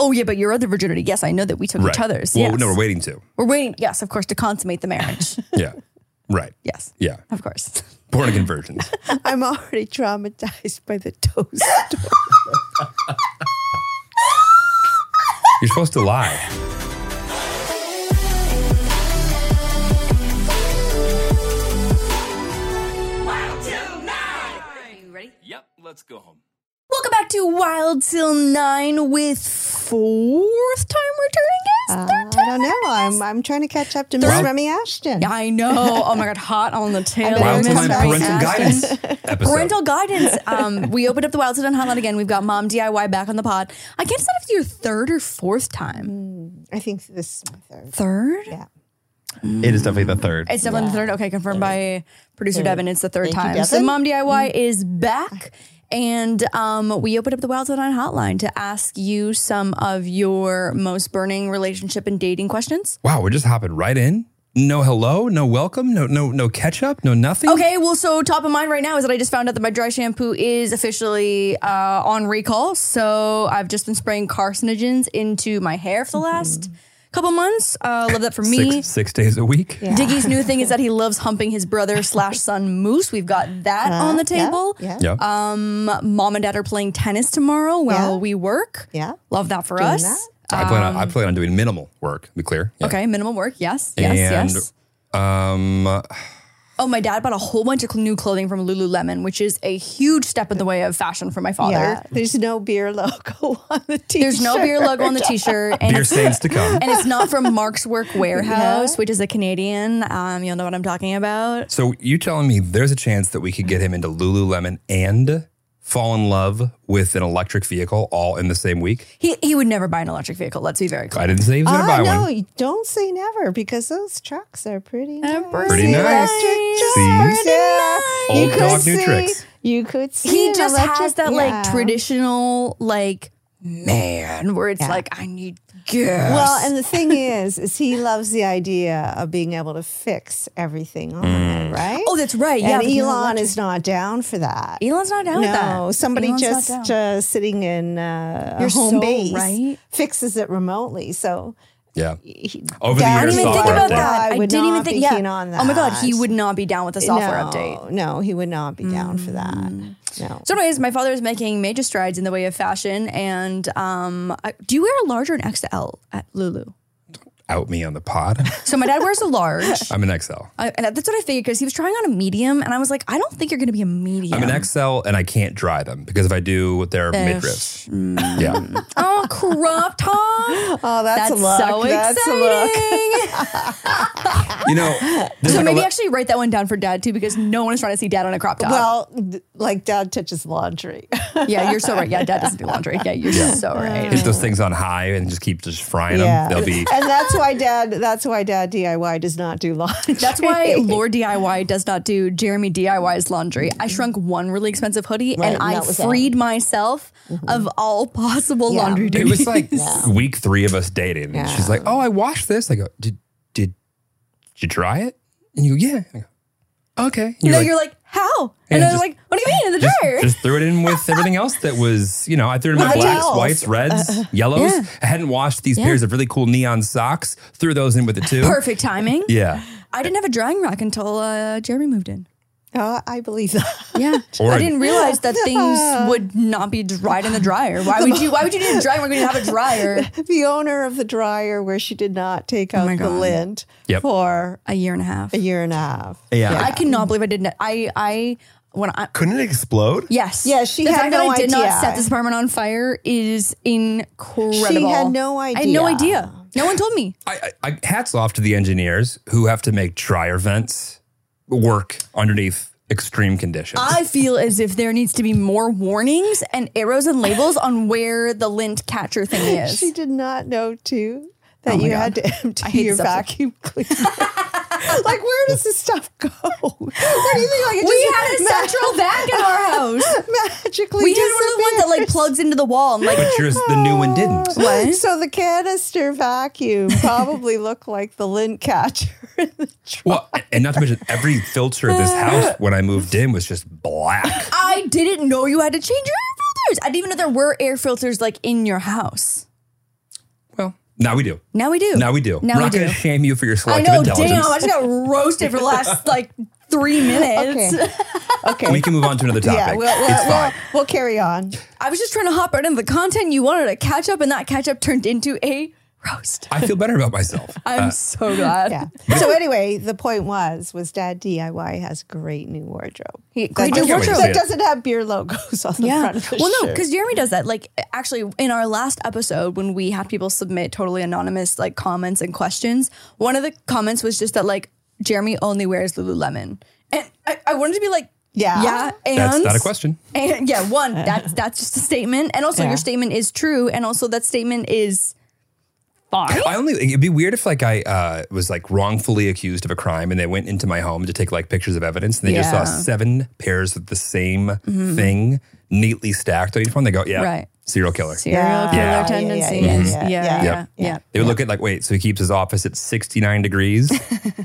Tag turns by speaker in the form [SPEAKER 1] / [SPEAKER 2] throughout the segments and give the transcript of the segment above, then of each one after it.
[SPEAKER 1] Oh yeah, but your other virginity. Yes, I know that we took each other's.
[SPEAKER 2] Well,
[SPEAKER 1] yes.
[SPEAKER 2] no, we're waiting to.
[SPEAKER 1] We're waiting. Yes, of course, to consummate the marriage.
[SPEAKER 2] Yeah. right.
[SPEAKER 1] yes,
[SPEAKER 2] Yeah.
[SPEAKER 1] of course.
[SPEAKER 2] Born again virgins.
[SPEAKER 3] I'm already traumatized by the toast.
[SPEAKER 2] You're supposed to lie.
[SPEAKER 4] Yep, let's go home.
[SPEAKER 1] Welcome back to Wild Till Nine with fourth time returning guest. Third
[SPEAKER 3] Uh, I
[SPEAKER 1] time.
[SPEAKER 3] don't know. I'm uh, I'm trying to catch up to Miss
[SPEAKER 2] Wow.
[SPEAKER 3] Remy Ashton.
[SPEAKER 1] I know. Oh my god, hot on the tail.
[SPEAKER 3] bet
[SPEAKER 2] Wild
[SPEAKER 3] Miss
[SPEAKER 2] to my
[SPEAKER 3] Mary
[SPEAKER 2] parental guidance
[SPEAKER 3] Ashton.
[SPEAKER 2] episode.
[SPEAKER 1] Parental guidance. Um, we opened up the Wild Till Nine hotline again. We've got Mom DIY back on the pod. I guess that if your third or fourth
[SPEAKER 3] Mm.
[SPEAKER 1] time.
[SPEAKER 3] I think this is my third.
[SPEAKER 1] Third.
[SPEAKER 3] Yeah.
[SPEAKER 5] It is definitely the third.
[SPEAKER 1] It's definitely the third. Okay, confirmed by producer Devin. Mm-hmm. It's the third
[SPEAKER 3] Thank you,
[SPEAKER 1] time.
[SPEAKER 3] Devin.
[SPEAKER 1] So Mom DIY is back. And um, we opened up the Wild Till Nine hotline to ask you some of your most burning relationship and dating questions.
[SPEAKER 2] Wow, we're just hopping right in. No hello, no welcome, no no no catch up, no nothing.
[SPEAKER 1] Okay, well, so top of mind right now is that I just found out that my dry shampoo is officially uh, on recall. So I've just been spraying carcinogens into my hair for the last couple months. Uh, love that for me.
[SPEAKER 2] Six, six days a week.
[SPEAKER 1] Diggy's new thing is that he loves humping his brother slash son Moose. We've got that on the
[SPEAKER 3] Yeah,
[SPEAKER 1] table.
[SPEAKER 3] Yeah.
[SPEAKER 2] Yeah.
[SPEAKER 1] Um, mom and dad are playing tennis tomorrow while
[SPEAKER 3] Yeah.
[SPEAKER 1] we work.
[SPEAKER 3] Yeah.
[SPEAKER 1] Love that for
[SPEAKER 3] Doing
[SPEAKER 1] us.
[SPEAKER 3] that.
[SPEAKER 2] I plan on I plan on doing minimal work, to be clear. Yeah.
[SPEAKER 1] um, Okay, minimal work. Yes, yes,
[SPEAKER 2] And
[SPEAKER 1] yes.
[SPEAKER 2] um
[SPEAKER 1] Oh, my dad bought a whole bunch of cl- new clothing from Lululemon, which is a huge step in the way of fashion for my father.
[SPEAKER 3] Yeah. There's no beer logo on the t-shirt.
[SPEAKER 1] There's no beer logo on the t-shirt, and
[SPEAKER 2] beer
[SPEAKER 1] it's,
[SPEAKER 2] stains to come.
[SPEAKER 1] and it's not from Mark's Work Warehouse, which is a Canadian. Um, you'll know what I'm talking about.
[SPEAKER 2] So you telling me there's a chance that we could get him into Lululemon and fall in love with an electric vehicle all in the same week?
[SPEAKER 1] He he would never buy an electric vehicle. Let's be very clear.
[SPEAKER 2] I didn't say he was gonna
[SPEAKER 3] Ah,
[SPEAKER 2] buy
[SPEAKER 3] no,
[SPEAKER 2] one.
[SPEAKER 3] you don't say never because those trucks are pretty nice.
[SPEAKER 2] Pretty nice.
[SPEAKER 3] Electric
[SPEAKER 2] See?
[SPEAKER 3] trucks. Yeah.
[SPEAKER 2] Old
[SPEAKER 3] You could
[SPEAKER 2] dog, new
[SPEAKER 3] see-
[SPEAKER 2] tricks.
[SPEAKER 3] You could see.
[SPEAKER 1] he
[SPEAKER 3] an
[SPEAKER 1] just
[SPEAKER 3] electric-
[SPEAKER 1] has that like
[SPEAKER 3] yeah.
[SPEAKER 1] traditional like man where it's like I need gas.
[SPEAKER 3] Well, and the thing is, is he loves the idea of being able to fix everything on
[SPEAKER 2] Mm.
[SPEAKER 3] it, right?
[SPEAKER 1] oh, that's right. Yeah,
[SPEAKER 3] and
[SPEAKER 1] the
[SPEAKER 3] Elon
[SPEAKER 1] electric-
[SPEAKER 3] is not down for that.
[SPEAKER 1] Elon's not down with that.
[SPEAKER 3] no, somebody
[SPEAKER 1] Elon's not
[SPEAKER 3] just
[SPEAKER 1] down.
[SPEAKER 3] uh, sitting in uh, a
[SPEAKER 1] You're
[SPEAKER 3] home
[SPEAKER 1] so
[SPEAKER 3] base
[SPEAKER 1] right.
[SPEAKER 3] fixes it remotely. So
[SPEAKER 2] Yeah.
[SPEAKER 3] he,
[SPEAKER 2] Over the
[SPEAKER 3] that-
[SPEAKER 1] I
[SPEAKER 2] years,
[SPEAKER 1] didn't even think
[SPEAKER 2] software
[SPEAKER 1] about
[SPEAKER 2] update.
[SPEAKER 1] that. I,
[SPEAKER 3] I would
[SPEAKER 1] didn't even
[SPEAKER 3] not
[SPEAKER 1] think.
[SPEAKER 3] be
[SPEAKER 1] Yeah.
[SPEAKER 3] keen on
[SPEAKER 1] Oh my god, he
[SPEAKER 3] that.
[SPEAKER 1] would not be down with a software
[SPEAKER 3] no,
[SPEAKER 1] update. Mm.
[SPEAKER 3] No, he would not be down for that. No.
[SPEAKER 1] So, anyways, my father is making major strides in the way of fashion. And um, I, do you wear a large or an XL at Lulu?
[SPEAKER 2] Out me on the pod.
[SPEAKER 1] So my dad wears a large,
[SPEAKER 2] I'm an XL.
[SPEAKER 1] I, and that's what I figured because he was trying on a medium, and I was like, I don't think you're going to be a medium.
[SPEAKER 2] I'm an XL and I can't dry them because if I do, they're midriffs. Yeah.
[SPEAKER 1] oh, crop top.
[SPEAKER 3] Oh, that's,
[SPEAKER 1] That's
[SPEAKER 3] a look.
[SPEAKER 1] so
[SPEAKER 3] that's a look.
[SPEAKER 1] exciting.
[SPEAKER 2] You know, there's like
[SPEAKER 1] so
[SPEAKER 2] a
[SPEAKER 1] maybe
[SPEAKER 2] le-
[SPEAKER 1] actually write that one down for dad too, because no one is trying to see dad on a crop top.
[SPEAKER 3] Well, th- like dad touches laundry.
[SPEAKER 1] yeah, you're so right. Yeah, dad doesn't do laundry. Yeah, you're so right.
[SPEAKER 2] hit those things on high and just keep just frying them. They'll be
[SPEAKER 3] and that's why dad. That's why dad DIY does not do laundry.
[SPEAKER 1] That's why Lord DIY does not do Jeremy DIY's laundry. I shrunk one really expensive hoodie
[SPEAKER 3] Right,
[SPEAKER 1] and
[SPEAKER 3] and
[SPEAKER 1] I
[SPEAKER 3] that was it. Mm-hmm.
[SPEAKER 1] freed myself of all possible
[SPEAKER 3] Yeah.
[SPEAKER 1] laundry
[SPEAKER 2] It
[SPEAKER 1] duties.
[SPEAKER 2] was like week three of us dating. And she's like, "Oh, I washed this." I go, "Did did did you try it?And you go, "Yeah." I go, okay. And
[SPEAKER 1] you
[SPEAKER 2] you're
[SPEAKER 1] know,
[SPEAKER 2] like,
[SPEAKER 1] you're like, how? And
[SPEAKER 2] Yeah,
[SPEAKER 1] I was
[SPEAKER 2] just-
[SPEAKER 1] like, what do you mean in the
[SPEAKER 2] just,
[SPEAKER 1] dryer?
[SPEAKER 2] just threw it in with everything else that was, you know, I threw it in with
[SPEAKER 3] With
[SPEAKER 2] blacks,
[SPEAKER 3] towels.
[SPEAKER 2] whites,
[SPEAKER 1] Uh,
[SPEAKER 2] reds, yellows. I hadn't washed these pairs of really cool neon socks. Threw those in with it too.
[SPEAKER 1] Perfect timing.
[SPEAKER 2] Yeah.
[SPEAKER 1] I didn't have a drying rack until uh, Jeremy moved in.
[SPEAKER 3] Oh, I believe that.
[SPEAKER 1] Yeah,
[SPEAKER 2] Or-
[SPEAKER 1] I didn't realize that things would not be dried in the dryer. Why would you? Why would you need a dryer? We're going to have a dryer
[SPEAKER 3] the owner of the dryer where she did not take out
[SPEAKER 1] my
[SPEAKER 3] the
[SPEAKER 1] God.
[SPEAKER 3] lint
[SPEAKER 2] Yep.
[SPEAKER 3] for
[SPEAKER 1] a year and a half.
[SPEAKER 3] a year and a half.
[SPEAKER 5] Yeah.
[SPEAKER 1] I cannot believe I didn't. I I when I
[SPEAKER 5] Couldn't it explode?
[SPEAKER 1] yes
[SPEAKER 3] Yeah, she
[SPEAKER 1] the
[SPEAKER 3] had
[SPEAKER 1] fact that
[SPEAKER 3] no
[SPEAKER 1] I did not
[SPEAKER 3] idea.
[SPEAKER 1] set this apartment on fire is incredible.
[SPEAKER 3] no
[SPEAKER 1] I had no
[SPEAKER 3] idea.
[SPEAKER 1] idea. No one told me.
[SPEAKER 2] I, I, I- hats off to the engineers who have to make dryer vents work underneath extreme conditions.
[SPEAKER 1] I feel as if there needs to be more warnings and arrows and labels on where the lint catcher thing is.
[SPEAKER 3] She did not know too that you had to empty
[SPEAKER 1] hate
[SPEAKER 3] your
[SPEAKER 1] this episode.
[SPEAKER 3] vacuum cleaner. like, where does this stuff go? What do you think? Like, it
[SPEAKER 1] we
[SPEAKER 3] just
[SPEAKER 1] had a central vac in our house.
[SPEAKER 3] magically
[SPEAKER 1] We had one of the ones that like plugs into the wall and like
[SPEAKER 2] but yours, the new one didn't.
[SPEAKER 3] What? So the canister vacuum probably looked like the lint catcher. in the tr-
[SPEAKER 2] Well, and not to mention every filter of this house when I moved in was just black.
[SPEAKER 1] I didn't know you had to change your air filters. I didn't even know there were air filters like in your house.
[SPEAKER 2] Well, now we do.
[SPEAKER 1] Now we do.
[SPEAKER 2] Now we do.
[SPEAKER 1] Now
[SPEAKER 2] We're
[SPEAKER 1] we
[SPEAKER 2] not
[SPEAKER 1] do.
[SPEAKER 2] going to shame you for your
[SPEAKER 1] I
[SPEAKER 2] selective
[SPEAKER 1] know.
[SPEAKER 2] intelligence.
[SPEAKER 1] Damn, I just got roasted for the last like three minutes.
[SPEAKER 3] Okay. Okay.
[SPEAKER 2] We can move on to another topic.
[SPEAKER 3] yeah, we'll,
[SPEAKER 2] it's
[SPEAKER 3] we'll,
[SPEAKER 2] fine.
[SPEAKER 3] we'll, we'll carry on.
[SPEAKER 1] I was just trying to hop right into the content you wanted to catch up, and that catch up turned into a roast.
[SPEAKER 2] I feel better about myself.
[SPEAKER 1] I'm so glad.
[SPEAKER 3] Yeah. So anyway, the point was was Dad DIY has great new wardrobe.
[SPEAKER 1] He- great new
[SPEAKER 3] doesn't-
[SPEAKER 2] wardrobe.
[SPEAKER 3] that doesn't have beer logos on the front of the
[SPEAKER 1] Well, no,
[SPEAKER 3] shirt.
[SPEAKER 1] because Jeremy does that. Like, actually, in our last episode, when we had people submit totally anonymous like comments and questions, one of the comments was just that like Jeremy only wears Lululemon, and I, I wanted to be like,
[SPEAKER 3] Yeah.
[SPEAKER 1] yeah, and
[SPEAKER 2] That's not a question.
[SPEAKER 1] And yeah, one that's that's just a statement, and also
[SPEAKER 3] Yeah.
[SPEAKER 1] your statement is true, and also that statement is fine.
[SPEAKER 2] I only it'd be weird if like I uh, was like wrongfully accused of a crime and they went into my home to take like pictures of evidence and they just saw
[SPEAKER 1] Yeah.
[SPEAKER 2] seven pairs of the same
[SPEAKER 3] Mm-hmm.
[SPEAKER 2] thing neatly stacked on each one. They go, yeah,
[SPEAKER 1] Right.
[SPEAKER 2] serial killer.
[SPEAKER 1] Serial
[SPEAKER 3] Yeah.
[SPEAKER 1] killer
[SPEAKER 3] Yeah, yeah,
[SPEAKER 1] tendencies.
[SPEAKER 3] yeah, yeah,
[SPEAKER 1] Yeah, yeah,
[SPEAKER 3] yeah, yeah.
[SPEAKER 1] yeah.
[SPEAKER 2] They would look at like, wait, so he keeps his office at 69 degrees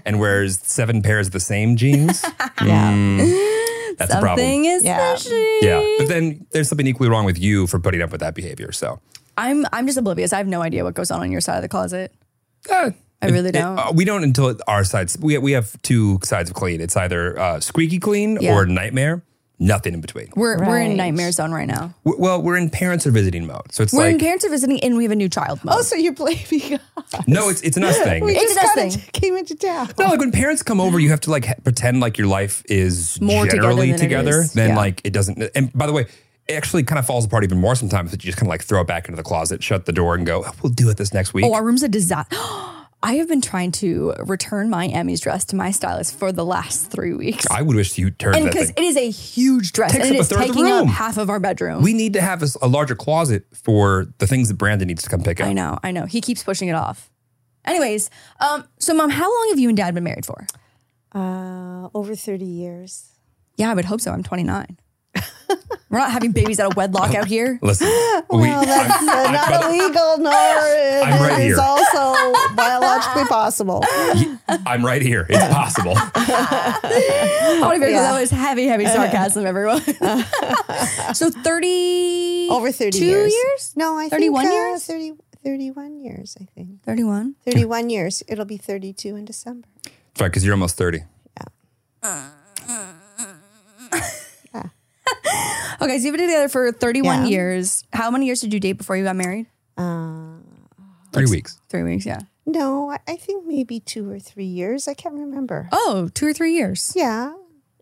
[SPEAKER 2] and wears seven pairs of the same jeans. Hmm.
[SPEAKER 3] yeah.
[SPEAKER 2] That's a problem.
[SPEAKER 1] Something is
[SPEAKER 3] Yeah.
[SPEAKER 1] fishy.
[SPEAKER 2] Yeah. But then there's something equally wrong with you for putting up with that behavior. So
[SPEAKER 1] I'm I'm just oblivious. I have no idea what goes on on your side of the closet.
[SPEAKER 2] eh,
[SPEAKER 1] I really
[SPEAKER 2] it-
[SPEAKER 1] don't.
[SPEAKER 2] uh, we don't until our sides. We, we have two sides of clean. It's either uh, squeaky clean
[SPEAKER 1] Yeah.
[SPEAKER 2] or nightmare. Nothing in between.
[SPEAKER 1] We're we're
[SPEAKER 3] Right.
[SPEAKER 1] in nightmare zone right now.
[SPEAKER 2] W- Well, we're in parents are visiting mode, so it's
[SPEAKER 1] We're
[SPEAKER 2] like
[SPEAKER 1] in parents are visiting and we have a new child. Mode.
[SPEAKER 3] Also, Oh, you're blaming us.
[SPEAKER 2] no, it's it's an us thing.
[SPEAKER 3] We
[SPEAKER 2] No,
[SPEAKER 1] It's
[SPEAKER 3] just
[SPEAKER 1] an us
[SPEAKER 3] kind
[SPEAKER 1] thing.
[SPEAKER 3] of came into town.
[SPEAKER 2] like when parents come over, you have to like ha- pretend like your life is
[SPEAKER 1] More together
[SPEAKER 2] generally
[SPEAKER 1] than it
[SPEAKER 2] together.
[SPEAKER 1] is.
[SPEAKER 2] Then
[SPEAKER 1] Yeah.
[SPEAKER 2] like it doesn't. And by the way, it actually kind of falls apart even more sometimes. That you just kind of like throw it back into the closet, shut the door, and go, "Oh, "We'll deal with this next week."
[SPEAKER 1] oh, our room's a disaster. I have been trying to return my Emmy's dress to my stylist for the last three weeks.
[SPEAKER 2] I would wish you turned
[SPEAKER 1] and
[SPEAKER 2] that
[SPEAKER 1] because
[SPEAKER 2] thing.
[SPEAKER 1] it is a huge dress
[SPEAKER 2] Takes
[SPEAKER 1] and
[SPEAKER 2] up
[SPEAKER 1] it
[SPEAKER 2] a
[SPEAKER 1] is
[SPEAKER 2] third of the
[SPEAKER 1] taking up
[SPEAKER 2] room.
[SPEAKER 1] half of our bedroom.
[SPEAKER 2] we need to have a, s- a larger closet for the things that Brandon needs to come pick up.
[SPEAKER 1] I know, I know. He keeps pushing it off. Anyways, um, so mom, how long have you and dad been married for?
[SPEAKER 3] Uh, over 30 years.
[SPEAKER 1] Yeah, I would hope so. I'm 29. We're not having babies out of wedlock out here.
[SPEAKER 2] Listen, we,
[SPEAKER 3] Well, that's
[SPEAKER 2] I'm-
[SPEAKER 3] uh, not
[SPEAKER 2] but-
[SPEAKER 3] illegal, nor
[SPEAKER 2] I'm right
[SPEAKER 3] it is
[SPEAKER 2] here.
[SPEAKER 3] also biologically possible.
[SPEAKER 2] I'm right here. It's possible.
[SPEAKER 1] I
[SPEAKER 2] Oh,
[SPEAKER 1] want to be
[SPEAKER 3] Yeah.
[SPEAKER 1] that was heavy, heavy sarcasm, everyone. so 30
[SPEAKER 3] Over 30
[SPEAKER 1] two
[SPEAKER 3] years.
[SPEAKER 1] years?
[SPEAKER 3] No, I
[SPEAKER 1] 31
[SPEAKER 3] think uh,
[SPEAKER 1] years?
[SPEAKER 3] 30, 31 years, I think.
[SPEAKER 1] 31.
[SPEAKER 3] 31 years. It'll be 32 in December.
[SPEAKER 2] That's right, because you're almost 30.
[SPEAKER 1] Okay, so you've been together for 31
[SPEAKER 3] Yeah.
[SPEAKER 1] years. How many years did you date before you got married?
[SPEAKER 3] Uh,
[SPEAKER 2] Three weeks.
[SPEAKER 1] Three weeks, yeah.
[SPEAKER 3] no, I- I think maybe two or three years. I can't remember.
[SPEAKER 1] Oh, two or three years.
[SPEAKER 3] Yeah.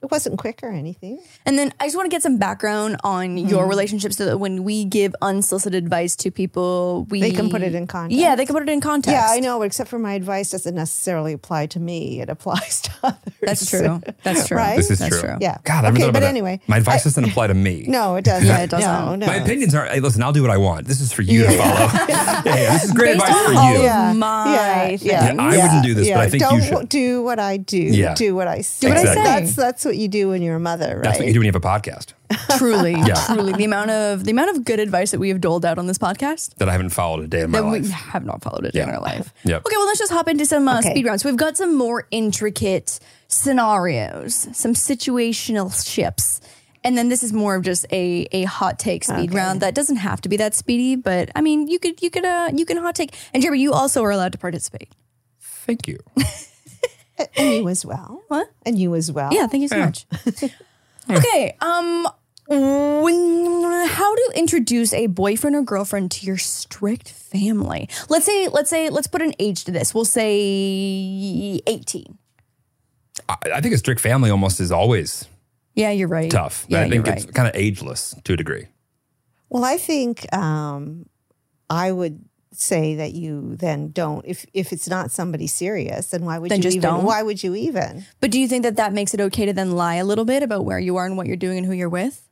[SPEAKER 3] It wasn't quick or anything.
[SPEAKER 1] And then I just want to get some background on
[SPEAKER 3] Mm-hmm.
[SPEAKER 1] your relationship so that when we give unsolicited advice to people, we
[SPEAKER 3] They can put it in context.
[SPEAKER 1] Yeah, they can put it in context.
[SPEAKER 3] Yeah, I know, except for my advice doesn't necessarily apply to me. It applies to others.
[SPEAKER 1] That's true. That's true.
[SPEAKER 3] Right?
[SPEAKER 2] This is
[SPEAKER 1] That's
[SPEAKER 2] true.
[SPEAKER 1] true.
[SPEAKER 3] Yeah.
[SPEAKER 2] God, I haven't
[SPEAKER 3] Okay,
[SPEAKER 2] thought about
[SPEAKER 3] but
[SPEAKER 2] that.
[SPEAKER 3] anyway,
[SPEAKER 2] My advice
[SPEAKER 3] I-
[SPEAKER 2] doesn't apply to me.
[SPEAKER 3] No, it doesn't.
[SPEAKER 1] Yeah, it doesn't.
[SPEAKER 3] No, no.
[SPEAKER 2] My opinions aren't. Hey, listen, I'll do what I want. This is for you to follow. yeah, yeah, this is great
[SPEAKER 1] Based
[SPEAKER 2] advice
[SPEAKER 1] on
[SPEAKER 2] for
[SPEAKER 3] Oh,
[SPEAKER 1] all
[SPEAKER 2] you.
[SPEAKER 1] of my
[SPEAKER 2] Yeah, I wouldn't do this, but I think you
[SPEAKER 3] Don't
[SPEAKER 2] should.
[SPEAKER 3] do what I do.
[SPEAKER 2] Yeah.
[SPEAKER 3] Do what I say.
[SPEAKER 2] what I Exactly.
[SPEAKER 1] say.
[SPEAKER 3] That's, that's what you do when you're a mother, right?
[SPEAKER 2] That's what you do when you have a podcast
[SPEAKER 1] Truly, truly, the amount of the amount of good advice that we have doled out on this podcast
[SPEAKER 2] that I haven't followed a day in my
[SPEAKER 1] that we
[SPEAKER 2] life.
[SPEAKER 1] have not followed it in
[SPEAKER 2] Yeah.
[SPEAKER 1] our life.
[SPEAKER 2] Yep.
[SPEAKER 1] Okay, well, let's just hop into some uh,
[SPEAKER 3] Okay.
[SPEAKER 1] speed rounds. We've got some more intricate scenarios, some situational ships, and then this is more of just a a hot take speed round that doesn't have to be that speedy, but I mean, you could you could uh, you can hot take. And Jeremy, you also are allowed to participate.
[SPEAKER 2] Thank you.
[SPEAKER 3] And you as well.
[SPEAKER 1] What?
[SPEAKER 3] And you as well.
[SPEAKER 1] Yeah, thank you so much. okay. Um when how to introduce a boyfriend or girlfriend to your strict family. Let's say let's say let's put an age to this. We'll say 18.
[SPEAKER 2] I, I think a strict family almost is always
[SPEAKER 1] Yeah, you're right.
[SPEAKER 2] tough.
[SPEAKER 1] Yeah,
[SPEAKER 2] I think
[SPEAKER 1] you're
[SPEAKER 2] it's
[SPEAKER 1] right.
[SPEAKER 2] kind of ageless to a degree.
[SPEAKER 3] Well, I think um, I would say that you then don't if if it's not somebody serious, then why would
[SPEAKER 1] Then
[SPEAKER 3] you
[SPEAKER 1] just
[SPEAKER 3] even
[SPEAKER 1] don't?
[SPEAKER 3] why would you even?
[SPEAKER 1] But do you think that that makes it okay to then lie a little bit about where you are and what you're doing and who you're with?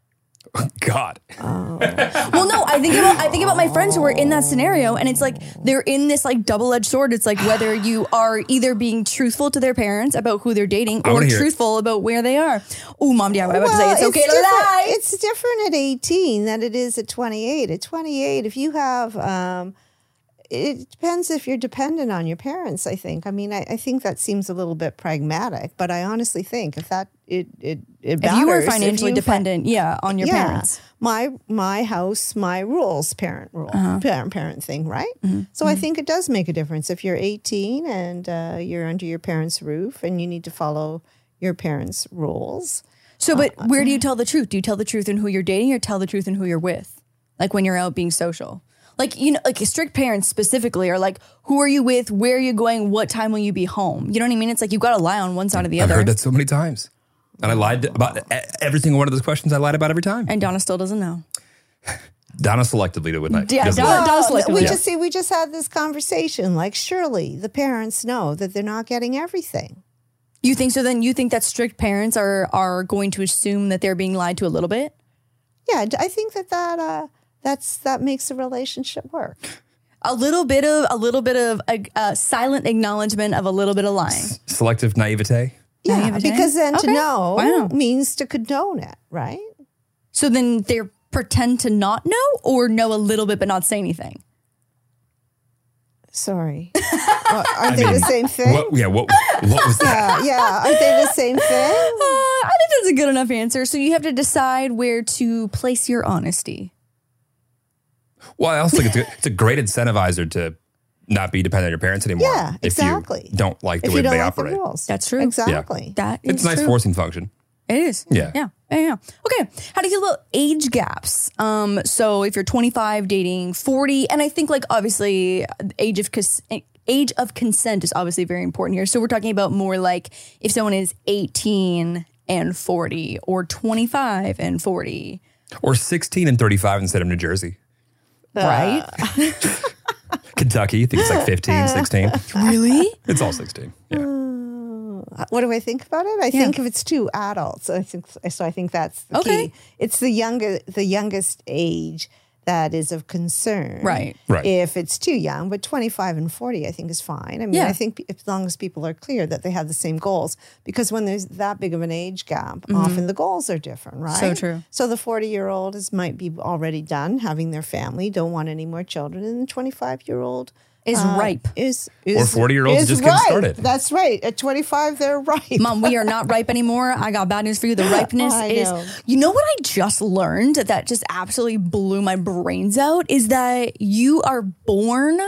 [SPEAKER 2] God.
[SPEAKER 1] Well, no, I think about I think about my friends who are in that scenario, and it's like they're in this like double edged sword. It's like whether you are either being truthful to their parents about who they're dating,
[SPEAKER 2] I
[SPEAKER 1] or
[SPEAKER 2] wanna hear it.
[SPEAKER 1] truthful about where they are. Oh, mom, dad, I'm about to say it's okay to
[SPEAKER 3] different,
[SPEAKER 1] lie.
[SPEAKER 3] It's different at 18 than it is at 28. At 28, if you have, um, it depends if you're dependent on your parents, I think. I mean, I, I think that seems a little bit pragmatic, but I honestly think if that, it, it, it
[SPEAKER 1] if you were
[SPEAKER 3] matters
[SPEAKER 1] financially
[SPEAKER 3] you fi-
[SPEAKER 1] dependent, yeah, on your parents.
[SPEAKER 3] My my house, my rules, parent rule,
[SPEAKER 1] Uh-huh.
[SPEAKER 3] parent parent thing, right?
[SPEAKER 1] Mm-hmm.
[SPEAKER 3] So I think it does make a difference if you're 18 and uh, you're under your parents' roof and you need to follow your parents' rules.
[SPEAKER 1] So, but where do you tell the truth? Do you tell the truth in who you're dating, or tell the truth in who you're with? Like when you're out being social, like you know, like strict parents specifically are like, who are you with? Where are you going? What time will you be home? You know what I mean? It's like you got to lie on one side or the
[SPEAKER 2] I've
[SPEAKER 1] other.
[SPEAKER 2] heard that so many times. And I lied about e- every single one of those questions I lied about every time.
[SPEAKER 1] And Donna still doesn't know.
[SPEAKER 2] Donna selectively did not
[SPEAKER 1] Yeah,
[SPEAKER 2] doesn't
[SPEAKER 1] Donna-
[SPEAKER 2] lie.
[SPEAKER 1] Well, does look
[SPEAKER 3] Oh, we
[SPEAKER 1] like-
[SPEAKER 3] just see we just had this conversation. Like surely the parents know that they're not getting everything.
[SPEAKER 1] You think so? Then you think that strict parents are are going to assume that they're being lied to a little bit?
[SPEAKER 3] Yeah, I think that that uh, that's that makes a relationship work.
[SPEAKER 1] A little bit of a little bit of a, a silent acknowledgement of a little bit of lying.
[SPEAKER 2] Selective naivete.
[SPEAKER 3] Yeah,
[SPEAKER 1] Naivete?
[SPEAKER 3] because then
[SPEAKER 1] Okay.
[SPEAKER 3] to know
[SPEAKER 1] Wow.
[SPEAKER 3] means to condone it, right?
[SPEAKER 1] So then they are pretend to not know or know a little bit but not say anything.
[SPEAKER 3] Sorry, Well, are they the same thing?
[SPEAKER 2] What, yeah, what, what was that?
[SPEAKER 3] yeah, yeah. Are they the same thing?
[SPEAKER 1] Uh, I think that's a good enough answer. So you have to decide where to place your honesty.
[SPEAKER 2] Well, I also think it's a, it's a great incentivizer to not be dependent on your parents anymore.
[SPEAKER 3] Yeah,
[SPEAKER 2] if
[SPEAKER 3] exactly.
[SPEAKER 2] You don't like the
[SPEAKER 3] If
[SPEAKER 2] way
[SPEAKER 3] you
[SPEAKER 2] that
[SPEAKER 3] don't
[SPEAKER 2] they
[SPEAKER 3] like the
[SPEAKER 2] operate.
[SPEAKER 3] rules,
[SPEAKER 1] That's true.
[SPEAKER 3] Exactly.
[SPEAKER 1] That is
[SPEAKER 2] It's a nice
[SPEAKER 1] true.
[SPEAKER 2] forcing function.
[SPEAKER 1] It is.
[SPEAKER 2] Yeah.
[SPEAKER 1] Yeah. Yeah. yeah. Okay. How do you feel about age gaps? Um, so if you're 25 dating 40, and I think like obviously age of cons- age of consent is obviously very important here. So we're talking about more like if someone is 18 and 40 or 25 and 40.
[SPEAKER 2] Or 16 and 35 instead of New Jersey.
[SPEAKER 1] Right?
[SPEAKER 2] Kentucky, I think it's like 15, 16.
[SPEAKER 1] really?
[SPEAKER 2] It's all 16.
[SPEAKER 3] Uh,
[SPEAKER 2] Yeah.
[SPEAKER 3] What do I think about it? I think if it's two adults, I think so. I think that's the
[SPEAKER 1] Okay.
[SPEAKER 3] key. It's the younger, the youngest age that is of concern.
[SPEAKER 1] Right.
[SPEAKER 2] Right.
[SPEAKER 3] If it's too young, but 25 and 40, I think is fine. I mean,
[SPEAKER 1] Yeah.
[SPEAKER 3] I think as long as people are clear that they have the same goals, because when there's that big of an age gap, often the goals are different, right?
[SPEAKER 1] Mm-hmm. true.
[SPEAKER 3] So the 40 year old is might be already done having their family, don't want any more children, and the 25 year old
[SPEAKER 1] Is ripe.
[SPEAKER 3] is,
[SPEAKER 2] Or
[SPEAKER 3] is
[SPEAKER 2] 40-year-olds
[SPEAKER 3] is
[SPEAKER 2] just getting
[SPEAKER 3] ripe.
[SPEAKER 2] started.
[SPEAKER 3] That's right. At 25, they're ripe.
[SPEAKER 1] Mom, we are not ripe anymore. I got bad news for you. The ripeness
[SPEAKER 3] I
[SPEAKER 1] is.
[SPEAKER 3] know.
[SPEAKER 1] You know what I just learned that just absolutely blew my brains out is that you are born,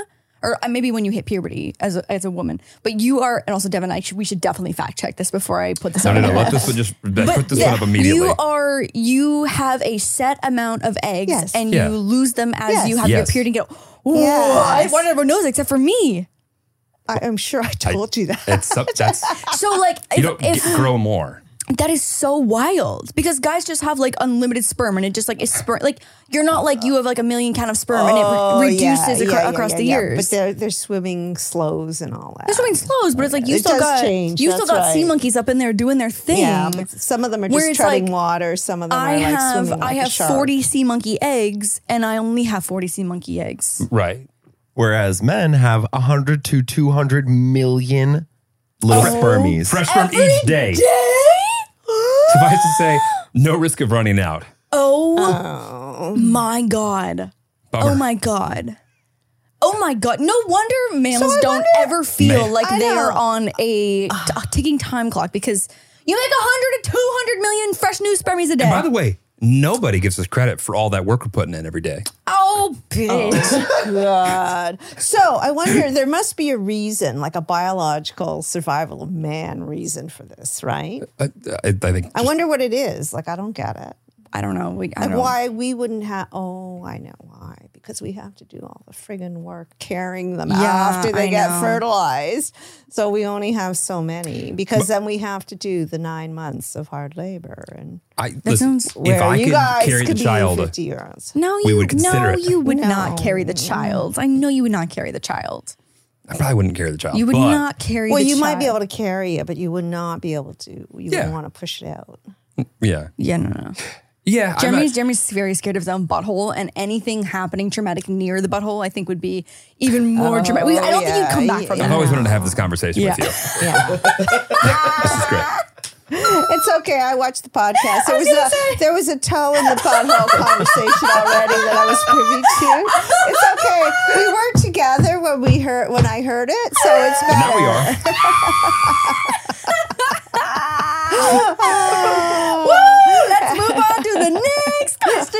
[SPEAKER 1] or uh, maybe when you hit puberty as a, as a woman, but you are, and also Devin, I should, we should definitely fact check this before I put this.
[SPEAKER 2] No,
[SPEAKER 1] out
[SPEAKER 2] no, no.
[SPEAKER 1] there.
[SPEAKER 2] Let this one just put this one up
[SPEAKER 1] yeah,
[SPEAKER 2] immediately.
[SPEAKER 1] You are you have a set amount of eggs,
[SPEAKER 3] Yes.
[SPEAKER 1] and
[SPEAKER 2] Yeah.
[SPEAKER 1] you lose them as
[SPEAKER 3] Yes.
[SPEAKER 1] you have your
[SPEAKER 2] Yes.
[SPEAKER 1] period and get. Whoa,
[SPEAKER 3] Yes.
[SPEAKER 1] everyone- everyone knows except for me.
[SPEAKER 3] I, I'm sure I told you that.
[SPEAKER 2] it's some, that's,
[SPEAKER 1] So like,
[SPEAKER 2] you
[SPEAKER 1] if-
[SPEAKER 2] don't
[SPEAKER 1] if,
[SPEAKER 2] get- grow more.
[SPEAKER 1] That is so wild because guys just have like unlimited sperm and it just like is sperm. Like you're not like you have like a million count of sperm and it re-
[SPEAKER 3] Oh, yeah,
[SPEAKER 1] reduces acro-
[SPEAKER 3] yeah, yeah,
[SPEAKER 1] across
[SPEAKER 3] yeah,
[SPEAKER 1] the
[SPEAKER 3] yeah.
[SPEAKER 1] years.
[SPEAKER 3] But they're they're swimming slows and all that.
[SPEAKER 1] They're swimming slows, but it's like you
[SPEAKER 3] It
[SPEAKER 1] still
[SPEAKER 3] does
[SPEAKER 1] got
[SPEAKER 3] change,
[SPEAKER 1] you still
[SPEAKER 3] that's
[SPEAKER 1] got sea
[SPEAKER 3] right.
[SPEAKER 1] monkeys up in there doing their thing.
[SPEAKER 3] Yeah, but some of them are
[SPEAKER 1] Where
[SPEAKER 3] just
[SPEAKER 1] it's
[SPEAKER 3] treading
[SPEAKER 1] like,
[SPEAKER 3] water. Some of them
[SPEAKER 1] I
[SPEAKER 3] are like
[SPEAKER 1] have
[SPEAKER 3] swimming
[SPEAKER 1] I
[SPEAKER 3] like a
[SPEAKER 1] have
[SPEAKER 3] shark.
[SPEAKER 1] forty sea monkey eggs and I only have forty sea monkey eggs.
[SPEAKER 2] Right.
[SPEAKER 5] Whereas men have 100 to 200 million little spermies.
[SPEAKER 2] Fresh from each day. Suffice to say, no risk of running out.
[SPEAKER 1] Oh, my god!
[SPEAKER 2] Bummer.
[SPEAKER 1] Oh my god! Oh my god! No wonder males
[SPEAKER 3] I
[SPEAKER 1] don't
[SPEAKER 3] wonder-
[SPEAKER 1] ever feel
[SPEAKER 2] Man.
[SPEAKER 1] like
[SPEAKER 3] I
[SPEAKER 1] they are
[SPEAKER 3] know.
[SPEAKER 1] on a, t- a ticking time clock because you make hundred to two hundred million fresh new spermies a day.
[SPEAKER 2] By the way, Nobody gives us credit for all that work we're putting in every day.
[SPEAKER 1] Oh, bitch.
[SPEAKER 3] Oh, God. So I wonder, there must be a reason, like a biological survival of man reason for this, right?
[SPEAKER 2] I, I, I think
[SPEAKER 3] I wonder what it is. Like, I don't get it.
[SPEAKER 1] I don't know. We, I
[SPEAKER 3] Like,
[SPEAKER 1] don't
[SPEAKER 3] why we wouldn't have, oh, I know why. Because we have to do all the friggin' work carrying them out
[SPEAKER 1] Yeah,
[SPEAKER 3] after they
[SPEAKER 1] I
[SPEAKER 3] get
[SPEAKER 1] know.
[SPEAKER 3] fertilized. So we only have so many because then we have to do the nine months of hard labor. And
[SPEAKER 2] I, listen,
[SPEAKER 1] sounds-
[SPEAKER 2] if
[SPEAKER 3] where
[SPEAKER 2] I
[SPEAKER 3] you
[SPEAKER 2] could
[SPEAKER 3] guys
[SPEAKER 2] carry
[SPEAKER 3] could
[SPEAKER 2] the
[SPEAKER 3] be
[SPEAKER 2] child, uh,
[SPEAKER 3] 50 euros.
[SPEAKER 1] No, you,
[SPEAKER 2] We would consider
[SPEAKER 1] no,
[SPEAKER 2] it.
[SPEAKER 1] you would not carry the child. I know you would not carry the child.
[SPEAKER 2] I probably wouldn't carry the child.
[SPEAKER 1] You would
[SPEAKER 2] but
[SPEAKER 1] not carry
[SPEAKER 3] Well,
[SPEAKER 1] the
[SPEAKER 3] you might be
[SPEAKER 1] child.
[SPEAKER 3] able to carry it, but you would not be able to. You
[SPEAKER 2] Yeah.
[SPEAKER 3] would want to push it out.
[SPEAKER 2] Yeah,
[SPEAKER 1] Yeah, no, no.
[SPEAKER 2] yeah. I'm
[SPEAKER 1] Jeremy's,
[SPEAKER 2] not-
[SPEAKER 1] Jeremy's very scared of his own butthole, and anything happening traumatic near the butthole, I think, would be even more dramatic. We- I don't think
[SPEAKER 3] Oh, yeah,
[SPEAKER 1] you'd come back from
[SPEAKER 2] I've
[SPEAKER 1] that.
[SPEAKER 2] always wanted to have this conversation
[SPEAKER 1] Yeah.
[SPEAKER 2] with you. This is great.
[SPEAKER 3] It's okay. I watched the podcast. There was, a there was a toe in the butthole conversation already that I was privy to. It's okay. We weren't together when we heard when I heard it, so it's better.
[SPEAKER 2] Now we are.
[SPEAKER 1] Woo! Let's move on to the next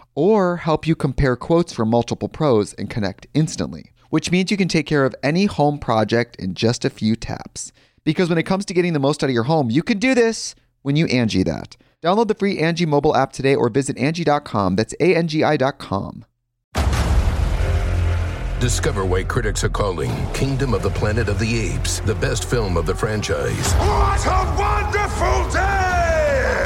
[SPEAKER 6] or help you compare quotes from multiple pros and connect instantly, which means you can take care of any home project in just a few taps. Because when it comes to getting the most out of your home, you can do this when you Angie that. Download the free Angie mobile app today or visit Angie.com. That's A N G I.com.
[SPEAKER 7] Discover why critics are calling Kingdom of the Planet of the Apes the best film of the franchise.
[SPEAKER 8] What a wonderful day!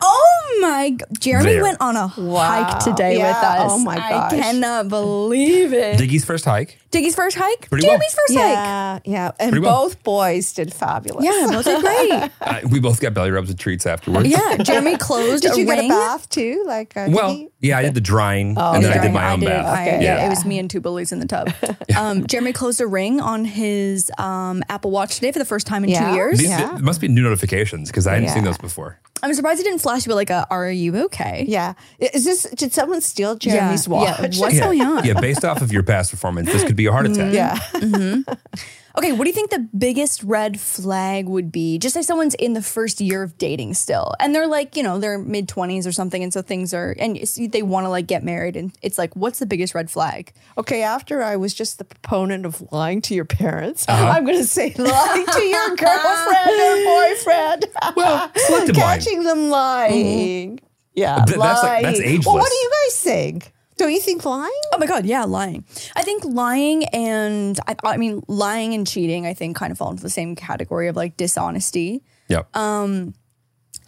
[SPEAKER 1] Oh my! g- Jeremy
[SPEAKER 2] There.
[SPEAKER 1] went on a hike today
[SPEAKER 3] Yeah,
[SPEAKER 1] with us.
[SPEAKER 3] oh my gosh.
[SPEAKER 1] I cannot believe it.
[SPEAKER 2] Diggy's first hike.
[SPEAKER 1] Diggy's first hike.
[SPEAKER 2] Pretty well.
[SPEAKER 1] Jeremy's first hike.
[SPEAKER 3] Yeah, yeah, and
[SPEAKER 2] Pretty well.
[SPEAKER 3] both boys did fabulous.
[SPEAKER 1] Yeah, both did great.
[SPEAKER 2] Uh, we both got belly rubs and treats afterwards.
[SPEAKER 1] yeah, Jeremy closed
[SPEAKER 3] Did
[SPEAKER 1] a
[SPEAKER 3] you
[SPEAKER 1] ring.
[SPEAKER 3] get a bath too? Like, uh, did
[SPEAKER 2] Well,
[SPEAKER 3] he-
[SPEAKER 2] yeah, I did the drying and then I did
[SPEAKER 1] Drawing-
[SPEAKER 2] my own
[SPEAKER 1] did-
[SPEAKER 2] bath.
[SPEAKER 1] Oh, I-
[SPEAKER 2] yeah.
[SPEAKER 1] It was me and two bullies in the tub. Um, Jeremy closed a ring on his um, Apple Watch today for the first time in
[SPEAKER 3] Yeah.
[SPEAKER 1] two years.
[SPEAKER 2] These- th- must be new notifications because I hadn't seen
[SPEAKER 3] Yeah.
[SPEAKER 2] those before.
[SPEAKER 1] I'm surprised it didn't flash you like, a, "Are you okay?"
[SPEAKER 3] yeah. Is this? Did someone steal
[SPEAKER 1] Yeah,
[SPEAKER 3] Jeremy's
[SPEAKER 1] yeah.
[SPEAKER 3] watch?
[SPEAKER 1] What's
[SPEAKER 2] yeah.
[SPEAKER 1] going on?
[SPEAKER 2] Yeah, based off of your past performance, this could be a heart
[SPEAKER 1] Mm-hmm.
[SPEAKER 2] attack.
[SPEAKER 3] yeah.
[SPEAKER 1] Okay, what do you think the biggest red flag would be? Just say someone's in the first year of dating still, and they're like, you know, they're mid twenties or something, and so things are, and it's- they want to like get married, and it's like, what's the biggest red flag?
[SPEAKER 3] Okay, after I was just the proponent of lying to your parents,
[SPEAKER 2] Uh-huh.
[SPEAKER 3] I'm going to say lying to your girlfriend or boyfriend.
[SPEAKER 2] Well, selective lying.
[SPEAKER 3] Catching them lying. Yeah,
[SPEAKER 2] Mm-hmm. Th- that's like-
[SPEAKER 3] lying.
[SPEAKER 2] that's
[SPEAKER 3] Well, what
[SPEAKER 2] ageless.
[SPEAKER 3] do you guys think? Don't you think lying?
[SPEAKER 1] Oh my god, yeah, lying. I think lying and I, I mean lying and cheating. I think kind of fall into the same category of like dishonesty.
[SPEAKER 2] Yep.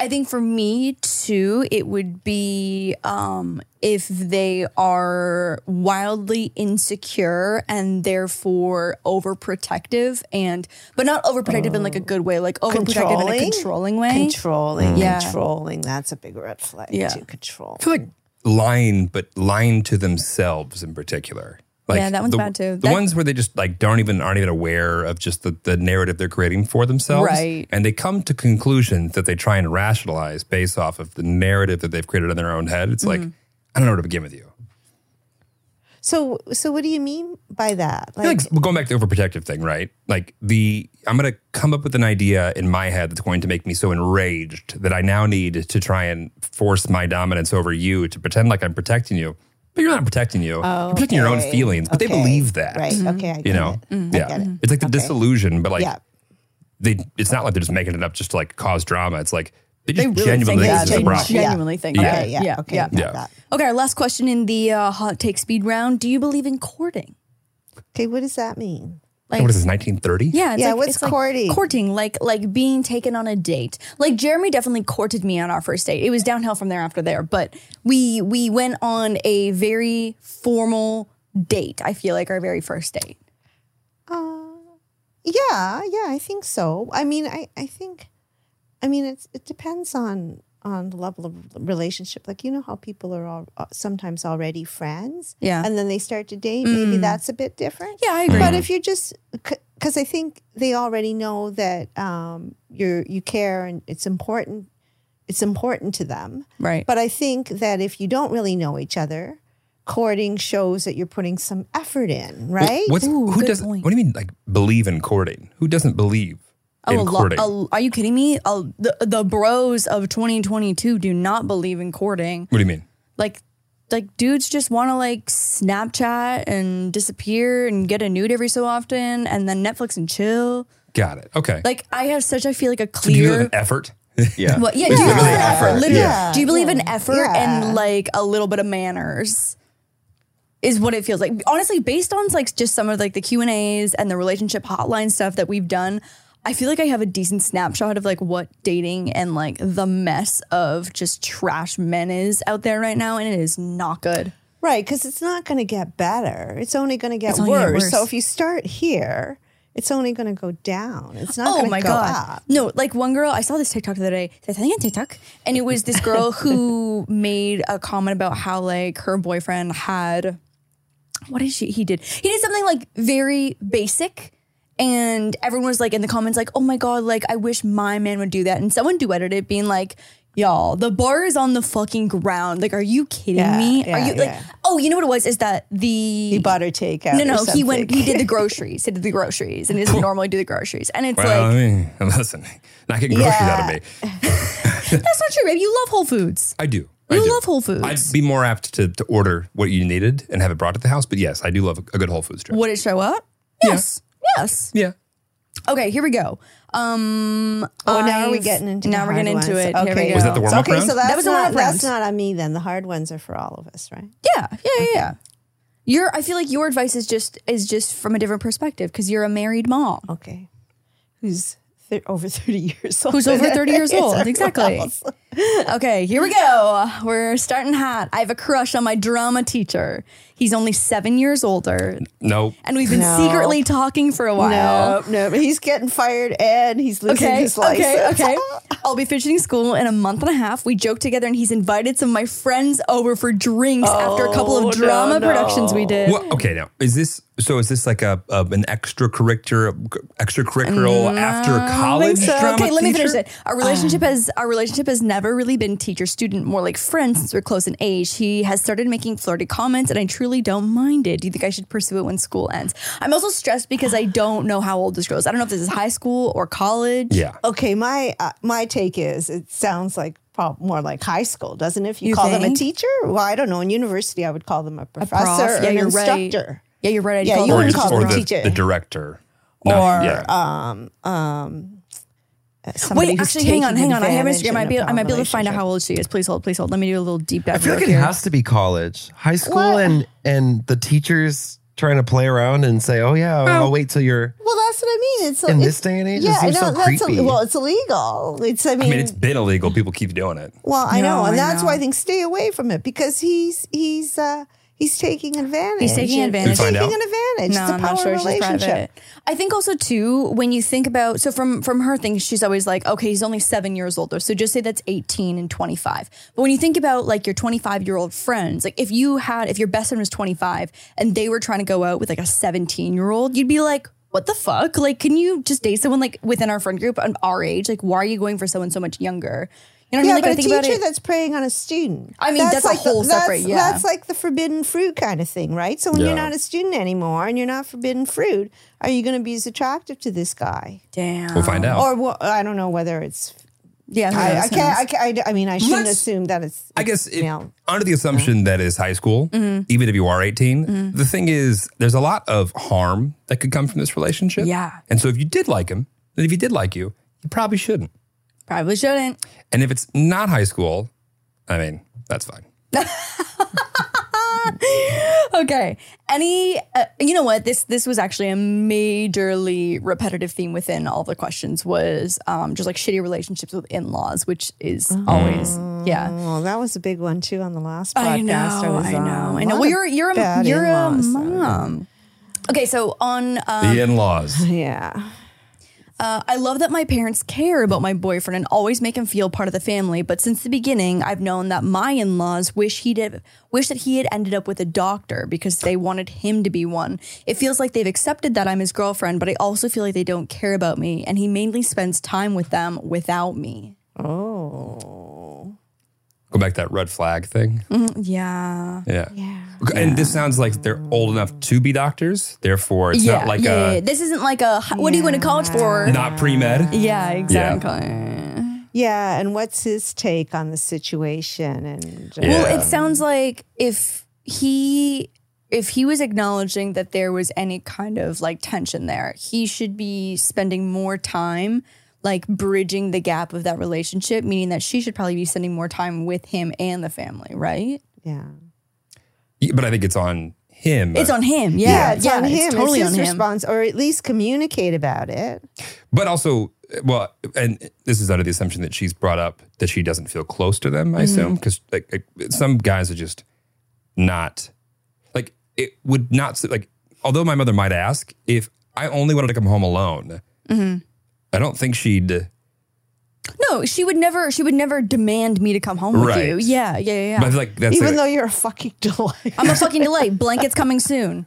[SPEAKER 1] I think for me too, it would be um, if they are wildly insecure and therefore overprotective, and but not overprotective in like a good way, Oh, like overprotective in a controlling way.
[SPEAKER 3] Controlling,
[SPEAKER 1] Yeah.
[SPEAKER 3] controlling. That's a big red flag
[SPEAKER 1] Yeah.
[SPEAKER 3] too. Control.
[SPEAKER 2] I feel like lying, but lying to themselves in particular. Like
[SPEAKER 1] Yeah, that one's
[SPEAKER 2] the,
[SPEAKER 1] bad too.
[SPEAKER 2] The
[SPEAKER 1] That-
[SPEAKER 2] ones where they just like don't even aren't even aware of just the, the narrative they're creating for themselves.
[SPEAKER 1] Right.
[SPEAKER 2] And they come to conclusions that they try and rationalize based off of the narrative that they've created in their own head. It's
[SPEAKER 1] Mm-hmm.
[SPEAKER 2] like, I don't know where to begin with you.
[SPEAKER 3] So, so what do you mean by that?
[SPEAKER 2] I feel like well, going back to the overprotective thing, right? Like the I'm gonna come up with an idea in my head that's going to make me so enraged that I now need to try and force my dominance over you to pretend like I'm protecting you, but you're not protecting you. You're protecting your own
[SPEAKER 3] Okay.
[SPEAKER 2] feelings, but they
[SPEAKER 3] Okay.
[SPEAKER 2] believe that,
[SPEAKER 3] Right. Okay. I
[SPEAKER 2] You
[SPEAKER 3] get
[SPEAKER 2] know,
[SPEAKER 3] it. Mm-hmm. I
[SPEAKER 2] yeah,
[SPEAKER 3] get it.
[SPEAKER 2] it's like the disillusion, but like
[SPEAKER 3] yeah.
[SPEAKER 2] they, it's not like they're just making it up just to like cause drama. It's like they just
[SPEAKER 1] They really
[SPEAKER 2] genuinely
[SPEAKER 1] think
[SPEAKER 2] think
[SPEAKER 1] that.
[SPEAKER 2] this is a
[SPEAKER 1] They
[SPEAKER 2] problem.
[SPEAKER 1] genuinely think
[SPEAKER 2] Yeah.
[SPEAKER 1] that.
[SPEAKER 3] Okay. Yeah.
[SPEAKER 1] Yeah.
[SPEAKER 3] Okay.
[SPEAKER 1] Yeah.
[SPEAKER 3] got
[SPEAKER 2] Yeah.
[SPEAKER 3] that.
[SPEAKER 1] Okay, our last question in the uh, hot take speed round: Do you believe in courting?
[SPEAKER 3] Okay. What does that mean?
[SPEAKER 1] Like,
[SPEAKER 2] what is this, 1930?
[SPEAKER 1] Yeah, it's
[SPEAKER 3] Yeah,
[SPEAKER 1] like,
[SPEAKER 3] what's
[SPEAKER 1] it's like
[SPEAKER 3] courting?
[SPEAKER 1] courting, like like being taken on a date. Like Jeremy definitely courted me on our first date. It was downhill from there after there, but we we went on a very formal date. I feel like our very first date.
[SPEAKER 3] Uh, Yeah. Yeah. I think so. I mean, I, I think, I mean, it's, it depends on, on the level of relationship. Like, you know how people are all, uh, sometimes already friends.
[SPEAKER 1] Yeah. Mm.
[SPEAKER 3] And then they start to date. Maybe that's a bit different.
[SPEAKER 1] Yeah, I agree.
[SPEAKER 3] But if you're just, because I think they already know that um, you're, you care and it's important. It's important to them.
[SPEAKER 1] Right.
[SPEAKER 3] But I think that if you don't really know each other, courting shows that you're putting some effort in,
[SPEAKER 2] Well,
[SPEAKER 3] right?
[SPEAKER 2] What's,
[SPEAKER 1] Ooh,
[SPEAKER 2] who
[SPEAKER 1] good
[SPEAKER 2] doesn't?
[SPEAKER 1] point.
[SPEAKER 2] What do you mean, like believe in courting? Who doesn't believe
[SPEAKER 1] Oh,
[SPEAKER 2] in
[SPEAKER 1] a lo-
[SPEAKER 2] courting?
[SPEAKER 1] a- are you kidding me? A- the, the bros of 2022 do not believe in courting.
[SPEAKER 2] what do you mean?
[SPEAKER 1] Like, like dudes just want to like Snapchat and disappear and get a nude every so often, and then Netflix and chill.
[SPEAKER 2] Got it. Okay.
[SPEAKER 1] Like, I have such I feel like a
[SPEAKER 2] so do you live
[SPEAKER 1] clear
[SPEAKER 2] in effort?
[SPEAKER 5] Yeah.
[SPEAKER 1] Well, yeah,
[SPEAKER 5] It's
[SPEAKER 1] do you
[SPEAKER 5] literally
[SPEAKER 1] believe in effort?
[SPEAKER 5] effort.
[SPEAKER 1] Literally,
[SPEAKER 3] Yeah.
[SPEAKER 1] do you believe in effort
[SPEAKER 3] Yeah.
[SPEAKER 1] and like a little bit of manners? Is what it feels like. Honestly, based on like just some of like the Q and A's and the relationship hotline stuff that we've done, I feel like I have a decent snapshot of like what dating and like the mess of just trash men is out there right now, and it is not good.
[SPEAKER 3] Right, because it's not going to get better. It's only going to get
[SPEAKER 1] only gonna get
[SPEAKER 3] worse. So
[SPEAKER 1] worse.
[SPEAKER 3] if you start here, it's only going to go down. It's not going
[SPEAKER 1] Oh
[SPEAKER 3] to
[SPEAKER 1] my
[SPEAKER 3] go
[SPEAKER 1] god!
[SPEAKER 3] up.
[SPEAKER 1] No, like one girl I saw this TikTok the other day. Did I tell you on TikTok? And it was this girl who made a comment about how like her boyfriend had what did she? He did he did something like very basic. And everyone was like in the comments, like, oh my God, like, I wish my man would do that. And someone duetted it, being like, y'all, the bar is on the fucking ground. Like, are you kidding
[SPEAKER 3] Yeah,
[SPEAKER 1] me?
[SPEAKER 3] yeah,
[SPEAKER 1] are you
[SPEAKER 3] yeah.
[SPEAKER 1] like, oh, you know what it was? Is that the.
[SPEAKER 3] He bought her takeout. or
[SPEAKER 1] No, no, he went.
[SPEAKER 3] something.
[SPEAKER 1] He did the groceries. he did the groceries, and he doesn't normally do the groceries. And it's
[SPEAKER 2] Well,
[SPEAKER 1] like
[SPEAKER 2] I mean, listen, not getting groceries out of me.
[SPEAKER 1] that's not true, babe. You love Whole Foods.
[SPEAKER 2] I do. I
[SPEAKER 1] You
[SPEAKER 2] do.
[SPEAKER 1] love Whole Foods.
[SPEAKER 2] I'd be more apt to, to order what you needed and have it brought to the house. But yes, I do love a good Whole Foods trip.
[SPEAKER 1] Would it show up? Yes. Yes.
[SPEAKER 2] Yeah.
[SPEAKER 1] Okay, here we go. Um.
[SPEAKER 3] Oh, now
[SPEAKER 1] I've-
[SPEAKER 3] we getting into
[SPEAKER 1] now
[SPEAKER 3] the
[SPEAKER 1] we're getting
[SPEAKER 3] hard
[SPEAKER 1] into
[SPEAKER 3] ones.
[SPEAKER 1] it. Here we
[SPEAKER 3] Okay.
[SPEAKER 1] go.
[SPEAKER 2] Was that the warm up
[SPEAKER 3] okay,
[SPEAKER 2] round?
[SPEAKER 3] so that's
[SPEAKER 1] was the
[SPEAKER 3] not
[SPEAKER 1] one-up
[SPEAKER 3] that's
[SPEAKER 1] round.
[SPEAKER 3] not on me then. The hard ones are for all of us, right?
[SPEAKER 1] Yeah, yeah, yeah, yeah. Your, I feel like your advice is just is just from a different perspective because you're a married mom.
[SPEAKER 3] Okay, who's th- over thirty years old?
[SPEAKER 1] Who's over 30 years old. Exactly. Okay, here we go. We're starting hot. I have a crush on my drama teacher. He's only seven years older.
[SPEAKER 2] No.
[SPEAKER 1] And we've been
[SPEAKER 3] No.
[SPEAKER 1] secretly talking for a while.
[SPEAKER 3] No, no, he's getting fired and he's losing
[SPEAKER 1] Okay,
[SPEAKER 3] his license.
[SPEAKER 1] okay, okay. I'll be finishing school in a month and a half. We joke together, and he's invited some of my friends over for drinks after a
[SPEAKER 3] Oh,
[SPEAKER 1] couple of drama productions we did.
[SPEAKER 2] Well, okay, now is this so? Is this like a, a an extracurricular
[SPEAKER 1] Mm,
[SPEAKER 2] extracurricular after college drama?
[SPEAKER 1] okay, let me finish
[SPEAKER 2] teacher?
[SPEAKER 1] it. Our relationship has our relationship has never really been teacher student, more like friend since we're close in age. He has started making flirty comments, and I truly don't mind it. Do you think I should pursue it when school ends? I'm also stressed because I don't know how old this girl is. I don't know if this is high school or college.
[SPEAKER 2] Yeah.
[SPEAKER 3] Okay, my uh, my take is it sounds like prob- more like high school, doesn't it? If you,
[SPEAKER 1] You
[SPEAKER 3] call them a
[SPEAKER 1] think?
[SPEAKER 3] teacher, well, I don't know. In university, I would call them a professor,
[SPEAKER 1] prof. Yeah,
[SPEAKER 3] an
[SPEAKER 1] you're right.
[SPEAKER 3] instructor,
[SPEAKER 1] Yeah, you're right. I
[SPEAKER 3] Yeah,
[SPEAKER 1] called
[SPEAKER 3] you
[SPEAKER 1] her
[SPEAKER 3] wouldn't
[SPEAKER 1] a
[SPEAKER 3] call
[SPEAKER 2] or
[SPEAKER 3] them
[SPEAKER 2] the,
[SPEAKER 3] teacher.
[SPEAKER 2] the director? No,
[SPEAKER 3] Or,
[SPEAKER 2] yeah.
[SPEAKER 3] somebody
[SPEAKER 1] Wait,
[SPEAKER 3] Uh, who's
[SPEAKER 1] actually, hang on,
[SPEAKER 3] taking
[SPEAKER 1] hang on. I have
[SPEAKER 3] advantage
[SPEAKER 1] Instagram. I might
[SPEAKER 3] in
[SPEAKER 1] be,
[SPEAKER 3] a
[SPEAKER 1] I might be able to find out
[SPEAKER 3] relationship.
[SPEAKER 1] how old she is. Please hold, please hold. Let me do a little deep dive.
[SPEAKER 5] I feel
[SPEAKER 1] work
[SPEAKER 5] like it
[SPEAKER 1] here.
[SPEAKER 5] has to be college, high school, and and the teachers trying to play around and say, "Oh yeah, I'll wait till you're."
[SPEAKER 3] Well, that's that's what I mean. It's
[SPEAKER 5] In this day and age, it seems so
[SPEAKER 3] that's
[SPEAKER 5] creepy.
[SPEAKER 3] well, it's illegal. It's I
[SPEAKER 2] I
[SPEAKER 3] mean,
[SPEAKER 2] mean, it's been illegal. People keep doing it.
[SPEAKER 3] well, I
[SPEAKER 1] No,
[SPEAKER 3] know, and
[SPEAKER 1] I
[SPEAKER 3] that's why I
[SPEAKER 1] know.
[SPEAKER 3] think stay away from it because he's he's uh he's taking advantage.
[SPEAKER 1] He's taking advantage.
[SPEAKER 2] Find
[SPEAKER 3] taking
[SPEAKER 2] out.
[SPEAKER 3] an advantage.
[SPEAKER 1] No,
[SPEAKER 3] it's a
[SPEAKER 1] I'm
[SPEAKER 3] power
[SPEAKER 1] not sure she's
[SPEAKER 3] relationship.
[SPEAKER 1] private. I think also too when you think about so from from her thing, she's always like, okay, he's only seven years older, so just say that's eighteen and twenty five. But when you think about like your twenty five year old friends, like if you had if your best friend was twenty five and they were trying to go out with like a seventeen year old, you'd be like. What the fuck? Like, can you just date someone like within our friend group and our age? Like, why are you going for someone so much younger? You know what
[SPEAKER 3] Yeah,
[SPEAKER 1] I mean? Like,
[SPEAKER 3] but
[SPEAKER 1] I
[SPEAKER 3] a
[SPEAKER 1] think about
[SPEAKER 3] teacher
[SPEAKER 1] it.
[SPEAKER 3] that's preying on a student.
[SPEAKER 1] I mean, that's a whole separate-
[SPEAKER 3] That's,
[SPEAKER 1] yeah.
[SPEAKER 3] that's like the forbidden fruit kind of thing, right? So when you're
[SPEAKER 2] Yeah.
[SPEAKER 3] not a student anymore and you're not forbidden fruit, are you going to be as attractive to this guy?
[SPEAKER 1] Damn.
[SPEAKER 2] We'll find out.
[SPEAKER 3] Or wha- I don't know whether it's.
[SPEAKER 1] yeah. who
[SPEAKER 3] I,
[SPEAKER 1] knows?
[SPEAKER 3] I can't. I, can't, I, I mean, I shouldn't
[SPEAKER 2] Let's-
[SPEAKER 3] assume that it's.
[SPEAKER 2] I guess it,
[SPEAKER 3] Yeah. Mm-hmm.
[SPEAKER 2] under the assumption that is high school, even if you are 18, the thing is there's a lot of harm that could come from this relationship.
[SPEAKER 1] Yeah.
[SPEAKER 2] And so if you did like him, then if he did like you, you probably shouldn't.
[SPEAKER 1] Probably shouldn't.
[SPEAKER 2] And if it's not high school, I mean, that's fine.
[SPEAKER 1] okay. Any, uh, you know what? This this was actually a majorly repetitive theme within all the questions was um, just like shitty relationships with in laws, which is always yeah.
[SPEAKER 3] Oh, that was a big one too on the last podcast.
[SPEAKER 1] I know,
[SPEAKER 3] was
[SPEAKER 1] I know,
[SPEAKER 3] on.
[SPEAKER 1] I know.
[SPEAKER 3] Lot
[SPEAKER 1] Well,
[SPEAKER 3] of
[SPEAKER 1] you're you're a,
[SPEAKER 3] bad
[SPEAKER 1] you're a
[SPEAKER 3] in-laws.
[SPEAKER 1] mom. Okay, so on um,
[SPEAKER 2] the in laws.
[SPEAKER 3] Yeah.
[SPEAKER 1] Uh, I love that my parents care about my boyfriend and always make him feel part of the family. But since the beginning, I've known that my in-laws wish he did wish that he had ended up with a doctor because they wanted him to be one. It feels like they've accepted that I'm his girlfriend, but I also feel like they don't care about me, and he mainly spends time with them without me.
[SPEAKER 3] Oh.
[SPEAKER 2] Go back to that red flag thing.
[SPEAKER 1] Yeah.
[SPEAKER 2] Yeah.
[SPEAKER 3] Yeah.
[SPEAKER 2] And this sounds like they're old enough to be doctors. Therefore, it's
[SPEAKER 1] yeah,
[SPEAKER 2] not like
[SPEAKER 1] yeah,
[SPEAKER 2] a
[SPEAKER 1] yeah. this isn't like a hi- what do you go to college for?
[SPEAKER 2] not pre med.
[SPEAKER 1] yeah, exactly.
[SPEAKER 3] Yeah, and what's his take on the situation? And uh,
[SPEAKER 2] Yeah.
[SPEAKER 1] Well, it sounds like if he if he was acknowledging that there was any kind of like tension there, he should be spending more time like bridging the gap of that relationship, meaning that she should probably be spending more time with him and the family, right?
[SPEAKER 3] yeah,
[SPEAKER 2] But I think it's on him.
[SPEAKER 1] it's on him. Yeah.
[SPEAKER 3] yeah, it's on him.
[SPEAKER 1] totally
[SPEAKER 3] it's
[SPEAKER 1] on
[SPEAKER 3] his
[SPEAKER 1] him.
[SPEAKER 3] response, or at least communicate about it.
[SPEAKER 2] But also, well, and this is under the assumption that she's brought up that she doesn't feel close to them.
[SPEAKER 1] Mm-hmm.
[SPEAKER 2] I assume because like, like, some guys are just not like it would not like. Although my mother might ask if I only wanted to come home alone,
[SPEAKER 1] Mm-hmm.
[SPEAKER 2] I don't think she'd.
[SPEAKER 1] No, she would never she would never demand me to come home
[SPEAKER 2] Right.
[SPEAKER 1] with you. Yeah, yeah, yeah,
[SPEAKER 2] But I
[SPEAKER 1] yeah.
[SPEAKER 2] feel like that's
[SPEAKER 3] Even
[SPEAKER 2] a-
[SPEAKER 3] though you're a fucking delight.
[SPEAKER 1] I'm a fucking delay. Blanket's coming soon.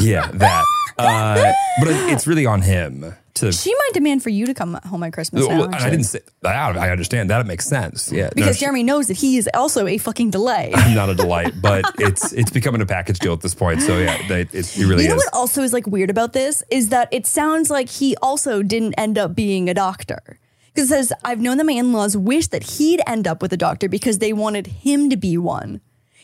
[SPEAKER 2] yeah that. Uh, but it- it's really on him to.
[SPEAKER 1] She might demand for you to come home at Christmas. now,
[SPEAKER 2] Well, and I
[SPEAKER 1] actually.
[SPEAKER 2] didn't say. I, I understand that. It makes sense. Yeah, no,
[SPEAKER 1] because
[SPEAKER 2] she-
[SPEAKER 1] Jeremy knows that he is also a fucking delay.
[SPEAKER 2] I'm not a delight, but it's it's becoming a package deal at this point. So yeah, they, it, it really
[SPEAKER 1] You know
[SPEAKER 2] is.
[SPEAKER 1] what also is like weird about this is that it sounds like he also didn't end up being a doctor. Because it says, I've known that my in laws wish that he'd end up with a doctor because they wanted him to be one.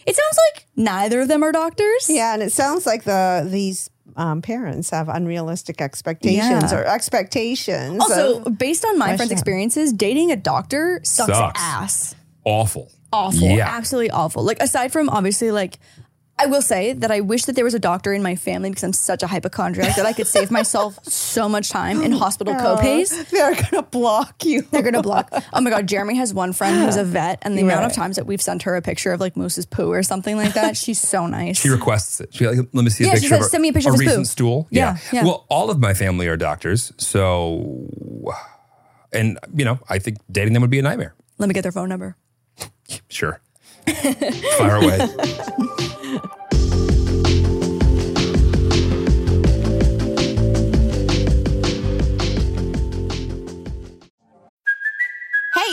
[SPEAKER 1] It sounds like neither of them are doctors.
[SPEAKER 3] Yeah, and it sounds like the these um, parents have unrealistic expectations
[SPEAKER 1] Yeah.
[SPEAKER 3] or expectations.
[SPEAKER 1] Also,
[SPEAKER 3] of-
[SPEAKER 1] based on my friend's
[SPEAKER 3] that?
[SPEAKER 1] experiences, dating a doctor sucks,
[SPEAKER 2] Sucks.
[SPEAKER 1] ass.
[SPEAKER 2] awful.
[SPEAKER 1] Awful.
[SPEAKER 2] Yeah.
[SPEAKER 1] Absolutely awful. Like, aside from obviously, like, I will say that I wish that there was a doctor in my family because I'm such a hypochondriac that I could save myself so much time in hospital copays.
[SPEAKER 3] they're gonna block you.
[SPEAKER 1] They're gonna block. Oh my god, Jeremy has one friend who's a vet, and the amount of
[SPEAKER 3] Right.
[SPEAKER 1] times that we've sent her a picture of like Moose's poo or something like that, she's so nice.
[SPEAKER 2] She requests it. She like, let me see a
[SPEAKER 1] Yeah, she
[SPEAKER 2] picture. of
[SPEAKER 1] says,
[SPEAKER 2] her-
[SPEAKER 1] "Send me a picture of his
[SPEAKER 2] recent
[SPEAKER 1] poo."
[SPEAKER 2] stool.
[SPEAKER 1] Yeah, yeah.
[SPEAKER 2] Well, all of my family are doctors, so and you know, I think dating them would be a nightmare.
[SPEAKER 1] Let me get their phone number.
[SPEAKER 2] Sure. Fire away.
[SPEAKER 9] Hey,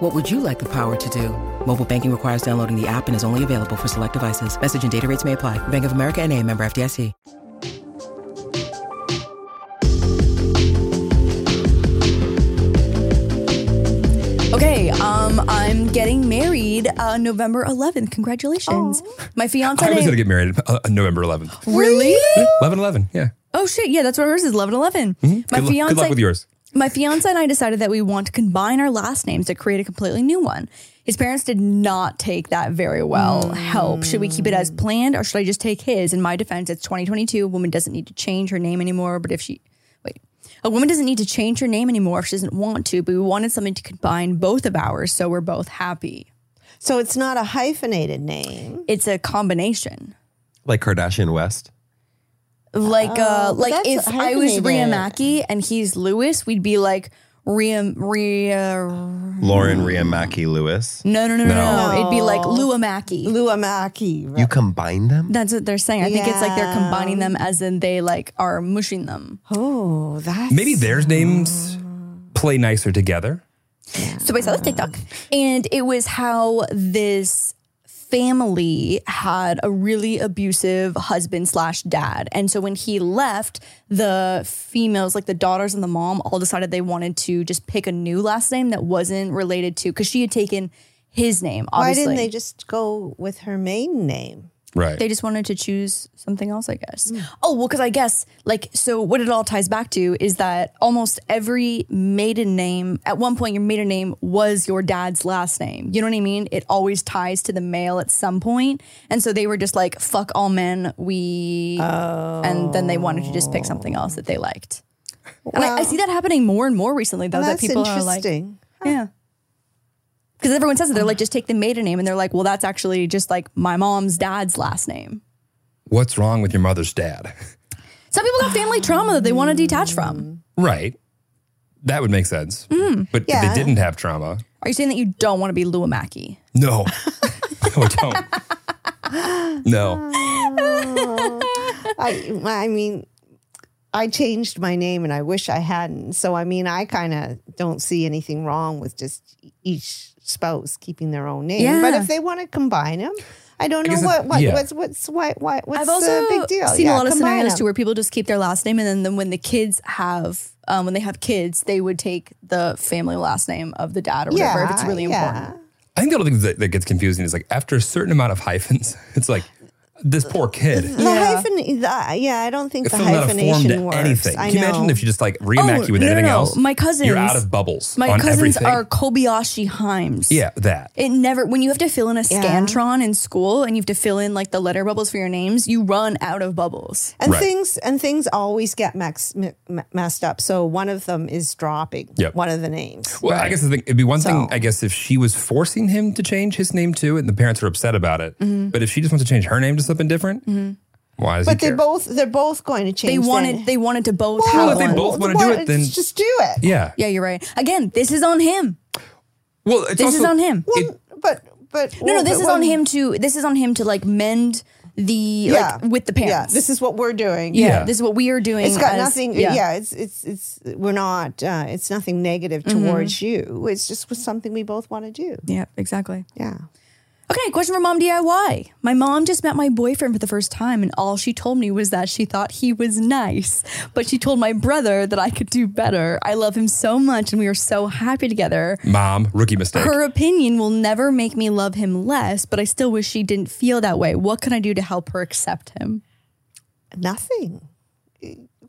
[SPEAKER 10] What would you like the power to do? Mobile banking requires downloading the app and is only available for select devices. Message and data rates may apply. Bank of America and a member FDIC.
[SPEAKER 1] Okay, um, I'm getting married uh, November 11th. Congratulations. My fiance.
[SPEAKER 2] I was going to get married uh, November 11th.
[SPEAKER 1] Really?
[SPEAKER 2] 11 11, yeah.
[SPEAKER 1] Oh shit! Yeah, that's what hers is. Eleven eleven.
[SPEAKER 2] Mhm.
[SPEAKER 1] My
[SPEAKER 2] good, lu-
[SPEAKER 1] fiance.
[SPEAKER 2] good luck with yours.
[SPEAKER 1] My fiance and I decided that we want to combine our last names to create a completely new one. His parents did not take that very well. Help. Should we keep it as planned or should I just take his? In my defense, it's 2022. A woman doesn't need to change her name anymore. But if she, wait, a woman doesn't need to change her name anymore if she doesn't want to. But we wanted something to combine both of ours so we're both happy.
[SPEAKER 3] So it's not a hyphenated name,
[SPEAKER 1] it's a combination.
[SPEAKER 5] Like Kardashian West.
[SPEAKER 1] Like uh,
[SPEAKER 3] Oh, but
[SPEAKER 1] like
[SPEAKER 3] that's
[SPEAKER 1] if I was
[SPEAKER 3] hyphenated.
[SPEAKER 1] Ria Mackey and he's Lewis, we'd be like Ria Ria. No
[SPEAKER 5] Lauren Riamaki Lewis.
[SPEAKER 1] no no no no. It'd be like Lua Mackey.
[SPEAKER 3] Lua Mackey.
[SPEAKER 5] You combine them?
[SPEAKER 1] That's what they're saying. I think it's like they're combining them as in they like are mushing them.
[SPEAKER 3] Oh, that.
[SPEAKER 2] Maybe their names play nicer together.
[SPEAKER 1] So I saw this
[SPEAKER 3] Uh-huh.
[SPEAKER 1] TikTok, and it was how this family had a really abusive husband slash dad, and so when he left, the females, like the daughters and the mom, all decided they wanted to just pick a new last name that wasn't related to because she had taken his name.
[SPEAKER 3] Why
[SPEAKER 1] Obviously,
[SPEAKER 3] didn't they just go with her main name?
[SPEAKER 2] Right.
[SPEAKER 1] They just wanted to choose something else, I guess.
[SPEAKER 3] Hmm.
[SPEAKER 1] Oh, well, because I guess, like, so what it all ties back to is that almost every maiden name, at one point, your maiden name was your dad's last name. You know what I mean? It always ties to the male at some point. And so they were just like, fuck all men, we. And then they wanted to just pick something else that they liked. and I, I see that happening more and more recently, though,
[SPEAKER 3] Well,
[SPEAKER 1] that
[SPEAKER 3] that's
[SPEAKER 1] people are like,
[SPEAKER 3] interesting.
[SPEAKER 1] yeah. Because everyone says it, they're like, just take the maiden name. And they're like, well, that's actually just like my mom's dad's last name.
[SPEAKER 2] What's wrong with your mother's dad?
[SPEAKER 1] Some people got family trauma that they want to detach
[SPEAKER 3] Mm.
[SPEAKER 1] from.
[SPEAKER 2] Right. That would make sense.
[SPEAKER 1] Mm.
[SPEAKER 2] But
[SPEAKER 1] Yeah.
[SPEAKER 2] they didn't have trauma.
[SPEAKER 1] Are you saying that you don't want to be Lua Mackey?
[SPEAKER 2] No. no, I don't. No.
[SPEAKER 3] Oh. I, I mean, I changed my name and I wish I hadn't. So, I mean, I kind of don't see anything wrong with just each spouse keeping their own name. But
[SPEAKER 1] Yeah.
[SPEAKER 3] if they want to combine them, I don't
[SPEAKER 1] I
[SPEAKER 3] know
[SPEAKER 1] guess
[SPEAKER 3] what,
[SPEAKER 1] it-
[SPEAKER 3] what,
[SPEAKER 1] yeah.
[SPEAKER 3] what's, what's, why, why, what's
[SPEAKER 1] I've also
[SPEAKER 3] the big deal?
[SPEAKER 1] seen a lot of
[SPEAKER 3] combine
[SPEAKER 1] scenarios
[SPEAKER 3] 'em.
[SPEAKER 1] too where people just keep their last name, and then, then when the kids have, um, when they have kids, they would take the family last name of the dad or whatever if it's
[SPEAKER 3] Yeah,
[SPEAKER 1] really
[SPEAKER 3] yeah.
[SPEAKER 1] important.
[SPEAKER 2] I think the other thing that, that gets confusing is like after a certain amount of hyphens, it's like this poor kid.
[SPEAKER 3] The hyphen, the, yeah, I don't think the
[SPEAKER 2] filling out a form to
[SPEAKER 3] hyphenation works.
[SPEAKER 2] anything.
[SPEAKER 3] I
[SPEAKER 2] Can you imagine
[SPEAKER 3] know.
[SPEAKER 2] if you just like reamack you with
[SPEAKER 1] Oh, no, no,
[SPEAKER 2] anything
[SPEAKER 1] no.
[SPEAKER 2] else?
[SPEAKER 1] My
[SPEAKER 2] You're out
[SPEAKER 1] cousins-
[SPEAKER 2] of bubbles.
[SPEAKER 1] My
[SPEAKER 2] on
[SPEAKER 1] cousins
[SPEAKER 2] everything.
[SPEAKER 1] are Kobayashi Himes.
[SPEAKER 2] Yeah, that.
[SPEAKER 1] It never when you have to fill in a scantron in school and you have to fill in like the letter bubbles for your names, you run out of bubbles.
[SPEAKER 3] And things and things always get max, m- m- messed up. So one of them is dropping
[SPEAKER 2] Yep.
[SPEAKER 3] one of the names.
[SPEAKER 2] Well, I guess the thing, it'd be one thing, I guess, if she was forcing him to change his name too, and the parents are upset about it.
[SPEAKER 1] Mm-hmm.
[SPEAKER 3] Mhm.
[SPEAKER 2] But if she just wants to change her name to something different, why does
[SPEAKER 3] But they
[SPEAKER 2] he care?
[SPEAKER 3] both they're both going to change.
[SPEAKER 1] They wanted
[SPEAKER 3] their-
[SPEAKER 1] they wanted to both
[SPEAKER 2] Well,
[SPEAKER 1] have
[SPEAKER 2] if they
[SPEAKER 1] one.
[SPEAKER 2] both wanna do it, then-
[SPEAKER 3] just do it.
[SPEAKER 2] Yeah.
[SPEAKER 1] Yeah, you're right. Again, this is on him.
[SPEAKER 2] Well, it's
[SPEAKER 1] this is
[SPEAKER 2] also-
[SPEAKER 1] on him.
[SPEAKER 3] but but
[SPEAKER 1] no, no,
[SPEAKER 3] well,
[SPEAKER 1] this
[SPEAKER 3] but
[SPEAKER 1] is
[SPEAKER 3] when-
[SPEAKER 1] on him to this is on him to like mend the
[SPEAKER 3] Yeah.
[SPEAKER 1] like with the
[SPEAKER 3] Yeah,
[SPEAKER 1] parents.
[SPEAKER 3] this is what we're doing.
[SPEAKER 1] Yeah, this is what we are doing.
[SPEAKER 3] It's got
[SPEAKER 1] as-
[SPEAKER 3] nothing. Yeah. it's it's it's we're not. Uh, it's nothing negative
[SPEAKER 1] Mm-hmm.
[SPEAKER 3] towards you. It's just was something we both want to do.
[SPEAKER 1] Yeah, exactly.
[SPEAKER 3] Yeah.
[SPEAKER 1] Okay, question for mom DIY. My mom just met my boyfriend for the first time, and all she told me was that she thought he was nice, but she told my brother that I could do better. I love him so much, and we are so happy together.
[SPEAKER 2] Mom, rookie mistake.
[SPEAKER 1] Her opinion will never make me love him less, but I still wish she didn't feel that way. What can I do to help her accept him?
[SPEAKER 3] Nothing.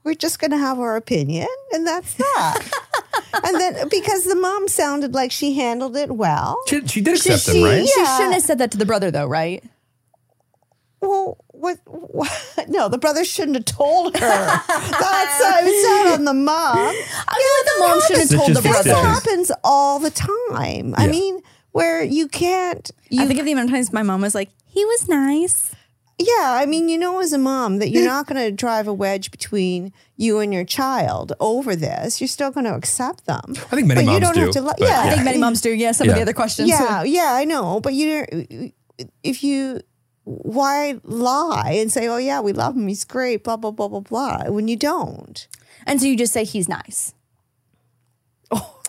[SPEAKER 3] we're just going to have our opinion, and that's that. and then because the mom sounded like she handled it well.
[SPEAKER 2] She, she did
[SPEAKER 3] accept them, right?
[SPEAKER 1] She
[SPEAKER 3] Yeah.
[SPEAKER 1] shouldn't have said that to the brother, though, right?
[SPEAKER 3] Well, what? what no, the brother shouldn't have told her. that's I was out on the mom. I
[SPEAKER 1] feel like the mom shouldn't have told the Stitches, brother.
[SPEAKER 3] That
[SPEAKER 1] stitches.
[SPEAKER 3] happens all the time. I
[SPEAKER 1] Yeah.
[SPEAKER 3] mean, where you can't. You,
[SPEAKER 1] I think of the amount of times my mom was like, he was nice.
[SPEAKER 3] Yeah, I mean, you know, as a mom, that you're not going to drive a wedge between you and your child over this. You're still going to accept them. I
[SPEAKER 2] think
[SPEAKER 3] but
[SPEAKER 2] many
[SPEAKER 3] you
[SPEAKER 2] moms
[SPEAKER 3] don't
[SPEAKER 2] do,
[SPEAKER 3] Have to li-
[SPEAKER 2] but
[SPEAKER 3] yeah,
[SPEAKER 2] yeah.
[SPEAKER 1] I think many moms do. Yeah, some of the
[SPEAKER 2] Yeah.
[SPEAKER 1] other questions.
[SPEAKER 3] Yeah, yeah, I know, but you, if you, why lie and say, "Oh yeah, we love him, he's great," blah blah blah blah blah, when you don't,
[SPEAKER 1] and so you just say he's nice.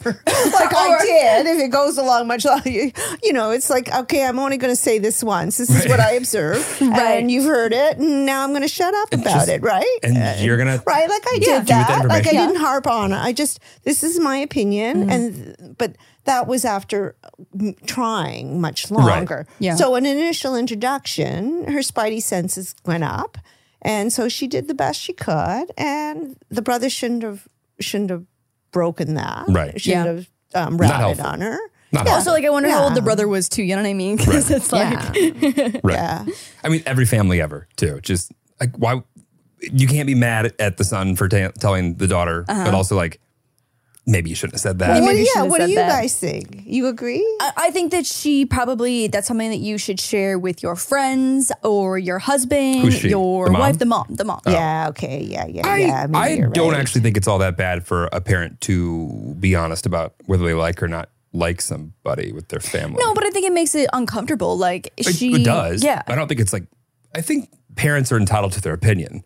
[SPEAKER 3] like I did. If it goes along much longer, you, you know, it's like, okay, I'm only going to say this once. This is what I observe, and you've heard it, and now I'm going to shut up about
[SPEAKER 2] just-
[SPEAKER 3] it, right?
[SPEAKER 2] and you're gonna
[SPEAKER 3] right, like I
[SPEAKER 2] do
[SPEAKER 3] did
[SPEAKER 2] with that
[SPEAKER 3] that. Like I
[SPEAKER 2] information. Mm-hmm.
[SPEAKER 3] didn't harp on it. I just this is my opinion, and but that was after m- trying much
[SPEAKER 11] Right.
[SPEAKER 3] longer.
[SPEAKER 11] Yeah.
[SPEAKER 3] So an initial introduction, her spidey senses went up, and so she did the best she could, and the brother shouldn't have shouldn't have broken that.
[SPEAKER 2] Right.
[SPEAKER 3] Shouldn't
[SPEAKER 1] Yeah.
[SPEAKER 3] have um,
[SPEAKER 2] Not
[SPEAKER 3] ratted
[SPEAKER 2] helpful.
[SPEAKER 3] on her.
[SPEAKER 2] Not
[SPEAKER 3] Yeah.
[SPEAKER 1] Also, like I wonder how old the
[SPEAKER 3] Yeah.
[SPEAKER 1] brother was too. You know what I mean? Because
[SPEAKER 2] Right.
[SPEAKER 1] it's like,
[SPEAKER 2] Right. I mean, every family ever, too. Just like, why? You can't be mad at the son for ta- telling the daughter,
[SPEAKER 3] Uh-huh.
[SPEAKER 2] but also like, maybe you shouldn't have said that.
[SPEAKER 3] Well,
[SPEAKER 1] Maybe you
[SPEAKER 3] yeah,
[SPEAKER 1] shouldn't
[SPEAKER 3] what
[SPEAKER 1] have
[SPEAKER 3] do you
[SPEAKER 1] said that.
[SPEAKER 3] guys think? You agree?
[SPEAKER 2] Uh,
[SPEAKER 1] I, I think that she probably that's something that you should share with your friends or your husband,
[SPEAKER 2] Who's she?
[SPEAKER 1] your
[SPEAKER 2] The mom? Oh.
[SPEAKER 1] wife, the mom, the mom.
[SPEAKER 3] Yeah. Okay. Yeah. Yeah.
[SPEAKER 2] I,
[SPEAKER 3] yeah. maybe
[SPEAKER 2] I
[SPEAKER 3] you're
[SPEAKER 2] don't
[SPEAKER 3] right.
[SPEAKER 2] actually think it's all that bad for a parent to be honest about whether they like or not like somebody with their family.
[SPEAKER 1] No, but I think it makes it uncomfortable. Like
[SPEAKER 2] it,
[SPEAKER 1] she
[SPEAKER 2] it does.
[SPEAKER 1] Yeah.
[SPEAKER 2] I don't think it's like, I think parents are entitled to their opinion.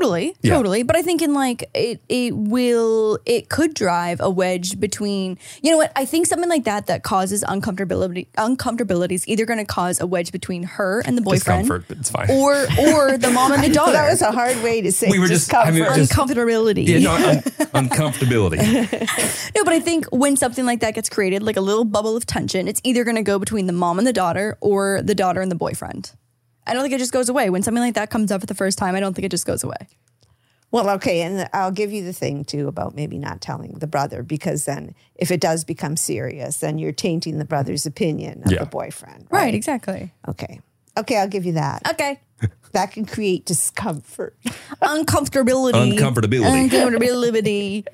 [SPEAKER 1] Totally,
[SPEAKER 2] Yeah.
[SPEAKER 1] totally. But I think in like it, it will, it could drive a wedge between. You know what? I think something like that that causes uncomfortability, uncomfortability is either going to cause a wedge between her and the boyfriend,
[SPEAKER 2] Discomfort, but it's fine.
[SPEAKER 1] or or the mom and the daughter.
[SPEAKER 3] that was a hard way to say.
[SPEAKER 2] We were just- I mean,
[SPEAKER 3] discomfort.
[SPEAKER 2] just-
[SPEAKER 1] uncomfortability.
[SPEAKER 2] yeah, no, un- uncomfortability.
[SPEAKER 1] No, but I think when something like that gets created, like a little bubble of tension, it's either going to go between the mom and the daughter or the daughter and the boyfriend. I don't think it just goes away. When something like that comes up for the first time, I don't think it just goes away.
[SPEAKER 3] Well, okay, and I'll give you the thing too about maybe not telling the brother because then if it does become serious, then you're tainting the brother's opinion of
[SPEAKER 1] Yeah.
[SPEAKER 3] the boyfriend.
[SPEAKER 1] Right, exactly.
[SPEAKER 3] Okay. Okay, I'll give you that.
[SPEAKER 1] Okay.
[SPEAKER 3] That can create discomfort.
[SPEAKER 1] Uncomfortability.
[SPEAKER 2] Uncomfortability.
[SPEAKER 1] Uncomfortability.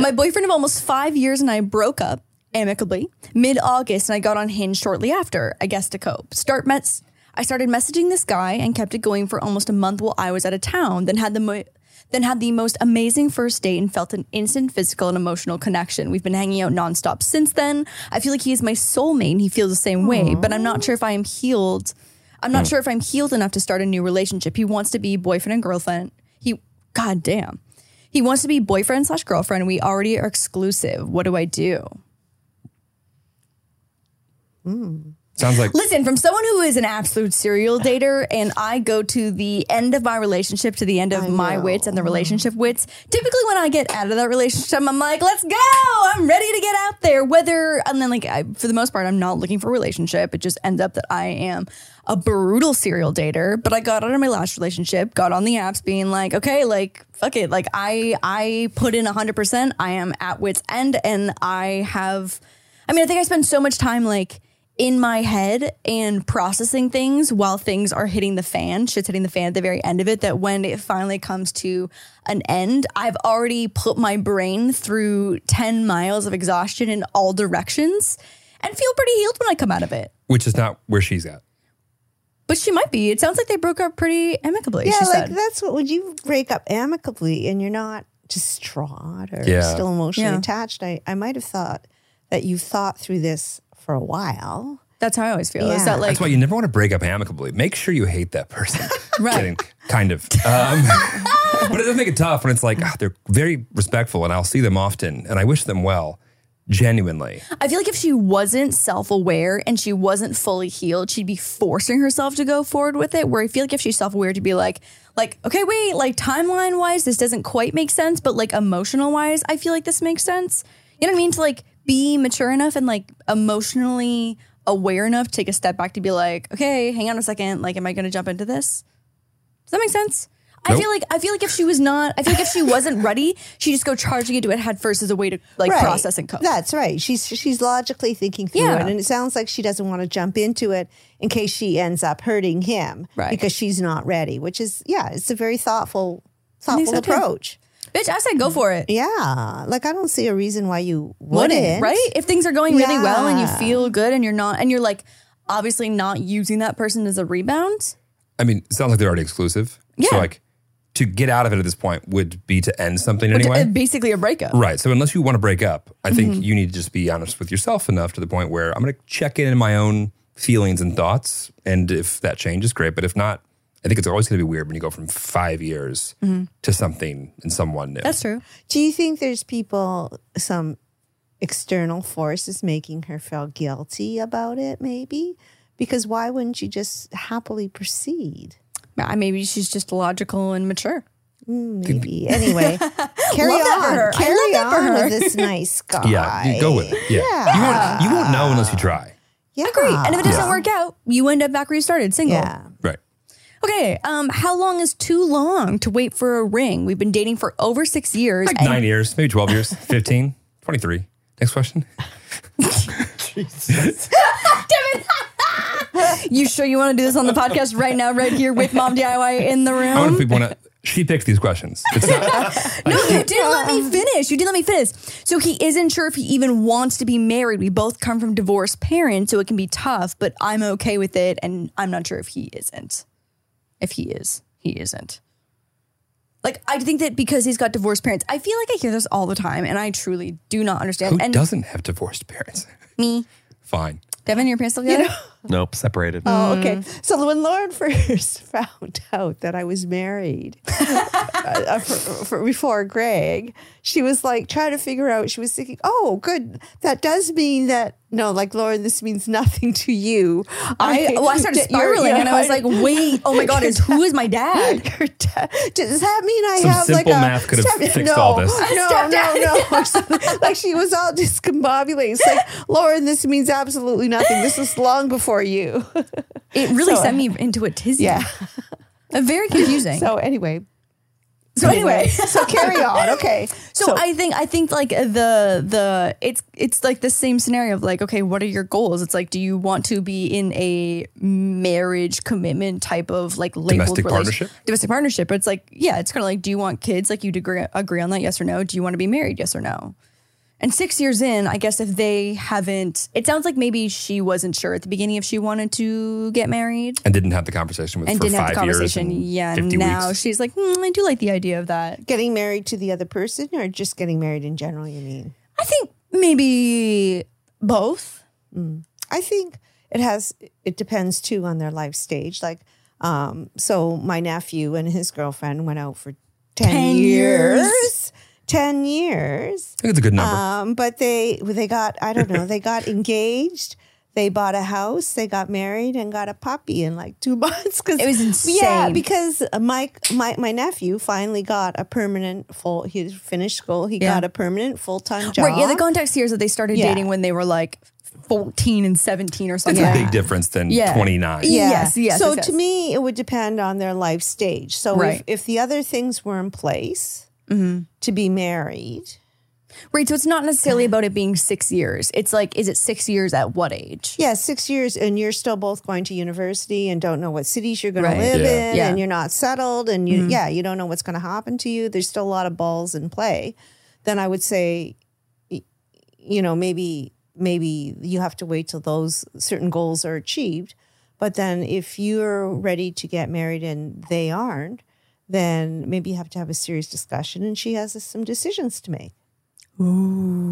[SPEAKER 1] My boyfriend of almost five years and I broke up amicably mid August and I got on Hinge shortly after, I guess to cope. Start mess I started messaging this guy and kept it going for almost a month while I was out of town, then had the mo- then had the most amazing first date and felt an instant physical and emotional connection. We've been hanging out nonstop since then. I feel like he is my soulmate and he feels the same way, but I'm not sure if I am healed. I'm not sure if I'm healed enough to start a new relationship. He wants to be boyfriend and girlfriend. He god damn. He wants to be boyfriend slash girlfriend. We already are exclusive. What do I do?
[SPEAKER 2] Sounds like
[SPEAKER 1] Listen, from someone who is an absolute serial dater, and I go to the end of my relationship to the end of my wits and the relationship wits. Typically, when I get out of that relationship, I'm like, let's go. I'm ready to get out there. Whether, and then, like, I, for the most part, I'm not looking for a relationship. It just ends up that I am a brutal serial dater. But I got out of my last relationship, got on the apps being like, okay, like, fuck it. Like, I, I put in 100%. I am at wits end, and I have, I mean, I think I spend so much time, like, in my head and processing things while things are hitting the fan, shit's hitting the fan at the very end of it, that when it finally comes to an end, I've already put my brain through 10 miles of exhaustion in all directions and feel pretty healed when I come out of it.
[SPEAKER 2] which is not where she's at.
[SPEAKER 1] But she might be. It sounds like they broke up pretty amicably.
[SPEAKER 3] yeah,
[SPEAKER 1] she
[SPEAKER 3] like
[SPEAKER 1] said.
[SPEAKER 3] that's what when you break up amicably and you're not distraught or
[SPEAKER 1] Yeah.
[SPEAKER 3] still emotionally
[SPEAKER 1] Yeah.
[SPEAKER 3] attached, I, I might have thought that you thought through this for a while.
[SPEAKER 1] That's how I always feel. Is
[SPEAKER 3] Yeah.
[SPEAKER 1] that like
[SPEAKER 2] That's why you never want to break up amicably. Make sure you hate that person.
[SPEAKER 1] Right.
[SPEAKER 2] Kidding. Kind of. Um, but it does make it tough when it's like, ah, they're very respectful and I'll see them often and I wish them well, genuinely.
[SPEAKER 1] I feel like if she wasn't self aware and she wasn't fully healed, she'd be forcing herself to go forward with it. Where I feel like if she's self aware to be like, like, okay, wait, like timeline wise, this doesn't quite make sense, but like emotional wise, I feel like this makes sense. You know what I mean? To like be mature enough and like emotionally aware enough to take a step back to be like, okay, hang on a second. Like, am I going to jump into this? Does that make sense? I feel like I feel like if she was not, I feel like if she wasn't ready, she would just go charging into it head first as a way to like
[SPEAKER 3] Right.
[SPEAKER 1] process and cope.
[SPEAKER 3] That's right. She's she's logically thinking through
[SPEAKER 1] Yeah.
[SPEAKER 3] it, and it sounds like she doesn't want to jump into it in case she ends up hurting him, right? Because she's not ready. Which is yeah, it's a very thoughtful
[SPEAKER 1] I think
[SPEAKER 3] thoughtful
[SPEAKER 1] so, too.
[SPEAKER 3] approach.
[SPEAKER 1] Bitch, I said go for it.
[SPEAKER 3] Yeah, like I don't see a reason why you
[SPEAKER 1] Wouldn't,
[SPEAKER 3] wouldn't,
[SPEAKER 1] right? If things are going really well and you
[SPEAKER 3] Yeah.
[SPEAKER 1] feel good and you're not, and you're like obviously not using that person as a rebound.
[SPEAKER 2] I mean, it sounds like they're already exclusive. So
[SPEAKER 1] Yeah.
[SPEAKER 2] like to get out of it at this point would be to end Mm-hmm. something
[SPEAKER 1] Which,
[SPEAKER 2] anyway.
[SPEAKER 1] uh, basically a breakup.
[SPEAKER 2] Right. So unless you want to break up, I think
[SPEAKER 1] Mhm.
[SPEAKER 2] you need to just be honest with yourself enough to the point where I'm going to check in in my own feelings and thoughts, and if that changes, great. But if not, I think it's always going to be weird when you go from five years
[SPEAKER 3] Mhm.
[SPEAKER 2] to something and someone new.
[SPEAKER 1] true.
[SPEAKER 3] Do you think there's people some external force is making her feel guilty about it? Maybe because why wouldn't you just happily proceed?
[SPEAKER 1] Uh, Maybe she's just logical and mature.
[SPEAKER 3] Maybe. Anyway, carry
[SPEAKER 1] Love that for
[SPEAKER 3] on.
[SPEAKER 1] her. I
[SPEAKER 3] Carry
[SPEAKER 1] love that for
[SPEAKER 3] on
[SPEAKER 1] her.
[SPEAKER 3] with this nice guy.
[SPEAKER 2] Yeah, you go with it. Yeah, You, won't, you won't know unless you try.
[SPEAKER 3] Yeah.
[SPEAKER 1] Agree. And if it doesn't
[SPEAKER 2] Yeah.
[SPEAKER 1] work out, you end up back where you started, single. Yeah.
[SPEAKER 2] Right.
[SPEAKER 1] Okay. Um, how long is too long to wait for a ring? We've been dating for over six years.
[SPEAKER 2] Like
[SPEAKER 1] and-
[SPEAKER 2] nine years, maybe 12 years, 15, 23. Next question.
[SPEAKER 1] Damn it. you sure you want to do this on the podcast right now, right here with Mom DIY in the
[SPEAKER 2] I wonder
[SPEAKER 1] room?
[SPEAKER 2] if people want to. She picked these questions. It's not,
[SPEAKER 1] No, you didn't let me finish. You didn't let me finish. So he isn't sure if he even wants to be married. We both come from divorced parents, so it can be tough, but I'm okay with it. And I'm not sure if he isn't. If he is, he isn't. Like, I think that because he's got divorced parents, I feel like I hear this all the time, and I truly do not understand.
[SPEAKER 2] who
[SPEAKER 1] and
[SPEAKER 2] doesn't have divorced parents?
[SPEAKER 1] Me.
[SPEAKER 2] Fine.
[SPEAKER 1] Devin, your parents still together?
[SPEAKER 5] Nope, separated.
[SPEAKER 3] Oh, okay. So when Lauren first found out that I was married uh, for, for, before Greg, she was like trying to figure out. She was thinking, "Oh, good. That does mean that no, like Lauren, this means nothing to you."
[SPEAKER 1] I, well, I started
[SPEAKER 3] that you're-
[SPEAKER 1] spiraling,
[SPEAKER 3] you're-
[SPEAKER 1] and I was like, wait, oh my God, is who is my dad?
[SPEAKER 3] Does that mean I
[SPEAKER 1] Some
[SPEAKER 3] have like a
[SPEAKER 1] simple math could have
[SPEAKER 3] step-
[SPEAKER 1] fixed
[SPEAKER 3] no,
[SPEAKER 1] all this.
[SPEAKER 3] No, no,
[SPEAKER 1] Stepdad.
[SPEAKER 3] no, or something. like she was all discombobulated. It's like, Lauren, this means absolutely nothing. This is long before you.
[SPEAKER 1] It really
[SPEAKER 3] So-
[SPEAKER 1] sent me into a tizzy.
[SPEAKER 3] Yeah.
[SPEAKER 1] Very confusing.
[SPEAKER 3] So anyway.
[SPEAKER 1] So anyway,
[SPEAKER 3] so carry on. Okay.
[SPEAKER 1] So, I think I think like uh, the the it's it's like the same scenario of like okay, what are your goals? It's like do you want to be in a marriage commitment type of like labeled
[SPEAKER 2] Domestic
[SPEAKER 1] relation-
[SPEAKER 2] partnership?
[SPEAKER 1] Domestic partnership. But it's like yeah, it's kind of like do you want kids? Like you agree agree on that? Yes or no? Do you want to be married? Yes or no? And six years in, I guess if they haven't, it sounds like maybe she wasn't sure at the beginning if she wanted to get married
[SPEAKER 2] And didn't have the conversation with
[SPEAKER 1] and
[SPEAKER 2] for
[SPEAKER 1] didn't have
[SPEAKER 2] five
[SPEAKER 1] the conversation.
[SPEAKER 2] years. and
[SPEAKER 1] yeah,
[SPEAKER 2] 50
[SPEAKER 1] now
[SPEAKER 2] weeks.
[SPEAKER 1] she's like, hmm, I do like the idea of that.
[SPEAKER 3] Getting married to the other person or just getting married in general, you mean?
[SPEAKER 1] I think maybe both.
[SPEAKER 3] I think it has it depends too on their life stage. Like um, so my nephew and his girlfriend went out for 10,
[SPEAKER 1] 10
[SPEAKER 3] years.
[SPEAKER 1] years.
[SPEAKER 3] 10 years. I
[SPEAKER 2] think it's a good number.
[SPEAKER 1] Uh,
[SPEAKER 3] Um, but they they got I don't know, they got engaged. They bought a house, they got married, and got a puppy in like two months. Cause,
[SPEAKER 1] It was
[SPEAKER 3] Yeah,
[SPEAKER 1] insane.
[SPEAKER 3] because my, my my nephew finally got a permanent full. He finished school. He
[SPEAKER 1] Yeah.
[SPEAKER 3] got a permanent full time job.
[SPEAKER 1] Right. Yeah, the context here is that they started
[SPEAKER 3] Yeah.
[SPEAKER 1] dating when they were like 14 and 17 or
[SPEAKER 2] That's
[SPEAKER 1] something.
[SPEAKER 2] a big difference than
[SPEAKER 1] Yeah.
[SPEAKER 2] 29.
[SPEAKER 3] Yeah.
[SPEAKER 1] Yes, yes,
[SPEAKER 3] So
[SPEAKER 1] yes,
[SPEAKER 3] to
[SPEAKER 1] yes.
[SPEAKER 3] me, it would depend on their life stage. So
[SPEAKER 1] Right. Mm-hmm.
[SPEAKER 3] if, if the other things were in place to be married,
[SPEAKER 1] Right. So it's not necessarily about it being six years. It's like, is it six years at what age?
[SPEAKER 3] yeah, six years and you're still both going to university and don't know what cities you're going
[SPEAKER 1] Right.
[SPEAKER 3] to live
[SPEAKER 1] Yeah.
[SPEAKER 3] in
[SPEAKER 1] Yeah.
[SPEAKER 3] and you're not settled and you,
[SPEAKER 1] Mhm.
[SPEAKER 3] yeah, you don't know what's going to happen to you. There's still a lot of balls in play. Then I would say, y- you know, maybe, maybe you have to wait till those certain goals are achieved. But then if you're ready to get married and they aren't, then maybe you have to have a serious discussion and she has uh, some decisions to make.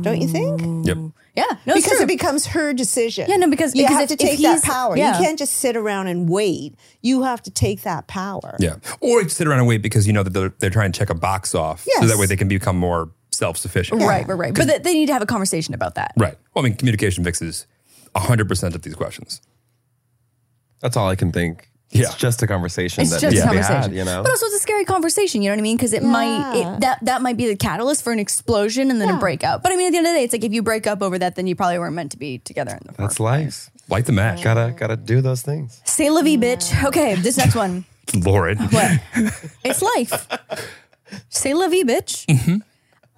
[SPEAKER 3] Don't you think?
[SPEAKER 2] Yep.
[SPEAKER 1] Yeah. No, it's
[SPEAKER 3] because
[SPEAKER 1] true.
[SPEAKER 3] it becomes her decision.
[SPEAKER 1] Yeah, no, because-
[SPEAKER 3] you
[SPEAKER 1] because
[SPEAKER 3] have
[SPEAKER 1] if-
[SPEAKER 3] to
[SPEAKER 1] if
[SPEAKER 3] take that
[SPEAKER 1] he's-
[SPEAKER 3] power.
[SPEAKER 1] yeah.
[SPEAKER 3] You can't just sit around and wait. You have to take that power.
[SPEAKER 2] Yeah. Or you sit around and wait because you know that they're, they're trying to check a box off. So that
[SPEAKER 3] Yes.
[SPEAKER 2] way they can become more self sufficient.
[SPEAKER 1] Right, right, right. But th- they need to have a conversation about that.
[SPEAKER 2] Right. Well, I mean, communication fixes 100% of these questions.
[SPEAKER 5] That's all I can think. It's just a conversation
[SPEAKER 1] It's
[SPEAKER 5] that
[SPEAKER 1] just
[SPEAKER 5] needs
[SPEAKER 1] a
[SPEAKER 5] to be
[SPEAKER 1] conversation,
[SPEAKER 5] had, you know?
[SPEAKER 1] But also, it's a scary conversation. You know what I mean? Because it might
[SPEAKER 3] Yeah.
[SPEAKER 1] it, that that might be the catalyst for an explosion and then a breakup. But I mean, at the end of the day, it's like if you break up over that, then you probably weren't meant to be together. In the-
[SPEAKER 5] That's life.
[SPEAKER 2] Light the match.
[SPEAKER 5] Gotta gotta do those things.
[SPEAKER 1] Say la vie, bitch. Okay, this next one.
[SPEAKER 2] Lauren.
[SPEAKER 1] What? It's life. Say la vie, bitch. Mm-hmm.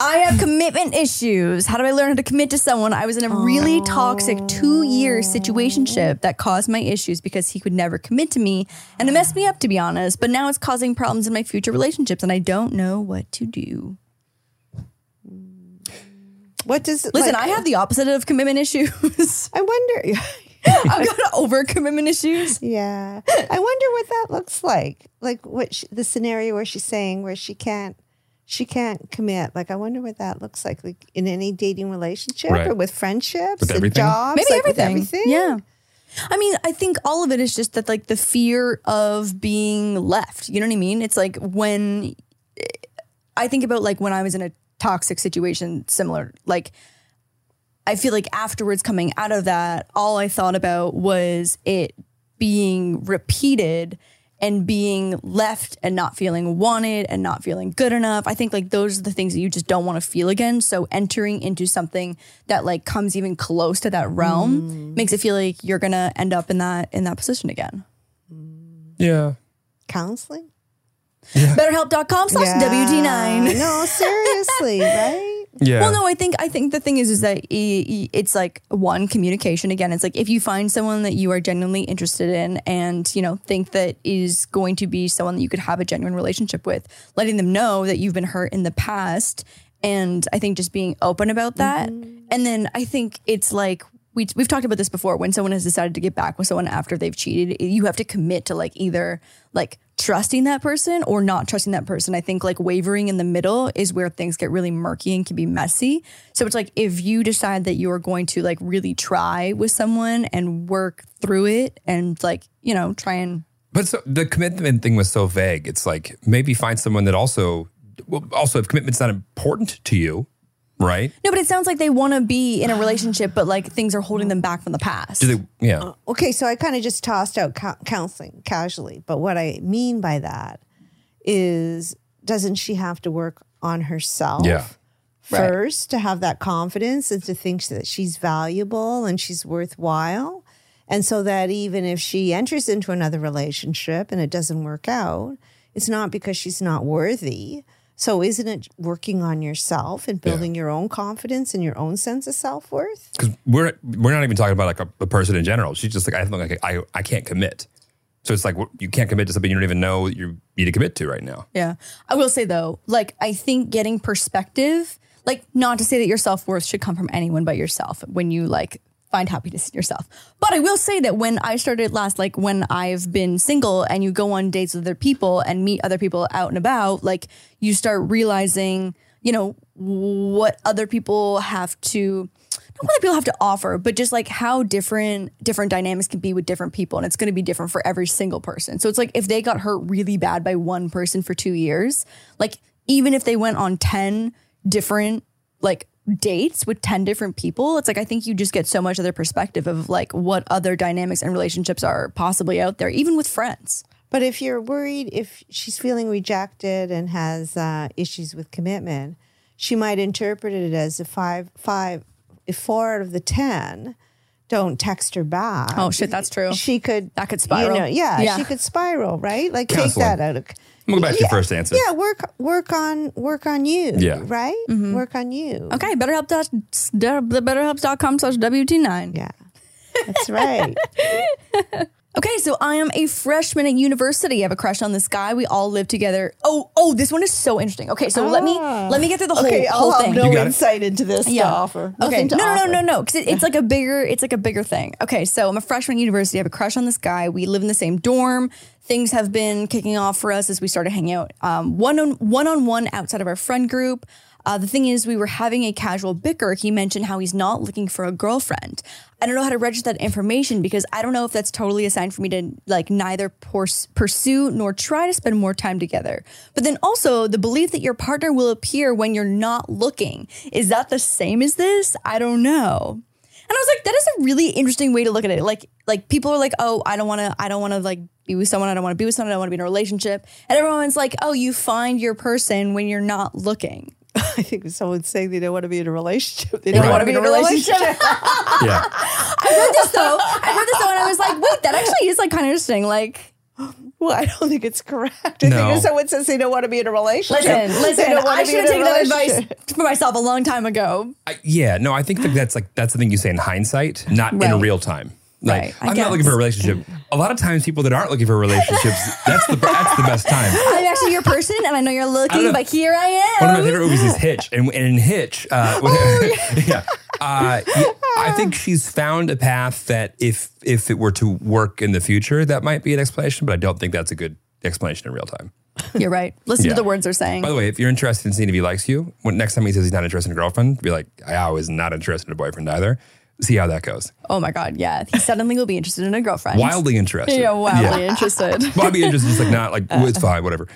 [SPEAKER 1] I have commitment issues. How do I learn how to commit to someone? I was in a really toxic two year situationship that caused my issues because he could never commit to me. And it messed me up, to be honest. But now it's causing problems in my future relationships, and I don't know what to do.
[SPEAKER 3] What does
[SPEAKER 1] Listen,
[SPEAKER 3] like-
[SPEAKER 1] I have the opposite of commitment issues.
[SPEAKER 3] I wonder.
[SPEAKER 1] I've got over commitment issues.
[SPEAKER 3] Yeah. I wonder what that looks like. Like what she, the scenario where she's saying where she can't she can't commit. Like I wonder what that looks like like in any dating relationship
[SPEAKER 1] Right.
[SPEAKER 3] or with friendships
[SPEAKER 1] With
[SPEAKER 3] and
[SPEAKER 1] everything?
[SPEAKER 3] jobs.
[SPEAKER 1] Maybe
[SPEAKER 3] like, with
[SPEAKER 1] everything. Yeah. I mean, I think all of it is just that, like, the fear of being left. You know what I mean? It's like when I think about, like, when I was in a toxic situation, similar, like, I feel like afterwards coming out of that, all I thought about was it being repeated and being left and not feeling wanted and not feeling good enough. I think like those are the things that you just don't want to feel again. So entering into something that like comes even close to that realm makes it feel like you're going to end up in that in that position again.
[SPEAKER 2] Yeah.
[SPEAKER 3] Counseling?
[SPEAKER 1] BetterHelp.com slash WD9.
[SPEAKER 3] No, seriously, right?
[SPEAKER 2] Yeah.
[SPEAKER 1] Well, no, I think I think the thing is is that i- i- it's like one communication again. It's like if you find someone that you are genuinely interested in and, you know, think that is going to be someone that you could have a genuine relationship with, letting them know that you've been hurt in the past and I think just being open about that. And then I think it's like we, we've talked about this before when someone has decided to get back with someone after they've cheated you have to commit to like either like trusting that person or not trusting that person i think like wavering in the middle is where things get really murky and can be messy so it's like if you decide that you're going to like really try with someone and work through it and like you know try and
[SPEAKER 2] But so the commitment thing was so vague. It's like maybe find someone that also, well, also if commitment's not important to you, right?
[SPEAKER 1] no but it sounds like they want to be in a relationship but like things are holding them back from the past
[SPEAKER 2] Do they? Yeah.
[SPEAKER 1] Uh.
[SPEAKER 3] Okay, so I kind of just tossed out cou- counseling casually, but what I mean by that is doesn't she have to work on herself?
[SPEAKER 11] Yeah.
[SPEAKER 1] Right.
[SPEAKER 3] First, to have that confidence and to think that she's valuable and she's worthwhile. And so that even if she enters into another relationship and it doesn't work out, it's not because she's not worthy. So, isn't it working on yourself and building your own confidence and your own sense of self worth?
[SPEAKER 2] We're we're not even talking about like a, a person in general. She's just like I feel like I I can't commit. So it's like wh- you can't commit to something you don't even know you need to commit to right now.
[SPEAKER 1] Yeah. I will say though, like I think getting perspective, like not to say that your self-worth should come from anyone but yourself when you like find happiness in yourself. But I will say that when I started last, like when I've been single and you go on dates with other people and meet other people out and about, like you start realizing, you know, what other people have to not what people have to offer, but just like how different different dynamics can be with different people, and it's going to be different for every single person. So it's like if they got hurt really bad by one person for two years, like even if they went on ten different like dates with ten different people, it's like I think you just get so much other perspective of like what other dynamics and relationships are possibly out there, even with friends.
[SPEAKER 3] But if you're worried, if she's feeling rejected and has uh, issues with commitment, she might interpret it as a five, five, if four out of the 10 don't text her back.
[SPEAKER 1] Oh shit, that's true.
[SPEAKER 3] She could
[SPEAKER 1] that could spiral.
[SPEAKER 3] You know, yeah,
[SPEAKER 1] yeah.
[SPEAKER 3] she could spiral, right? Like
[SPEAKER 2] Counseling.
[SPEAKER 3] take that out of.
[SPEAKER 2] I'm going back to your first answer.
[SPEAKER 3] Yeah, work work on work on you.
[SPEAKER 2] Yeah.
[SPEAKER 3] right. Work on you.
[SPEAKER 1] Mm-hmm. Okay, BetterHelp. dot- The BetterHelp.com slash WT9.
[SPEAKER 3] Yeah. That's right.
[SPEAKER 1] Okay, so I am a freshman at university. I have a crush on this guy. We all live together. Oh, oh, this one is so interesting. Okay, so let me
[SPEAKER 3] Ah.
[SPEAKER 1] let me get through the whole,
[SPEAKER 3] Okay, I'll
[SPEAKER 1] whole
[SPEAKER 3] have
[SPEAKER 1] thing.
[SPEAKER 3] no You got it? insight into this to offer.
[SPEAKER 1] Okay,
[SPEAKER 3] Nothing to
[SPEAKER 1] no, no, no,
[SPEAKER 3] offer.
[SPEAKER 1] no, no, because it's like a bigger it's like a bigger thing. Okay, so I'm a freshman at university. I have a crush on this guy. We live in the same dorm. Things have been kicking off for us as we started hanging out um, one on one on one outside of our friend group. Uh, the thing is, we were having a casual bicker. He mentioned how he's not looking for a girlfriend. I don't know how to register that information because I don't know if that's totally a sign for me to like neither pors- pursue nor try to spend more time together. But then also the belief that your partner will appear when you're not looking. Is that the same as this? I don't know. And I was like, that is a really interesting way to look at it. Like, like people are like, oh, I don't want to, I don't want to like be with someone. I don't want to be with someone. I don't want to be in a relationship. And everyone's like, oh, you find your person when you're not looking.
[SPEAKER 3] I think someone's saying they don't want to be in a relationship. They
[SPEAKER 1] don't
[SPEAKER 3] don't wanna
[SPEAKER 1] want to be in a relationship. I read this though. I read this though, and I was like, wait, that actually is like kind of interesting. Like,
[SPEAKER 3] Well, I don't think it's correct. I
[SPEAKER 1] No.
[SPEAKER 3] think if someone says they don't want to be in a relationship,
[SPEAKER 1] Listen,
[SPEAKER 3] they
[SPEAKER 1] listen,
[SPEAKER 3] don't want
[SPEAKER 1] I
[SPEAKER 3] to be
[SPEAKER 1] should have
[SPEAKER 3] in a
[SPEAKER 1] taken that advice
[SPEAKER 3] relationship.
[SPEAKER 1] for myself a long time ago.
[SPEAKER 2] Yeah, no, I think that that's like that's the thing you say in hindsight, not in
[SPEAKER 1] Right.
[SPEAKER 2] real time. Like,
[SPEAKER 1] Right, I
[SPEAKER 2] I'm not looking for a relationship. A lot of times, people that aren't looking for relationships, that's the that's the best time.
[SPEAKER 1] I'm actually your person and I know you're looking,
[SPEAKER 2] know.
[SPEAKER 1] but here I am.
[SPEAKER 2] One of my favorite movies is Hitch, and, and in Hitch, uh, when-
[SPEAKER 1] Oh,
[SPEAKER 2] yeah, uh, yeah, I think she's found a path that if if it were to work in the future, that might be an explanation. But I don't think that's a good explanation in real time.
[SPEAKER 1] You're right. Listen
[SPEAKER 2] Yeah.
[SPEAKER 1] to the words they're saying.
[SPEAKER 2] By the way, if you're interested in seeing if he likes you, when next time he says he's not interested in a girlfriend, be like, I was not interested in a boyfriend either. See how that goes.
[SPEAKER 1] oh my God. Yeah. He suddenly will be interested in a girlfriend.
[SPEAKER 2] Wildly interested.
[SPEAKER 1] Yeah, wildly Uh.
[SPEAKER 2] Yeah.
[SPEAKER 1] interested.
[SPEAKER 2] Well, I'd be interested, just like not like it's fine, whatever.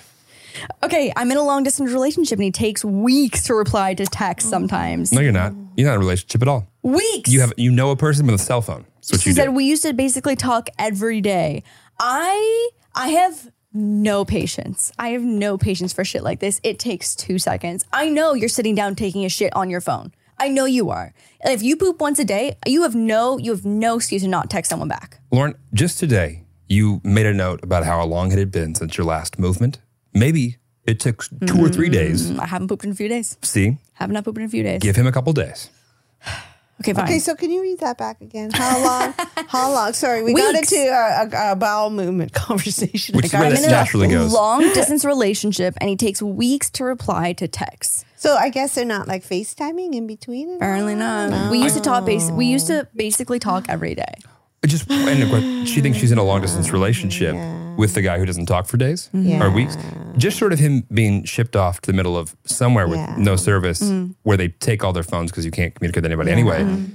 [SPEAKER 1] Okay, I'm in a long distance relationship and he takes weeks to reply to texts sometimes.
[SPEAKER 2] No, you're not. You're not in a relationship at all.
[SPEAKER 1] Weeks.
[SPEAKER 2] You have you know a person with a cell phone. That's what
[SPEAKER 1] she
[SPEAKER 2] you
[SPEAKER 1] said
[SPEAKER 2] do.
[SPEAKER 1] we used to basically talk every day. I I have no patience. I have no patience for shit like this. It takes two seconds. I know you're sitting down taking a shit on your phone. I know you are. If you poop once a day, you have no you have no excuse to not text someone back.
[SPEAKER 2] Lauren, just today you made a note about how long it had been since your last movement. Maybe it took 2 or three days.
[SPEAKER 1] Mm, I haven't pooped in a few days.
[SPEAKER 2] See,
[SPEAKER 1] Have not pooped in a few days.
[SPEAKER 2] give him a couple days.
[SPEAKER 1] Okay, fine.
[SPEAKER 3] Okay, so can you read that back again? How long? how long? Sorry, we got
[SPEAKER 1] Weeks.
[SPEAKER 3] into a, a, a bowel movement conversation.
[SPEAKER 2] Which is where this naturally goes.
[SPEAKER 1] Long distance relationship and he takes weeks to reply to texts.
[SPEAKER 3] So I guess they're not like FaceTiming in between.
[SPEAKER 1] Apparently not. We used to talk base we used to basically talk every day.
[SPEAKER 2] It just and of course, she thinks she's in a long distance relationship with the guy who doesn't talk for days
[SPEAKER 1] Mhm.
[SPEAKER 2] or weeks. Just sort of him being shipped off to the middle of somewhere with no service,
[SPEAKER 1] Mm.
[SPEAKER 2] where they take all their phones because you can't communicate with anybody anyway.
[SPEAKER 1] Mhm.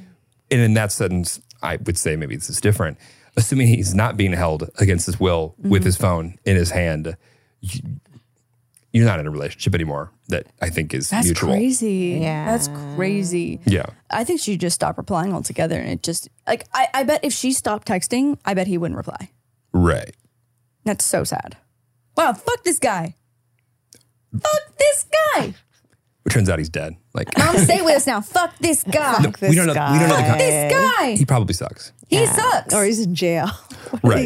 [SPEAKER 2] And in that sentence, I would say maybe this is different. Assuming he's not being held against his will
[SPEAKER 1] Mm-hmm.
[SPEAKER 2] with his phone in his hand, you, you're not in a relationship anymore. That I think is
[SPEAKER 1] That's
[SPEAKER 2] mutual.
[SPEAKER 1] crazy. Yeah. That's crazy.
[SPEAKER 2] Yeah.
[SPEAKER 1] I think she just stopped replying altogether and it just like I, I bet if she stopped texting, I bet he wouldn't reply.
[SPEAKER 2] Right.
[SPEAKER 1] That's so sad. Wow, fuck this guy. Fuck this guy.
[SPEAKER 2] It turns out he's dead. Like
[SPEAKER 1] Mom, stay with us now. Fuck this guy.
[SPEAKER 2] No, we don't know. We don't know the
[SPEAKER 1] Fuck this guy.
[SPEAKER 2] He probably sucks.
[SPEAKER 1] He sucks. Or
[SPEAKER 3] he's in jail.
[SPEAKER 2] Right.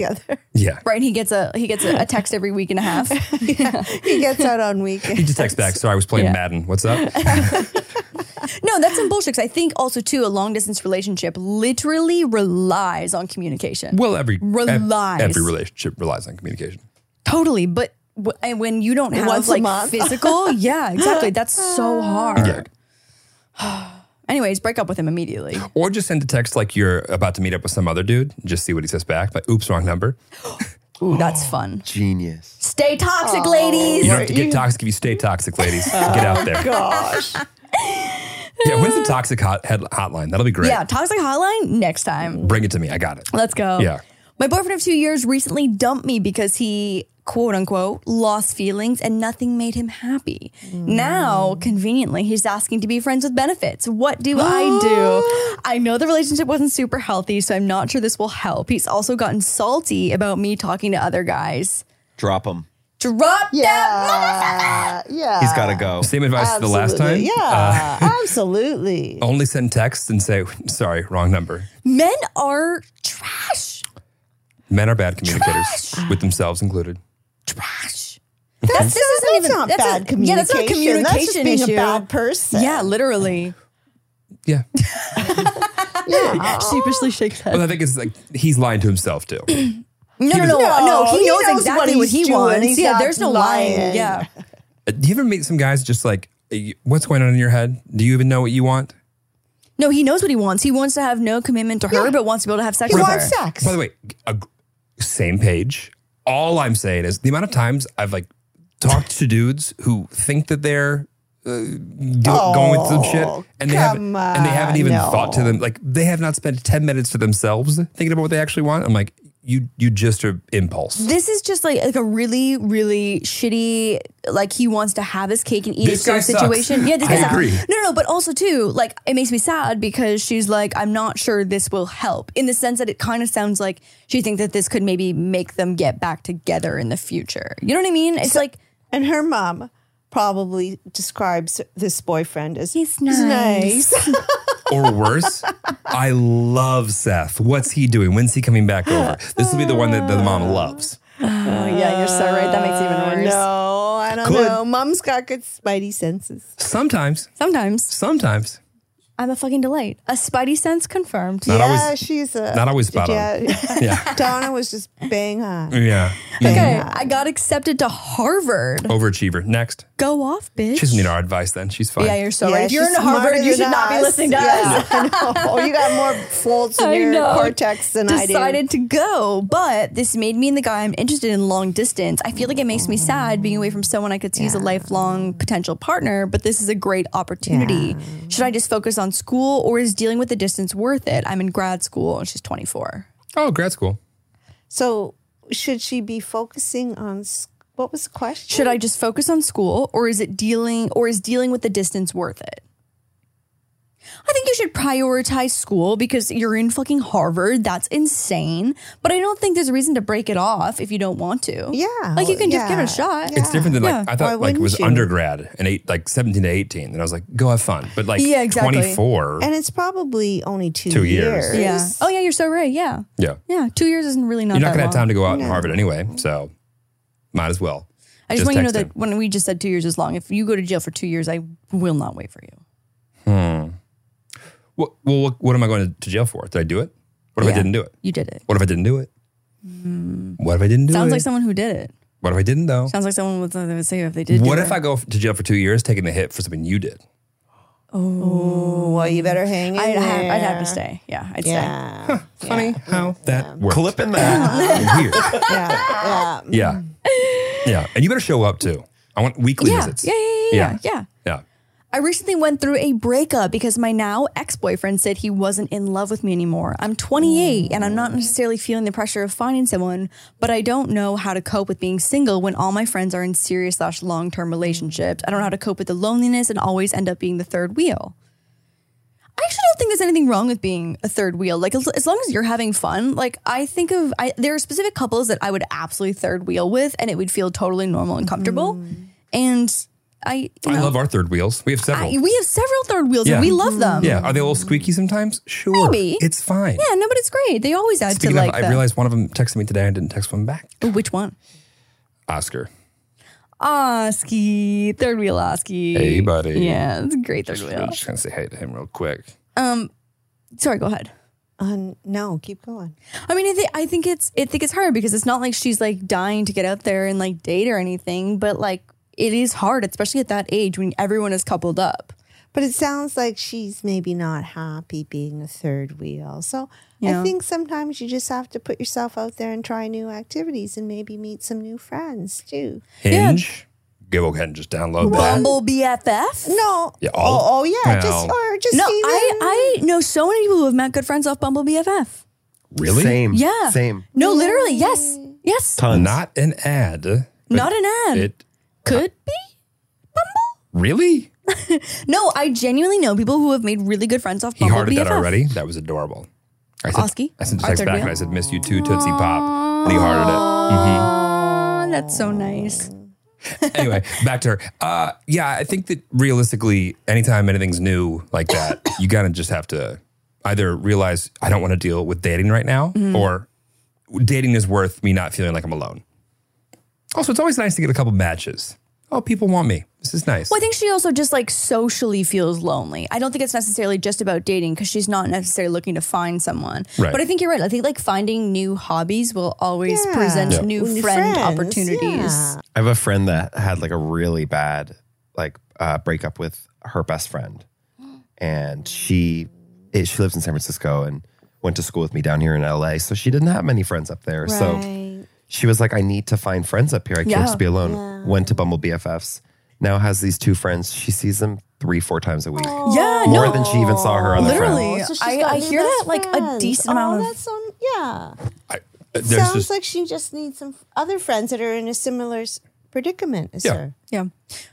[SPEAKER 2] Yeah.
[SPEAKER 1] Right. And he gets a he gets a, a text every week and a half.
[SPEAKER 3] he gets out on
[SPEAKER 2] He
[SPEAKER 3] weekends.
[SPEAKER 2] just texts back. Sorry, I was playing
[SPEAKER 1] Yeah.
[SPEAKER 2] Madden. What's up?
[SPEAKER 1] No, that's some bullshit. 'cause I think also too, a long distance relationship literally relies on communication.
[SPEAKER 2] Well, every
[SPEAKER 1] relies
[SPEAKER 2] every relationship relies on communication.
[SPEAKER 1] totally, but w- and when you don't have
[SPEAKER 3] Once a
[SPEAKER 1] like
[SPEAKER 3] month.
[SPEAKER 1] physical, yeah, exactly. That's so hard.
[SPEAKER 2] Yeah.
[SPEAKER 1] Anyways, break up with him immediately.
[SPEAKER 2] Or just send a text like you're about to meet up with some other dude. and Just see what he says back. Like, oops, wrong number.
[SPEAKER 1] Ooh, that's fun.
[SPEAKER 5] Genius.
[SPEAKER 1] Stay toxic, ladies.
[SPEAKER 2] You don't have to get toxic if you stay toxic, ladies. get out there.
[SPEAKER 3] Gosh.
[SPEAKER 2] Yeah, when's the toxic hot, head, hotline? That'll be great.
[SPEAKER 1] Yeah, toxic hotline next time.
[SPEAKER 2] Bring it to me. I got it.
[SPEAKER 1] Let's go.
[SPEAKER 2] Yeah.
[SPEAKER 1] My boyfriend of two years recently dumped me because he, quote unquote, lost feelings and nothing made him happy.
[SPEAKER 3] Mm.
[SPEAKER 1] Now, conveniently, he's asking to be friends with benefits. What do I do? I know the relationship wasn't super healthy, so I'm not sure this will help. He's also gotten salty about me talking to other guys.
[SPEAKER 5] Drop him.
[SPEAKER 1] Drop
[SPEAKER 3] yeah. Yeah.
[SPEAKER 5] He's got to go.
[SPEAKER 2] Same advice as the last time. Uh,
[SPEAKER 3] Absolutely. Yeah.
[SPEAKER 1] Uh,
[SPEAKER 3] absolutely.
[SPEAKER 2] Only send texts and say, sorry, wrong number.
[SPEAKER 1] Men are trash.
[SPEAKER 2] Men are bad communicators, with themselves included.
[SPEAKER 1] That's, this isn't
[SPEAKER 3] that's not bad
[SPEAKER 1] Yeah, that's not
[SPEAKER 3] communication.
[SPEAKER 1] a communication
[SPEAKER 3] That's just being a
[SPEAKER 1] issue.
[SPEAKER 3] bad person.
[SPEAKER 1] Yeah, literally.
[SPEAKER 2] Yeah.
[SPEAKER 1] yeah. Sheepishly shakes head.
[SPEAKER 2] Well, I think it's like he's lying to himself too. Uh,
[SPEAKER 1] No, no, no, no, He, knows, exactly what,
[SPEAKER 3] he's
[SPEAKER 1] he
[SPEAKER 3] doing.
[SPEAKER 1] wants.
[SPEAKER 3] He's
[SPEAKER 1] yeah,
[SPEAKER 3] not
[SPEAKER 1] there's no lying.
[SPEAKER 3] lying.
[SPEAKER 1] Yeah.
[SPEAKER 2] Uh, Do you ever meet some guys just like, uh, what's going on in your head? Do you even know what you want?
[SPEAKER 1] No, he knows what he wants. He wants to have no commitment to her, but wants to be able to have sex
[SPEAKER 2] By
[SPEAKER 1] with
[SPEAKER 2] the-
[SPEAKER 1] her.
[SPEAKER 2] By the way, a, same page. All I'm saying is the amount of times I've like talked to dudes who think that they're uh, do, going with some shit, and they haven't,
[SPEAKER 3] Oh, come
[SPEAKER 2] and they haven't
[SPEAKER 3] on,
[SPEAKER 2] even
[SPEAKER 3] no.
[SPEAKER 2] thought to them. Like they have not spent ten minutes to themselves thinking about what they actually want. I'm like, you, you just are impulse.
[SPEAKER 1] This is just like, like a really, really shitty, like he wants to have his cake and eat
[SPEAKER 2] This
[SPEAKER 1] it
[SPEAKER 2] guy
[SPEAKER 1] sort of
[SPEAKER 2] sucks.
[SPEAKER 1] situation. Yeah, this
[SPEAKER 2] I
[SPEAKER 1] guy sucks.
[SPEAKER 2] agree.
[SPEAKER 1] No, no, but also too, like it makes me sad because she's like, I'm not sure this will help in the sense that it kind of sounds like she thinks that this could maybe make them get back together in the future. You know what I mean? It's like,
[SPEAKER 3] and her mom probably describes this boyfriend as he's
[SPEAKER 1] nice."
[SPEAKER 2] or worse, I love Seth. What's he doing? When's he coming back over? This will be the one that the mom loves.
[SPEAKER 1] Oh, yeah, you're so right. That makes it even worse.
[SPEAKER 3] No, I don't
[SPEAKER 2] Could.
[SPEAKER 3] know. Mom's got good spidey senses.
[SPEAKER 2] Sometimes.
[SPEAKER 1] Sometimes.
[SPEAKER 2] Sometimes.
[SPEAKER 1] I'm a fucking delight. A spidey sense confirmed.
[SPEAKER 2] Not Yeah, always-
[SPEAKER 3] she's
[SPEAKER 2] a- not always spot on. Yeah.
[SPEAKER 3] Donna was just bang on.
[SPEAKER 2] Yeah.
[SPEAKER 1] Okay, I got accepted to Harvard.
[SPEAKER 2] Mm, Overachiever. Next.
[SPEAKER 1] Go off, bitch.
[SPEAKER 2] She doesn't need our advice then. She's fine.
[SPEAKER 1] Yeah, you're so
[SPEAKER 3] Yeah,
[SPEAKER 1] right. If you're in
[SPEAKER 3] she's
[SPEAKER 1] Harvard,
[SPEAKER 3] smarter
[SPEAKER 1] you should
[SPEAKER 3] than
[SPEAKER 1] not be
[SPEAKER 3] us.
[SPEAKER 1] listening to
[SPEAKER 3] Yeah,
[SPEAKER 1] us.
[SPEAKER 3] I know. You got more folds in
[SPEAKER 1] I
[SPEAKER 3] your
[SPEAKER 1] know.
[SPEAKER 3] cortex than I do.
[SPEAKER 1] Decided to go, but this made me and the guy I'm interested in long distance. I feel like it makes me sad being away from someone I could see as a lifelong potential partner, but this is a great opportunity. Should I just focus on school or is dealing with the distance worth it? I'm in grad school and she's 24.
[SPEAKER 2] Oh, grad school.
[SPEAKER 3] So, should she be focusing on s- what was the question?
[SPEAKER 1] Should I just focus on school or is it dealing or is dealing with the distance worth it? I think you should prioritize school because you're in fucking Harvard. That's insane. But I don't think there's a reason to break it off if you don't want to.
[SPEAKER 3] Yeah.
[SPEAKER 1] Like you can just give
[SPEAKER 3] yeah,
[SPEAKER 1] it a shot.
[SPEAKER 2] It's different than like
[SPEAKER 1] Yeah.
[SPEAKER 2] I thought like it was undergrad and eight like 17 to 18 and I was like go have fun but like 24
[SPEAKER 3] and it's probably only two,
[SPEAKER 2] Two years.
[SPEAKER 3] years.
[SPEAKER 1] Yeah. Oh yeah, you're so right. Yeah.
[SPEAKER 2] yeah
[SPEAKER 1] Yeah. Two years isn't really not.
[SPEAKER 2] you're not
[SPEAKER 1] that
[SPEAKER 2] gonna have time to go out
[SPEAKER 1] in
[SPEAKER 2] in Harvard anyway so might as well
[SPEAKER 1] I just, want you to know
[SPEAKER 2] text
[SPEAKER 1] that when we just said two years is long, if you go to jail for two years, I will not wait for you.
[SPEAKER 2] him. hmm what, well what, what am I going to jail for did I do it what if I
[SPEAKER 1] Yeah.
[SPEAKER 2] didn't do it
[SPEAKER 1] You did it.
[SPEAKER 2] what if I didn't do it what if I didn't do
[SPEAKER 1] Hmm. Sounds
[SPEAKER 2] it
[SPEAKER 1] like someone who did it.
[SPEAKER 2] what if I didn't though
[SPEAKER 1] Sounds like someone would, they would say if they did.
[SPEAKER 2] what
[SPEAKER 1] do
[SPEAKER 2] if
[SPEAKER 1] it.
[SPEAKER 2] I go to jail for two years taking the hit for something you did
[SPEAKER 3] Oh, well, you better hang in
[SPEAKER 1] I'd
[SPEAKER 3] there.
[SPEAKER 1] have, I'd have to stay. Yeah, I'd
[SPEAKER 3] Yeah.
[SPEAKER 1] stay.
[SPEAKER 2] Funny how that worked.
[SPEAKER 5] Clipping that.
[SPEAKER 2] weird
[SPEAKER 3] yeah.
[SPEAKER 2] yeah yeah and you better show up too I want weekly
[SPEAKER 1] Yeah.
[SPEAKER 2] visits
[SPEAKER 1] Yeah, yeah, yeah, yeah, yeah.
[SPEAKER 2] yeah
[SPEAKER 1] I recently went through a breakup because my now ex boyfriend said he wasn't in love with me anymore. I'm 28 and I'm not necessarily feeling the pressure of finding someone, but I don't know how to cope with being single when all my friends are in serious slash long term relationships. I don't know how to cope with the loneliness and always end up being the third wheel. I actually don't think there's anything wrong with being a third wheel. Like as as long as you're having fun, like I think of I, there are specific couples that I would absolutely third wheel with, and it would feel totally normal and comfortable. And I, you
[SPEAKER 2] Mm. I
[SPEAKER 1] know,
[SPEAKER 2] love our third wheels we have several
[SPEAKER 1] I- we have several third wheels and we love them.
[SPEAKER 2] Yeah. Are they a little squeaky sometimes? Sure.
[SPEAKER 1] Maybe.
[SPEAKER 2] It's fine.
[SPEAKER 1] Yeah, no, but it's great. They always add
[SPEAKER 2] Speaking
[SPEAKER 1] to
[SPEAKER 2] of,
[SPEAKER 1] like
[SPEAKER 2] I
[SPEAKER 1] the-
[SPEAKER 2] realized one of them texted me today. I didn't text one back.
[SPEAKER 1] Ooh, which one?
[SPEAKER 2] Oscar.
[SPEAKER 1] Oski, third wheel Oski.
[SPEAKER 2] Hey, buddy.
[SPEAKER 1] Yeah, it's a great third
[SPEAKER 2] Just,
[SPEAKER 1] wheel.
[SPEAKER 2] I'm just going to say hey to him real quick.
[SPEAKER 1] Um, sorry, go ahead.
[SPEAKER 3] Um, no, keep going.
[SPEAKER 1] I mean, I, th- I think it's I think it's hard because it's not like she's like dying to get out there and like date or anything, but like it is hard, especially at that age when everyone is coupled up.
[SPEAKER 3] But it sounds like she's maybe not happy being a third wheel. So
[SPEAKER 1] Yeah.
[SPEAKER 3] I think sometimes you just have to put yourself out there and try new activities and maybe meet some new friends too.
[SPEAKER 2] Hinge. Go ahead and just download that.
[SPEAKER 1] Bumble BFF?
[SPEAKER 3] No.
[SPEAKER 2] Yeah,
[SPEAKER 3] Oh, oh yeah, just
[SPEAKER 2] Well,
[SPEAKER 3] or just
[SPEAKER 1] no,
[SPEAKER 3] even-
[SPEAKER 1] I I know so many people who have met good friends off Bumble BFF.
[SPEAKER 2] Really?
[SPEAKER 5] Same.
[SPEAKER 1] Yeah.
[SPEAKER 5] Same.
[SPEAKER 1] No, literally, yes, yes.
[SPEAKER 5] Tons.
[SPEAKER 2] Not an ad. but
[SPEAKER 1] Not an ad.
[SPEAKER 2] It,
[SPEAKER 1] Could be.
[SPEAKER 2] really?
[SPEAKER 1] No, I genuinely know people who have made really good friends off
[SPEAKER 2] He
[SPEAKER 1] Bumble
[SPEAKER 2] hearted
[SPEAKER 1] BFF.
[SPEAKER 2] that already. That was adorable. I said,
[SPEAKER 1] Oski?
[SPEAKER 2] I sent a
[SPEAKER 1] Our
[SPEAKER 2] text
[SPEAKER 1] third
[SPEAKER 2] back
[SPEAKER 1] wheel?
[SPEAKER 2] and I said, miss you too, Tootsie Pop. And he hearted it. Mhm.
[SPEAKER 1] Aw, that's so nice.
[SPEAKER 2] anyway, back to her. Uh, yeah, I think that realistically, anytime anything's new like that, you gotta just have to either realize I don't want to deal with dating right now,
[SPEAKER 1] Mm-hmm.
[SPEAKER 2] or dating is worth me not feeling like I'm alone. Also, it's always nice to get a couple matches. Oh, people want me. This is nice.
[SPEAKER 1] Well, I think she also just like socially feels lonely. I don't think it's necessarily just about dating because she's not necessarily looking to find someone.
[SPEAKER 2] Right.
[SPEAKER 1] But I think you're right. I think like finding new hobbies will always
[SPEAKER 3] Yeah.
[SPEAKER 1] present
[SPEAKER 3] Yeah.
[SPEAKER 1] new
[SPEAKER 3] New
[SPEAKER 1] friend
[SPEAKER 3] friends,
[SPEAKER 1] opportunities.
[SPEAKER 3] yeah.
[SPEAKER 5] I have a friend that had like a really bad like uh, breakup with her best friend, and she eh, she lives in San Francisco and went to school with me down here in LA, so she didn't have many friends up there. So she was like, I need to find friends up here. I can't
[SPEAKER 1] Yeah.
[SPEAKER 5] just be alone. Went to Bumble BFFs. Now has these two friends. She sees them three four times a week.
[SPEAKER 1] Yeah,
[SPEAKER 5] more
[SPEAKER 1] no.
[SPEAKER 5] than she even saw her other friend.
[SPEAKER 1] Oh, Literally,
[SPEAKER 3] Oh, so she's
[SPEAKER 1] I,
[SPEAKER 3] got
[SPEAKER 1] I
[SPEAKER 3] new
[SPEAKER 1] hear that
[SPEAKER 3] best
[SPEAKER 1] like a
[SPEAKER 3] friends.
[SPEAKER 1] decent
[SPEAKER 3] oh,
[SPEAKER 1] amount of.
[SPEAKER 3] that's um yeah.
[SPEAKER 2] Uh,
[SPEAKER 3] It
[SPEAKER 2] there's
[SPEAKER 3] sounds
[SPEAKER 2] just-
[SPEAKER 3] like she just needs some other friends that are in a similar s- predicament as
[SPEAKER 2] Yeah.
[SPEAKER 3] her.
[SPEAKER 1] Yeah.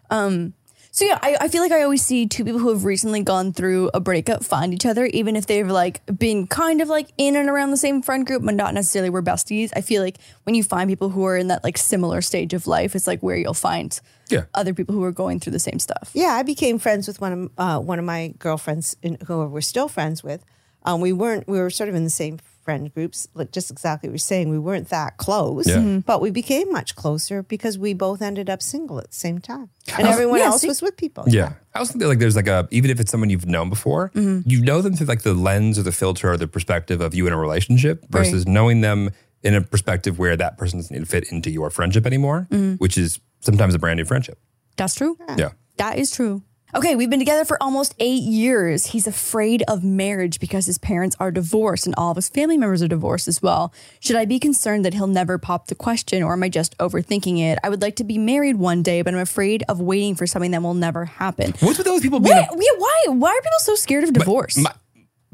[SPEAKER 1] Um, so yeah, I, I feel like I always see two people who have recently gone through a breakup find each other, even if they've like been kind of like in and around the same friend group, but not necessarily were besties. I feel like when you find people who are in that like similar stage of life, it's like where you'll find
[SPEAKER 2] Yeah.
[SPEAKER 1] other people who are going through the same stuff.
[SPEAKER 3] Yeah, I became friends with one of uh, one of my girlfriends in, who we're still friends with. Um, we weren't we were sort of in the same friend groups, like just exactly what you're saying, we weren't that close,
[SPEAKER 11] Yeah.
[SPEAKER 2] Mm-hmm.
[SPEAKER 11] Mhm.
[SPEAKER 3] but we became much closer because we both ended up single at the same time. And
[SPEAKER 2] Oh,
[SPEAKER 3] everyone
[SPEAKER 2] yeah,
[SPEAKER 3] else
[SPEAKER 2] see-
[SPEAKER 3] was with people.
[SPEAKER 2] Yeah. Mm-hmm. I also think that like there's like a even if it's someone you've known before,
[SPEAKER 3] Mhm.
[SPEAKER 2] you know them through like the lens or the filter or the perspective of you in a relationship versus knowing them in a perspective where that person doesn't need to fit into your friendship anymore,
[SPEAKER 1] Mhm.
[SPEAKER 2] which is sometimes a brand new friendship.
[SPEAKER 1] That's true.
[SPEAKER 2] Mm-hmm. Yeah.
[SPEAKER 1] That is true. Okay, we've been together for almost eight years. He's afraid of marriage because his parents are divorced and all of his family members are divorced as well. Should I be concerned that he'll never pop the question or am I just overthinking it? I would like to be married one day, but I'm afraid of waiting for something that will never happen.
[SPEAKER 2] What's with those people
[SPEAKER 1] What?
[SPEAKER 2] being a-
[SPEAKER 1] yeah, why? Why are people so scared of divorce?
[SPEAKER 2] My,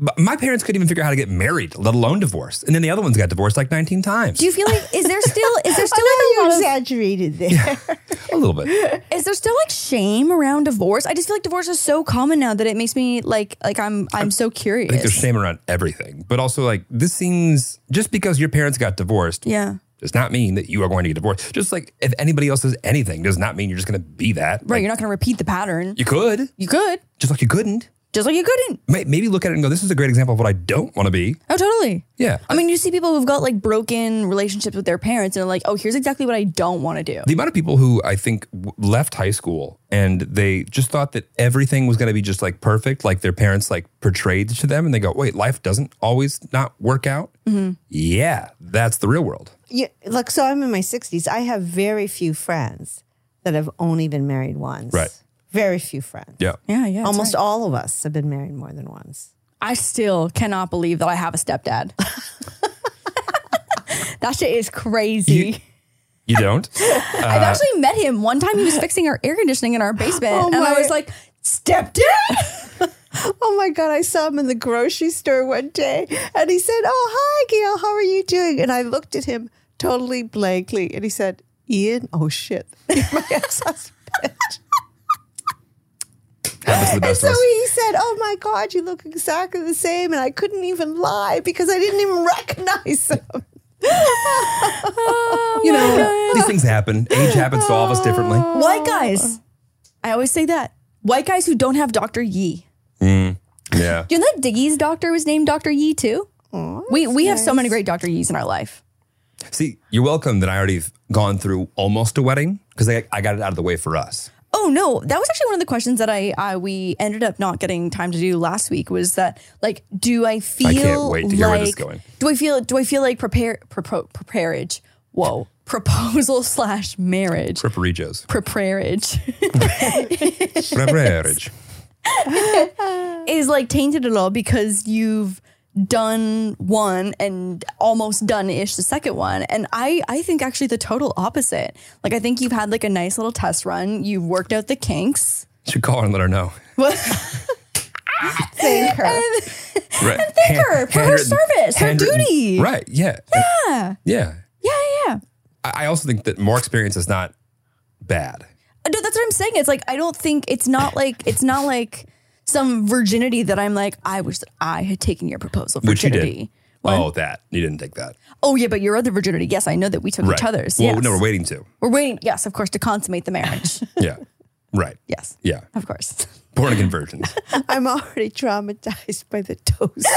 [SPEAKER 2] but my parents couldn't even figure out how to get married, let alone divorced. And then the other ones got divorced like 19 times.
[SPEAKER 1] Do you feel like is there still is there still
[SPEAKER 3] I know
[SPEAKER 1] like a
[SPEAKER 3] you
[SPEAKER 1] lot of
[SPEAKER 3] exaggerated there.
[SPEAKER 2] a little bit.
[SPEAKER 1] Is there still like shame around divorce? I just feel like divorce is so common now that it makes me like like I'm I'm so
[SPEAKER 2] I think there's
[SPEAKER 1] curious.
[SPEAKER 2] shame around everything. But also like this seems just because your parents got divorced
[SPEAKER 1] Yeah.
[SPEAKER 2] does not mean that you are going to get divorced. Just like if anybody else does anything does not mean you're just going to be that.
[SPEAKER 1] Right, you're not going to repeat the pattern.
[SPEAKER 2] You could.
[SPEAKER 1] You could.
[SPEAKER 2] Just like you couldn't.
[SPEAKER 1] Just like you couldn't.
[SPEAKER 2] May- Maybe look at it and go, this is a great example of what I don't want to be.
[SPEAKER 1] Oh, totally.
[SPEAKER 2] Yeah.
[SPEAKER 1] I mean, you see people who've got like broken relationships with their parents and they're like, "Oh, here's exactly what I don't want to do."
[SPEAKER 2] The amount of people who I think w- left high school and they just thought that everything was going to be just like perfect, like their parents like portrayed to them, and they go, wait, life doesn't always not work out.
[SPEAKER 3] Mhm.
[SPEAKER 2] Yeah, that's the real world.
[SPEAKER 3] Yeah, look, so I'm in my 60s. I have very few friends that have only been married once.
[SPEAKER 2] Right.
[SPEAKER 3] Very few friends.
[SPEAKER 2] Yeah.
[SPEAKER 1] Yeah, yeah.
[SPEAKER 3] Almost all of us have been married more than once.
[SPEAKER 1] I still cannot believe that I have a stepdad. that shit is crazy.
[SPEAKER 2] You don't?
[SPEAKER 1] I've
[SPEAKER 2] Uh,
[SPEAKER 1] actually met him one time. He was fixing our air conditioning in our basement,
[SPEAKER 3] Oh
[SPEAKER 1] and I
[SPEAKER 3] my-
[SPEAKER 1] was like, "Stepdad."
[SPEAKER 3] Oh my God, I saw him in the grocery store one day and he said, Oh, hi, Gail, how are you doing? And I looked at him totally blankly and he said, Ian, oh shit, my ex husband.
[SPEAKER 2] Happens to the
[SPEAKER 3] And
[SPEAKER 2] best
[SPEAKER 3] so
[SPEAKER 2] of us.
[SPEAKER 3] he said, Oh my God, you look exactly the same. And I couldn't even lie because I didn't even recognize him.
[SPEAKER 2] you know, these things happen. Age happens to all of us differently.
[SPEAKER 1] White guys. I always say that. White guys who don't have Dr. Yee.
[SPEAKER 2] Mm, yeah.
[SPEAKER 1] Do you know that Diggy's doctor was named Dr. Yee too? we we have so many great Dr. Yees in our life.
[SPEAKER 2] See, you're welcome that I already have gone through almost a wedding because I, I got it out of the way for us.
[SPEAKER 1] Oh no, that was actually one of the questions that I, I we ended up not getting time to do last week was that like do I feel
[SPEAKER 2] wait to
[SPEAKER 1] like
[SPEAKER 2] hear where this is going.
[SPEAKER 1] do I feel do I feel like prepare propo, preparage? Whoa, proposal slash marriage
[SPEAKER 2] Preparijos.
[SPEAKER 1] preparage
[SPEAKER 2] Preparage.
[SPEAKER 1] is like tainted at all because you've done one and almost done ish the second one and i i think actually the total opposite like i think you've had like a nice little test run you've worked out the kinks
[SPEAKER 2] Should call her and let her know.
[SPEAKER 3] Thank her.
[SPEAKER 2] Right. And
[SPEAKER 1] thank her for her service, her duty.
[SPEAKER 2] Right. Yeah.
[SPEAKER 1] yeah
[SPEAKER 2] Yeah.
[SPEAKER 1] yeah yeah
[SPEAKER 2] I I also think that more experience is not bad.
[SPEAKER 1] no, that's what i'm saying it's like i don't think it's not like it's not like some virginity that i'm like i wish that i had taken your proposal
[SPEAKER 2] Which you
[SPEAKER 1] virginity
[SPEAKER 2] did. Oh, that. You didn't take that.
[SPEAKER 1] oh yeah but your other virginity yes i know that we took
[SPEAKER 2] right.
[SPEAKER 1] each other's
[SPEAKER 2] Well,
[SPEAKER 1] yes.
[SPEAKER 2] no, we're waiting to.
[SPEAKER 1] we're waiting yes of course to consummate the marriage
[SPEAKER 2] Yeah. Right.
[SPEAKER 1] Yes.
[SPEAKER 2] Yeah.
[SPEAKER 1] of course
[SPEAKER 2] Born again virgins.
[SPEAKER 3] I'm already traumatized by the toast.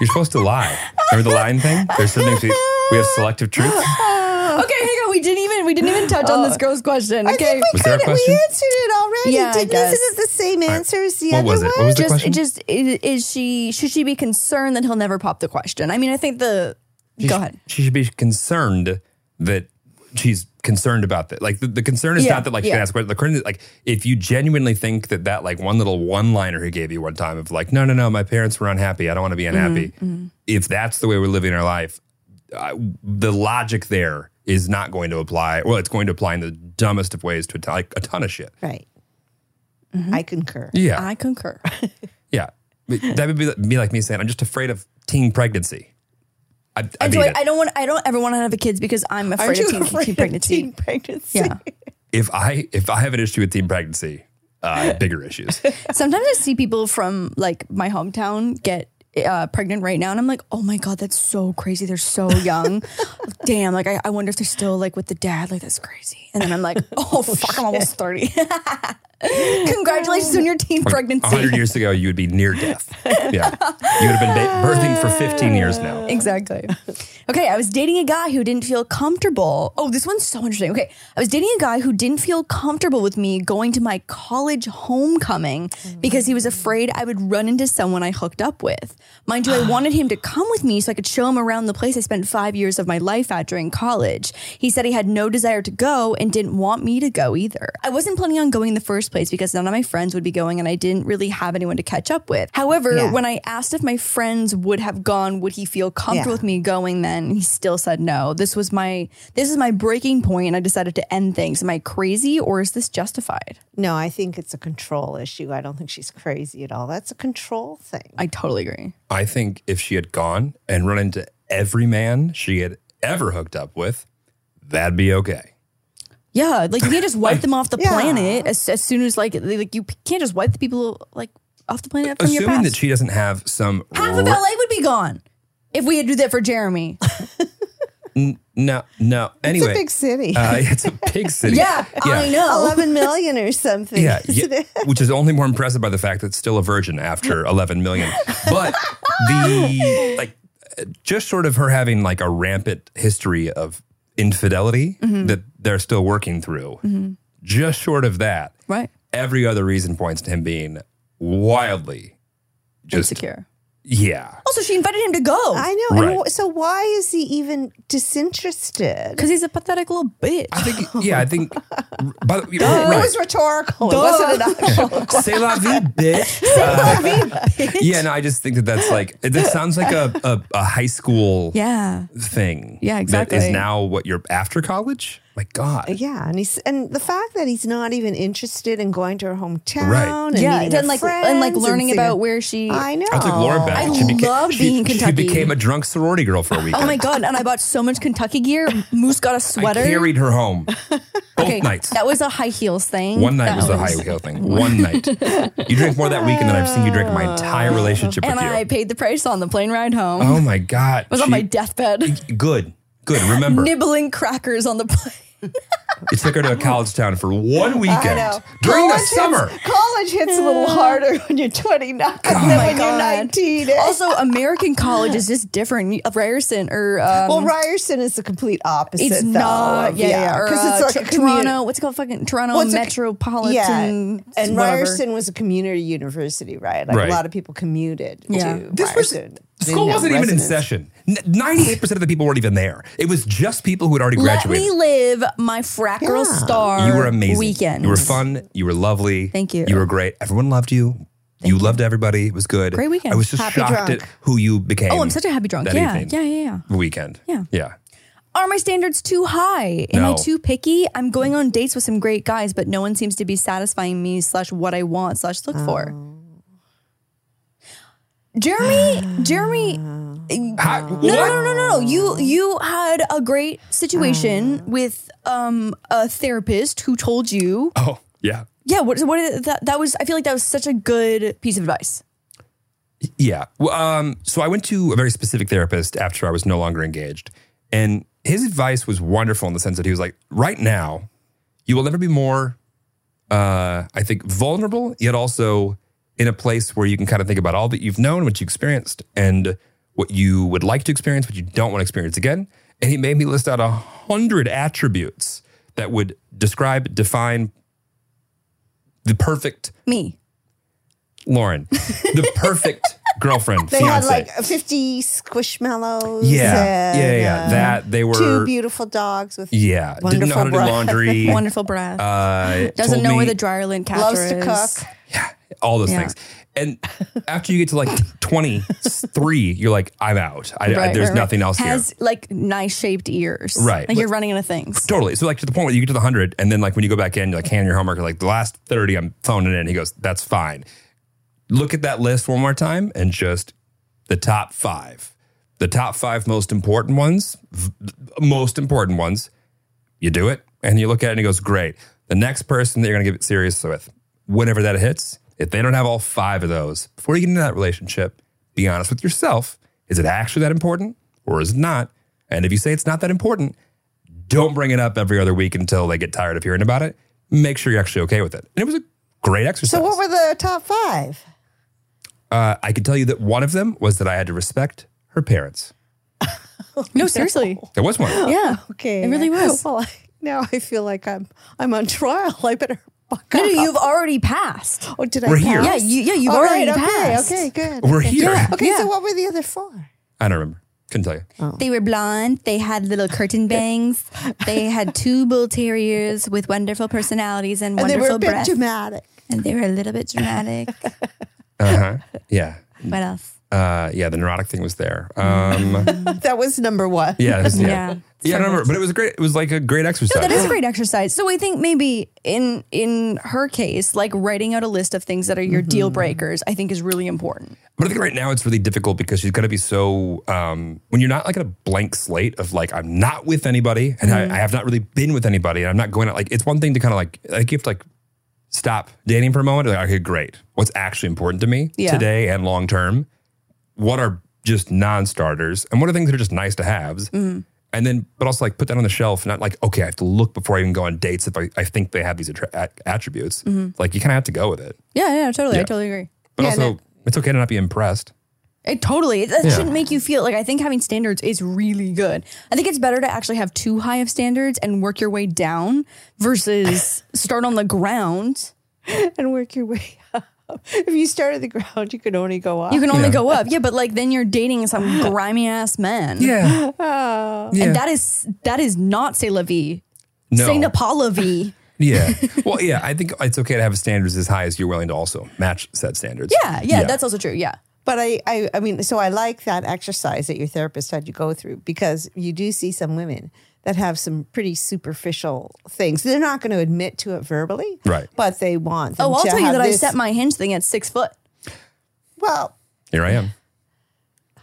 [SPEAKER 2] You're supposed to lie. Remember the lying thing? There's something to, we have selective truth.
[SPEAKER 1] okay, hang on. We didn't even we didn't even touch on
[SPEAKER 2] Uh,
[SPEAKER 1] this girl's question.
[SPEAKER 3] I
[SPEAKER 1] Okay.
[SPEAKER 3] think we,
[SPEAKER 2] Was there a
[SPEAKER 3] kinda-
[SPEAKER 2] question?
[SPEAKER 3] we answered it already.
[SPEAKER 1] Yeah, I
[SPEAKER 3] Didn't,
[SPEAKER 1] guess.
[SPEAKER 3] Isn't it the same answer as the
[SPEAKER 2] What
[SPEAKER 3] other
[SPEAKER 2] was it?
[SPEAKER 3] one?
[SPEAKER 2] What was the
[SPEAKER 1] just
[SPEAKER 2] question?
[SPEAKER 1] just is, is she should she be concerned that he'll never pop the question? I mean, I think the
[SPEAKER 2] She
[SPEAKER 1] go
[SPEAKER 2] sh-
[SPEAKER 1] ahead.
[SPEAKER 2] She should be concerned that she's concerned about that. Like the, the concern is
[SPEAKER 1] Yeah,
[SPEAKER 2] not that like she
[SPEAKER 1] yeah.
[SPEAKER 2] can ask questions. The concern is like if you genuinely think that that like one little one liner he gave you one time of like no no no my parents were unhappy I don't want to be
[SPEAKER 1] Mm-hmm,
[SPEAKER 2] unhappy. If that's the way we're living our life, I, the logic there is not going to apply. Well, it's going to apply in the dumbest of ways to a ton, like a ton of shit.
[SPEAKER 3] Right. I concur.
[SPEAKER 2] Yeah.
[SPEAKER 1] I concur.
[SPEAKER 2] Yeah, But that would be be like me saying I'm just afraid of teen pregnancy. I, I
[SPEAKER 1] And
[SPEAKER 2] beat
[SPEAKER 1] so I,
[SPEAKER 2] it.
[SPEAKER 1] I don't want I don't ever want to have kids because I'm afraid
[SPEAKER 3] you
[SPEAKER 1] of teen,
[SPEAKER 3] afraid
[SPEAKER 1] teen
[SPEAKER 3] of
[SPEAKER 1] pregnancy.
[SPEAKER 3] teen pregnancy.
[SPEAKER 1] Yeah.
[SPEAKER 2] if I if I have an issue with teen pregnancy, uh, I have bigger issues.
[SPEAKER 1] Sometimes I see people from like my hometown get uh, pregnant right now, and I'm like, oh my god, that's so crazy. They're so young. Damn, like I, I wonder if they're still like with the dad. Like that's crazy. And then I'm like, oh fuck, I'm almost thirty. Congratulations on your teen
[SPEAKER 2] A
[SPEAKER 1] pregnancy.
[SPEAKER 2] hundred years ago, you would be near death. Yeah, you would have been ba- birthing for fifteen years now.
[SPEAKER 1] Exactly. Okay, I was dating a guy who didn't feel comfortable. Oh, this one's so interesting. Okay, I was dating a guy who didn't feel comfortable with me going to my college homecoming because he was afraid I would run into someone I hooked up with. Mind you, I wanted him to come with me so I could show him around the place I spent five years of my life at during college. He said he had no desire to go and didn't want me to go either. I wasn't planning on going in the first place because none of my friends would be going and I didn't really have anyone to catch up with. However,
[SPEAKER 3] Yeah.
[SPEAKER 1] when I asked if my friends would have gone, would he feel comfortable
[SPEAKER 3] Yeah.
[SPEAKER 1] with me going then? He still said no. This was my this is my breaking point and I decided to end things. Am I crazy or is this justified?
[SPEAKER 3] No, I think it's a control issue. I don't think she's crazy at all. That's a control thing.
[SPEAKER 1] I totally agree.
[SPEAKER 2] I think if she had gone and run into every man she had ever hooked up with, that'd be okay.
[SPEAKER 1] Yeah, like you can't just wipe them off the
[SPEAKER 3] Yeah.
[SPEAKER 1] planet as, as soon as like like you can't just wipe the people like off the planet from your
[SPEAKER 2] Assuming
[SPEAKER 1] past.
[SPEAKER 2] that she doesn't have some
[SPEAKER 1] Half of
[SPEAKER 2] ra-
[SPEAKER 1] LA would be gone if we had do that for Jeremy.
[SPEAKER 2] N- no, no. Anyway,
[SPEAKER 3] big city.
[SPEAKER 2] Uh, it's a big city.
[SPEAKER 3] Eleven million or something.
[SPEAKER 2] Yeah,
[SPEAKER 3] isn't
[SPEAKER 2] yeah,
[SPEAKER 3] it?
[SPEAKER 2] which is only more impressive by the fact that it's still a virgin after 11 million. But the like just sort of her having like a rampant history of infidelity
[SPEAKER 3] Mm-hmm.
[SPEAKER 1] Mhm.
[SPEAKER 2] that they're still working through.
[SPEAKER 1] Mhm.
[SPEAKER 2] Just short of that,
[SPEAKER 1] Right.
[SPEAKER 2] every other reason points to him being wildly just
[SPEAKER 1] insecure.
[SPEAKER 2] Yeah.
[SPEAKER 1] Also, she invited him to go.
[SPEAKER 3] I know. And
[SPEAKER 2] Right.
[SPEAKER 3] wh- so why is he even disinterested?
[SPEAKER 1] Because he's a pathetic little bitch.
[SPEAKER 2] I think, yeah, I think.
[SPEAKER 3] Duh.
[SPEAKER 2] But
[SPEAKER 3] It was rhetorical. It
[SPEAKER 1] Duh.
[SPEAKER 3] wasn't an actual
[SPEAKER 2] Say la vie, bitch. Uh, yeah, no, I just think that that's like that sounds like a a, a high school
[SPEAKER 1] Yeah.
[SPEAKER 2] thing.
[SPEAKER 3] Yeah,
[SPEAKER 2] That
[SPEAKER 3] exactly.
[SPEAKER 2] is now what you're after college. My God,
[SPEAKER 3] Yeah, and he's and the fact that he's not even interested in going to her hometown,
[SPEAKER 2] Right.
[SPEAKER 3] And
[SPEAKER 1] Yeah,
[SPEAKER 3] meeting
[SPEAKER 1] then
[SPEAKER 3] her
[SPEAKER 1] like and like
[SPEAKER 3] friends
[SPEAKER 1] learning
[SPEAKER 3] seeing-
[SPEAKER 1] about where she.
[SPEAKER 3] I know.
[SPEAKER 2] I took Laura back.
[SPEAKER 1] I
[SPEAKER 2] she beca-
[SPEAKER 1] love
[SPEAKER 2] she-
[SPEAKER 1] being in Kentucky.
[SPEAKER 2] She became a drunk sorority girl for a weekend.
[SPEAKER 1] Oh my god! And I bought so much Kentucky gear. Moose got a
[SPEAKER 2] I
[SPEAKER 1] sweater.
[SPEAKER 2] carried her home. Both
[SPEAKER 1] okay,
[SPEAKER 2] nights.
[SPEAKER 1] That was a high heels thing.
[SPEAKER 2] One night
[SPEAKER 1] That
[SPEAKER 2] was the high heel thing. One night. You drank more that weekend than I've seen you drink in my entire relationship
[SPEAKER 1] And
[SPEAKER 2] with you.
[SPEAKER 1] I paid the price on the plane ride home.
[SPEAKER 2] oh my God.
[SPEAKER 1] It was on
[SPEAKER 2] She-
[SPEAKER 1] my deathbed,
[SPEAKER 2] Good. Good. Remember.
[SPEAKER 1] nibbling crackers on the plane.
[SPEAKER 2] It took her to a college town for one
[SPEAKER 3] know.
[SPEAKER 2] weekend during
[SPEAKER 3] College
[SPEAKER 2] the
[SPEAKER 3] hits-
[SPEAKER 2] summer.
[SPEAKER 3] college hits a little harder when you're 29 than when you're 19.
[SPEAKER 1] Oh Also, American college is just different. You- Ryerson or um,
[SPEAKER 3] well, Ryerson is the complete opposite.
[SPEAKER 1] It's
[SPEAKER 3] though,
[SPEAKER 1] not,
[SPEAKER 3] of-
[SPEAKER 1] yeah, yeah, or,
[SPEAKER 3] because
[SPEAKER 1] uh,
[SPEAKER 3] it's like
[SPEAKER 1] Tr-
[SPEAKER 3] a commu-
[SPEAKER 1] Toronto. What's it called? Fucking Toronto
[SPEAKER 3] Well, it's a-
[SPEAKER 1] Metropolitan.
[SPEAKER 3] yeah. and
[SPEAKER 1] whatever.
[SPEAKER 3] Ryerson was a community university, right? Like
[SPEAKER 2] Right.
[SPEAKER 3] a lot of people commuted
[SPEAKER 1] Yeah.
[SPEAKER 3] to
[SPEAKER 2] This was-
[SPEAKER 3] Ryerson.
[SPEAKER 2] The
[SPEAKER 3] Didn't
[SPEAKER 2] school
[SPEAKER 3] have
[SPEAKER 2] wasn't even in
[SPEAKER 3] residence.
[SPEAKER 2] session. N- 98% of the people weren't even there. It was just people who had already
[SPEAKER 1] Let me
[SPEAKER 2] graduated.
[SPEAKER 1] live my frat girl star.
[SPEAKER 2] You were amazing.
[SPEAKER 1] Weekend.
[SPEAKER 2] You were fun. You were lovely.
[SPEAKER 1] Thank you.
[SPEAKER 2] You were great. Everyone loved you. you, loved everybody. It was good.
[SPEAKER 1] Great weekend.
[SPEAKER 2] I was just
[SPEAKER 1] Happy
[SPEAKER 2] shocked
[SPEAKER 1] drunk.
[SPEAKER 2] at who you became.
[SPEAKER 1] Oh, I'm such a happy drunk.
[SPEAKER 2] That
[SPEAKER 1] Yeah,
[SPEAKER 2] evening.
[SPEAKER 1] yeah, yeah, yeah.
[SPEAKER 2] Weekend.
[SPEAKER 1] Yeah.
[SPEAKER 2] Yeah.
[SPEAKER 1] Are my standards too high? Am I
[SPEAKER 2] No.
[SPEAKER 1] too picky? I'm going on dates with some great guys, but no one seems to be satisfying me slash what I want slash look
[SPEAKER 2] Oh.
[SPEAKER 1] for. Jeremy, Jeremy, no, no, no, no, no, no. You you had a great situation
[SPEAKER 2] Oh.
[SPEAKER 1] with um a therapist who told you.
[SPEAKER 2] Oh, yeah.
[SPEAKER 1] Yeah, what what is- that that was? I feel like that was such a good piece of advice.
[SPEAKER 2] Yeah. Well, um, so I went to a very specific therapist after I was no longer engaged. And his advice was wonderful in the sense that he was like, right now, you will never be more, uh, I think, vulnerable, yet also in a place where you can kind of think about all that you've known, what you experienced, and what you would like to experience, what you don't want to experience again. And he made me list out a hundred attributes that would describe, define the perfect
[SPEAKER 1] Me.
[SPEAKER 2] Lauren, the perfect girlfriend,
[SPEAKER 3] They had
[SPEAKER 2] fiance.
[SPEAKER 3] like 50 squishmallows.
[SPEAKER 2] Yeah,
[SPEAKER 3] and,
[SPEAKER 2] yeah, yeah.
[SPEAKER 3] uh,
[SPEAKER 2] That they were.
[SPEAKER 3] two beautiful dogs with
[SPEAKER 2] Yeah, didn't
[SPEAKER 3] wonderful
[SPEAKER 2] know how to do
[SPEAKER 3] breath.
[SPEAKER 2] laundry.
[SPEAKER 1] Wonderful breath.
[SPEAKER 2] uh,
[SPEAKER 1] Doesn't
[SPEAKER 2] told
[SPEAKER 1] know where
[SPEAKER 2] me
[SPEAKER 1] the dryer lint catcher
[SPEAKER 3] Loves to
[SPEAKER 1] is.
[SPEAKER 3] cook.
[SPEAKER 2] all those
[SPEAKER 1] Yeah.
[SPEAKER 2] things. And after you get to like twenty three, you're like, I'm out. I, I,
[SPEAKER 1] Right,
[SPEAKER 2] there's
[SPEAKER 1] right, right.
[SPEAKER 2] nothing else
[SPEAKER 1] Has
[SPEAKER 2] here.
[SPEAKER 1] like nice shaped ears.
[SPEAKER 2] Right.
[SPEAKER 1] Like you're running out of things.
[SPEAKER 2] Totally. So like to the point where you get to the hundred, and then like when you go back in, you're like hand your homework. You're like the last thirty, I'm phoning in. He goes, that's fine. Look at that list one more time, and just the top five, the top five most important ones, v- most important ones. You do it, and you look at it, and he goes, great. The next person that you're going to get serious with, whenever that hits, if they don't have all five of those before you get into that relationship, be honest with yourself. Is it actually that important, or is it not? And if you say it's not that important, don't bring it up every other week until they get tired of hearing about it. Make sure you're actually okay with it. And it was a Great exercise.
[SPEAKER 3] So, what were the top five?
[SPEAKER 2] Uh, I could tell you that one of them was that I had to respect her parents.
[SPEAKER 1] No, seriously.
[SPEAKER 2] There was one.
[SPEAKER 1] Yeah.
[SPEAKER 3] Okay.
[SPEAKER 1] It really was.
[SPEAKER 3] Well, I, now I feel like I'm I'm on trial. I better buck
[SPEAKER 1] No,
[SPEAKER 3] up.
[SPEAKER 1] no, you've already passed.
[SPEAKER 3] Oh, did
[SPEAKER 2] We're
[SPEAKER 3] I?
[SPEAKER 2] here.
[SPEAKER 3] pass?
[SPEAKER 1] Yeah, you- yeah, you've
[SPEAKER 3] All
[SPEAKER 1] already
[SPEAKER 3] okay,
[SPEAKER 1] passed.
[SPEAKER 3] Okay, good.
[SPEAKER 2] We're
[SPEAKER 3] Okay.
[SPEAKER 2] here. Yeah,
[SPEAKER 3] Okay,
[SPEAKER 1] yeah.
[SPEAKER 3] so what were the other four?
[SPEAKER 2] I don't remember. Couldn't tell you.
[SPEAKER 3] Oh.
[SPEAKER 1] They were blonde. They had little curtain bangs. They had two bull terriers with wonderful personalities and,
[SPEAKER 3] And they
[SPEAKER 1] wonderful
[SPEAKER 3] were a bit
[SPEAKER 1] breath.
[SPEAKER 3] dramatic.
[SPEAKER 1] And they were a little bit dramatic.
[SPEAKER 2] Uh huh. yeah.
[SPEAKER 1] what else?
[SPEAKER 2] Uh, yeah. The neurotic thing was there. Um,
[SPEAKER 3] that was number one.
[SPEAKER 2] yeah, it was- yeah.
[SPEAKER 1] Yeah.
[SPEAKER 2] Yeah. I don't remember. But it was a great. It was like a great exercise.
[SPEAKER 1] No, that is a great exercise. So I think maybe in in her case, like writing out a list of things that are your deal breakers, I think is really important.
[SPEAKER 2] But I think right now it's really difficult because she's got to be so um, when you're not like at a blank slate of like I'm not with anybody and I, I have not really been with anybody and I'm not going out like it's one thing to kind of like like you have to like stop dating for a moment like okay great what's actually important to me
[SPEAKER 11] Yeah.
[SPEAKER 2] today and long term what are just non-starters and what are things that are just nice to haves and then but also like put that on the shelf not like okay I have to look before I even go on dates if I, I think they have these attra- at- attributes
[SPEAKER 1] Mhm.
[SPEAKER 2] like you kind of have to go with it
[SPEAKER 1] Yeah, yeah, totally. I
[SPEAKER 2] Yeah.
[SPEAKER 1] totally agree.
[SPEAKER 2] but
[SPEAKER 1] yeah,
[SPEAKER 2] also it's okay to not be impressed
[SPEAKER 1] It totally. That
[SPEAKER 2] Yeah.
[SPEAKER 1] shouldn't make you feel like I think having standards is really good. I think it's better to actually have too high of standards and work your way down versus start on the ground.
[SPEAKER 3] And work your way up. If you start at the ground, you can only go up.
[SPEAKER 1] You can only go up. Yeah, but like then you're dating some grimy ass man.
[SPEAKER 2] Yeah.
[SPEAKER 3] Oh.
[SPEAKER 2] Yeah.
[SPEAKER 1] And that is that is not say la vie.
[SPEAKER 2] No.
[SPEAKER 1] Say Nepal vie.
[SPEAKER 2] Yeah. Well, yeah, I think it's okay to have standards as high as you're willing to also match said standards.
[SPEAKER 1] Yeah, yeah, that's also true. Yeah.
[SPEAKER 3] But I, I, I mean, so I like that exercise that your therapist had you go through because you do see some women that have some pretty superficial things. They're not going to admit to it verbally,
[SPEAKER 2] Right.
[SPEAKER 3] but they want. Them
[SPEAKER 1] Oh, I'll
[SPEAKER 3] to
[SPEAKER 1] tell you
[SPEAKER 3] have
[SPEAKER 1] that I
[SPEAKER 3] this-
[SPEAKER 1] set my hinge thing at six foot.
[SPEAKER 3] Well,
[SPEAKER 2] Here I am.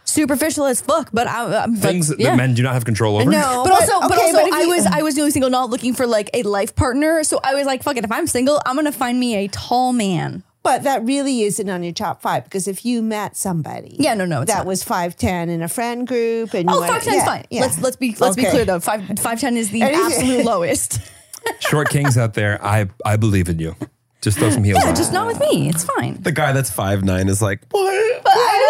[SPEAKER 1] superficial as fuck, but I, I'm
[SPEAKER 2] Things
[SPEAKER 1] but,
[SPEAKER 2] that
[SPEAKER 1] yeah.
[SPEAKER 2] men do not have control over.
[SPEAKER 1] No, but, also, but
[SPEAKER 3] okay,
[SPEAKER 1] also,
[SPEAKER 3] but if
[SPEAKER 1] I
[SPEAKER 3] you-
[SPEAKER 1] was I was newly single, not looking for like a life partner. So I was like, fuck it, if I'm single, I'm gonna find me a tall man.
[SPEAKER 3] But that really isn't on your top five because if you met somebody,
[SPEAKER 1] Yeah, no, no, it's
[SPEAKER 3] that
[SPEAKER 1] not.
[SPEAKER 3] was five ten in a friend group, and you
[SPEAKER 1] Oh,
[SPEAKER 3] went-
[SPEAKER 1] five ten's
[SPEAKER 3] yeah,
[SPEAKER 1] fine.
[SPEAKER 3] yeah.
[SPEAKER 1] Let's let's be let's be
[SPEAKER 3] Okay.
[SPEAKER 1] clear though. Five five ten is the
[SPEAKER 3] Anything-
[SPEAKER 1] absolute lowest.
[SPEAKER 2] Short kings out there, I I believe in you. Just throw some heels
[SPEAKER 1] Yeah,
[SPEAKER 2] on.
[SPEAKER 1] just not with me. It's fine.
[SPEAKER 5] The guy that's five nine is like,
[SPEAKER 1] But I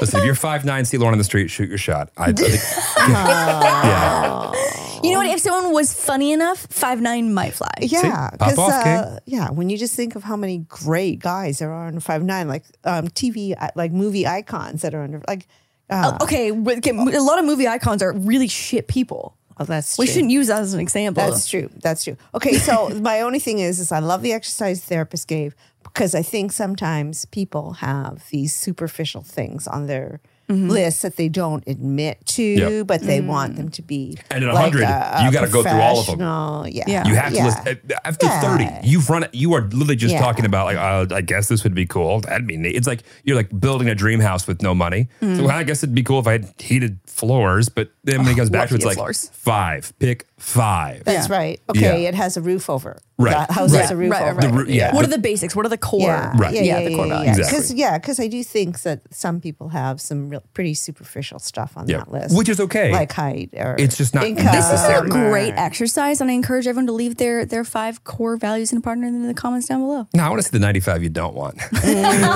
[SPEAKER 2] Listen, if you're five nine, see Lauren on the street, shoot your shot. I, I think, yeah.
[SPEAKER 1] know. You know what? If someone was funny enough, five nine might fly.
[SPEAKER 3] Yeah,
[SPEAKER 2] See? Pop off,
[SPEAKER 3] uh,
[SPEAKER 2] Kate.
[SPEAKER 3] yeah, when you just think of how many great guys there are in five nine, like um, TV, i- like movie icons that are under, like, uh,
[SPEAKER 1] Oh, okay, with- okay, a lot of movie icons are really shit people.
[SPEAKER 3] oh, that's
[SPEAKER 1] We
[SPEAKER 3] true.
[SPEAKER 1] shouldn't use that as an example.
[SPEAKER 3] That's true. That's true. Okay, so my only thing is, is I love the exercise therapist gave because I think sometimes people have these superficial things on their list that they don't admit to,
[SPEAKER 2] Mm-hmm. Yep. Mm.
[SPEAKER 3] but they want them to be.
[SPEAKER 2] And at
[SPEAKER 3] like
[SPEAKER 2] 100,
[SPEAKER 3] a- a
[SPEAKER 2] you gotta go through all of 'em.
[SPEAKER 3] professional. Yeah,
[SPEAKER 2] You have to
[SPEAKER 3] Oh, yeah.
[SPEAKER 2] listen. uh, After
[SPEAKER 3] Yeah.
[SPEAKER 2] 30, you've run it. You are literally just
[SPEAKER 3] Yeah.
[SPEAKER 2] talking about, like, uh, I guess this would be cool. That'd be neat. It's like you're like building a dream house with no money. So
[SPEAKER 11] Mm.
[SPEAKER 3] Hmm.
[SPEAKER 2] well, I guess it'd be cool if I had heated floors. But then
[SPEAKER 3] Oh,
[SPEAKER 2] when it comes back to it, it's
[SPEAKER 1] lucky
[SPEAKER 2] like
[SPEAKER 1] it's floors.
[SPEAKER 2] five, pick five.
[SPEAKER 3] That's right. Okay,
[SPEAKER 2] Yeah.
[SPEAKER 3] it has a roof over.
[SPEAKER 2] Right.
[SPEAKER 3] That house has a roof over.
[SPEAKER 2] The roo- yeah.
[SPEAKER 1] What are the basics? What are the core?
[SPEAKER 3] Yeah,
[SPEAKER 2] Right.
[SPEAKER 3] Yeah, yeah,
[SPEAKER 2] Yeah,
[SPEAKER 3] yeah,
[SPEAKER 2] the core
[SPEAKER 3] yeah,
[SPEAKER 2] values. Exactly.
[SPEAKER 3] Because yeah, because I do think that some people have some real, pretty superficial stuff on
[SPEAKER 2] Yeah.
[SPEAKER 3] that list,
[SPEAKER 2] Which is okay.
[SPEAKER 3] Like height or
[SPEAKER 2] It's just not
[SPEAKER 3] income
[SPEAKER 2] This is a
[SPEAKER 3] or-
[SPEAKER 1] Oh, great exercise, and I encourage everyone to leave their their five core values in a partner in the comments down below.
[SPEAKER 2] No, I want to see the 95 you don't want.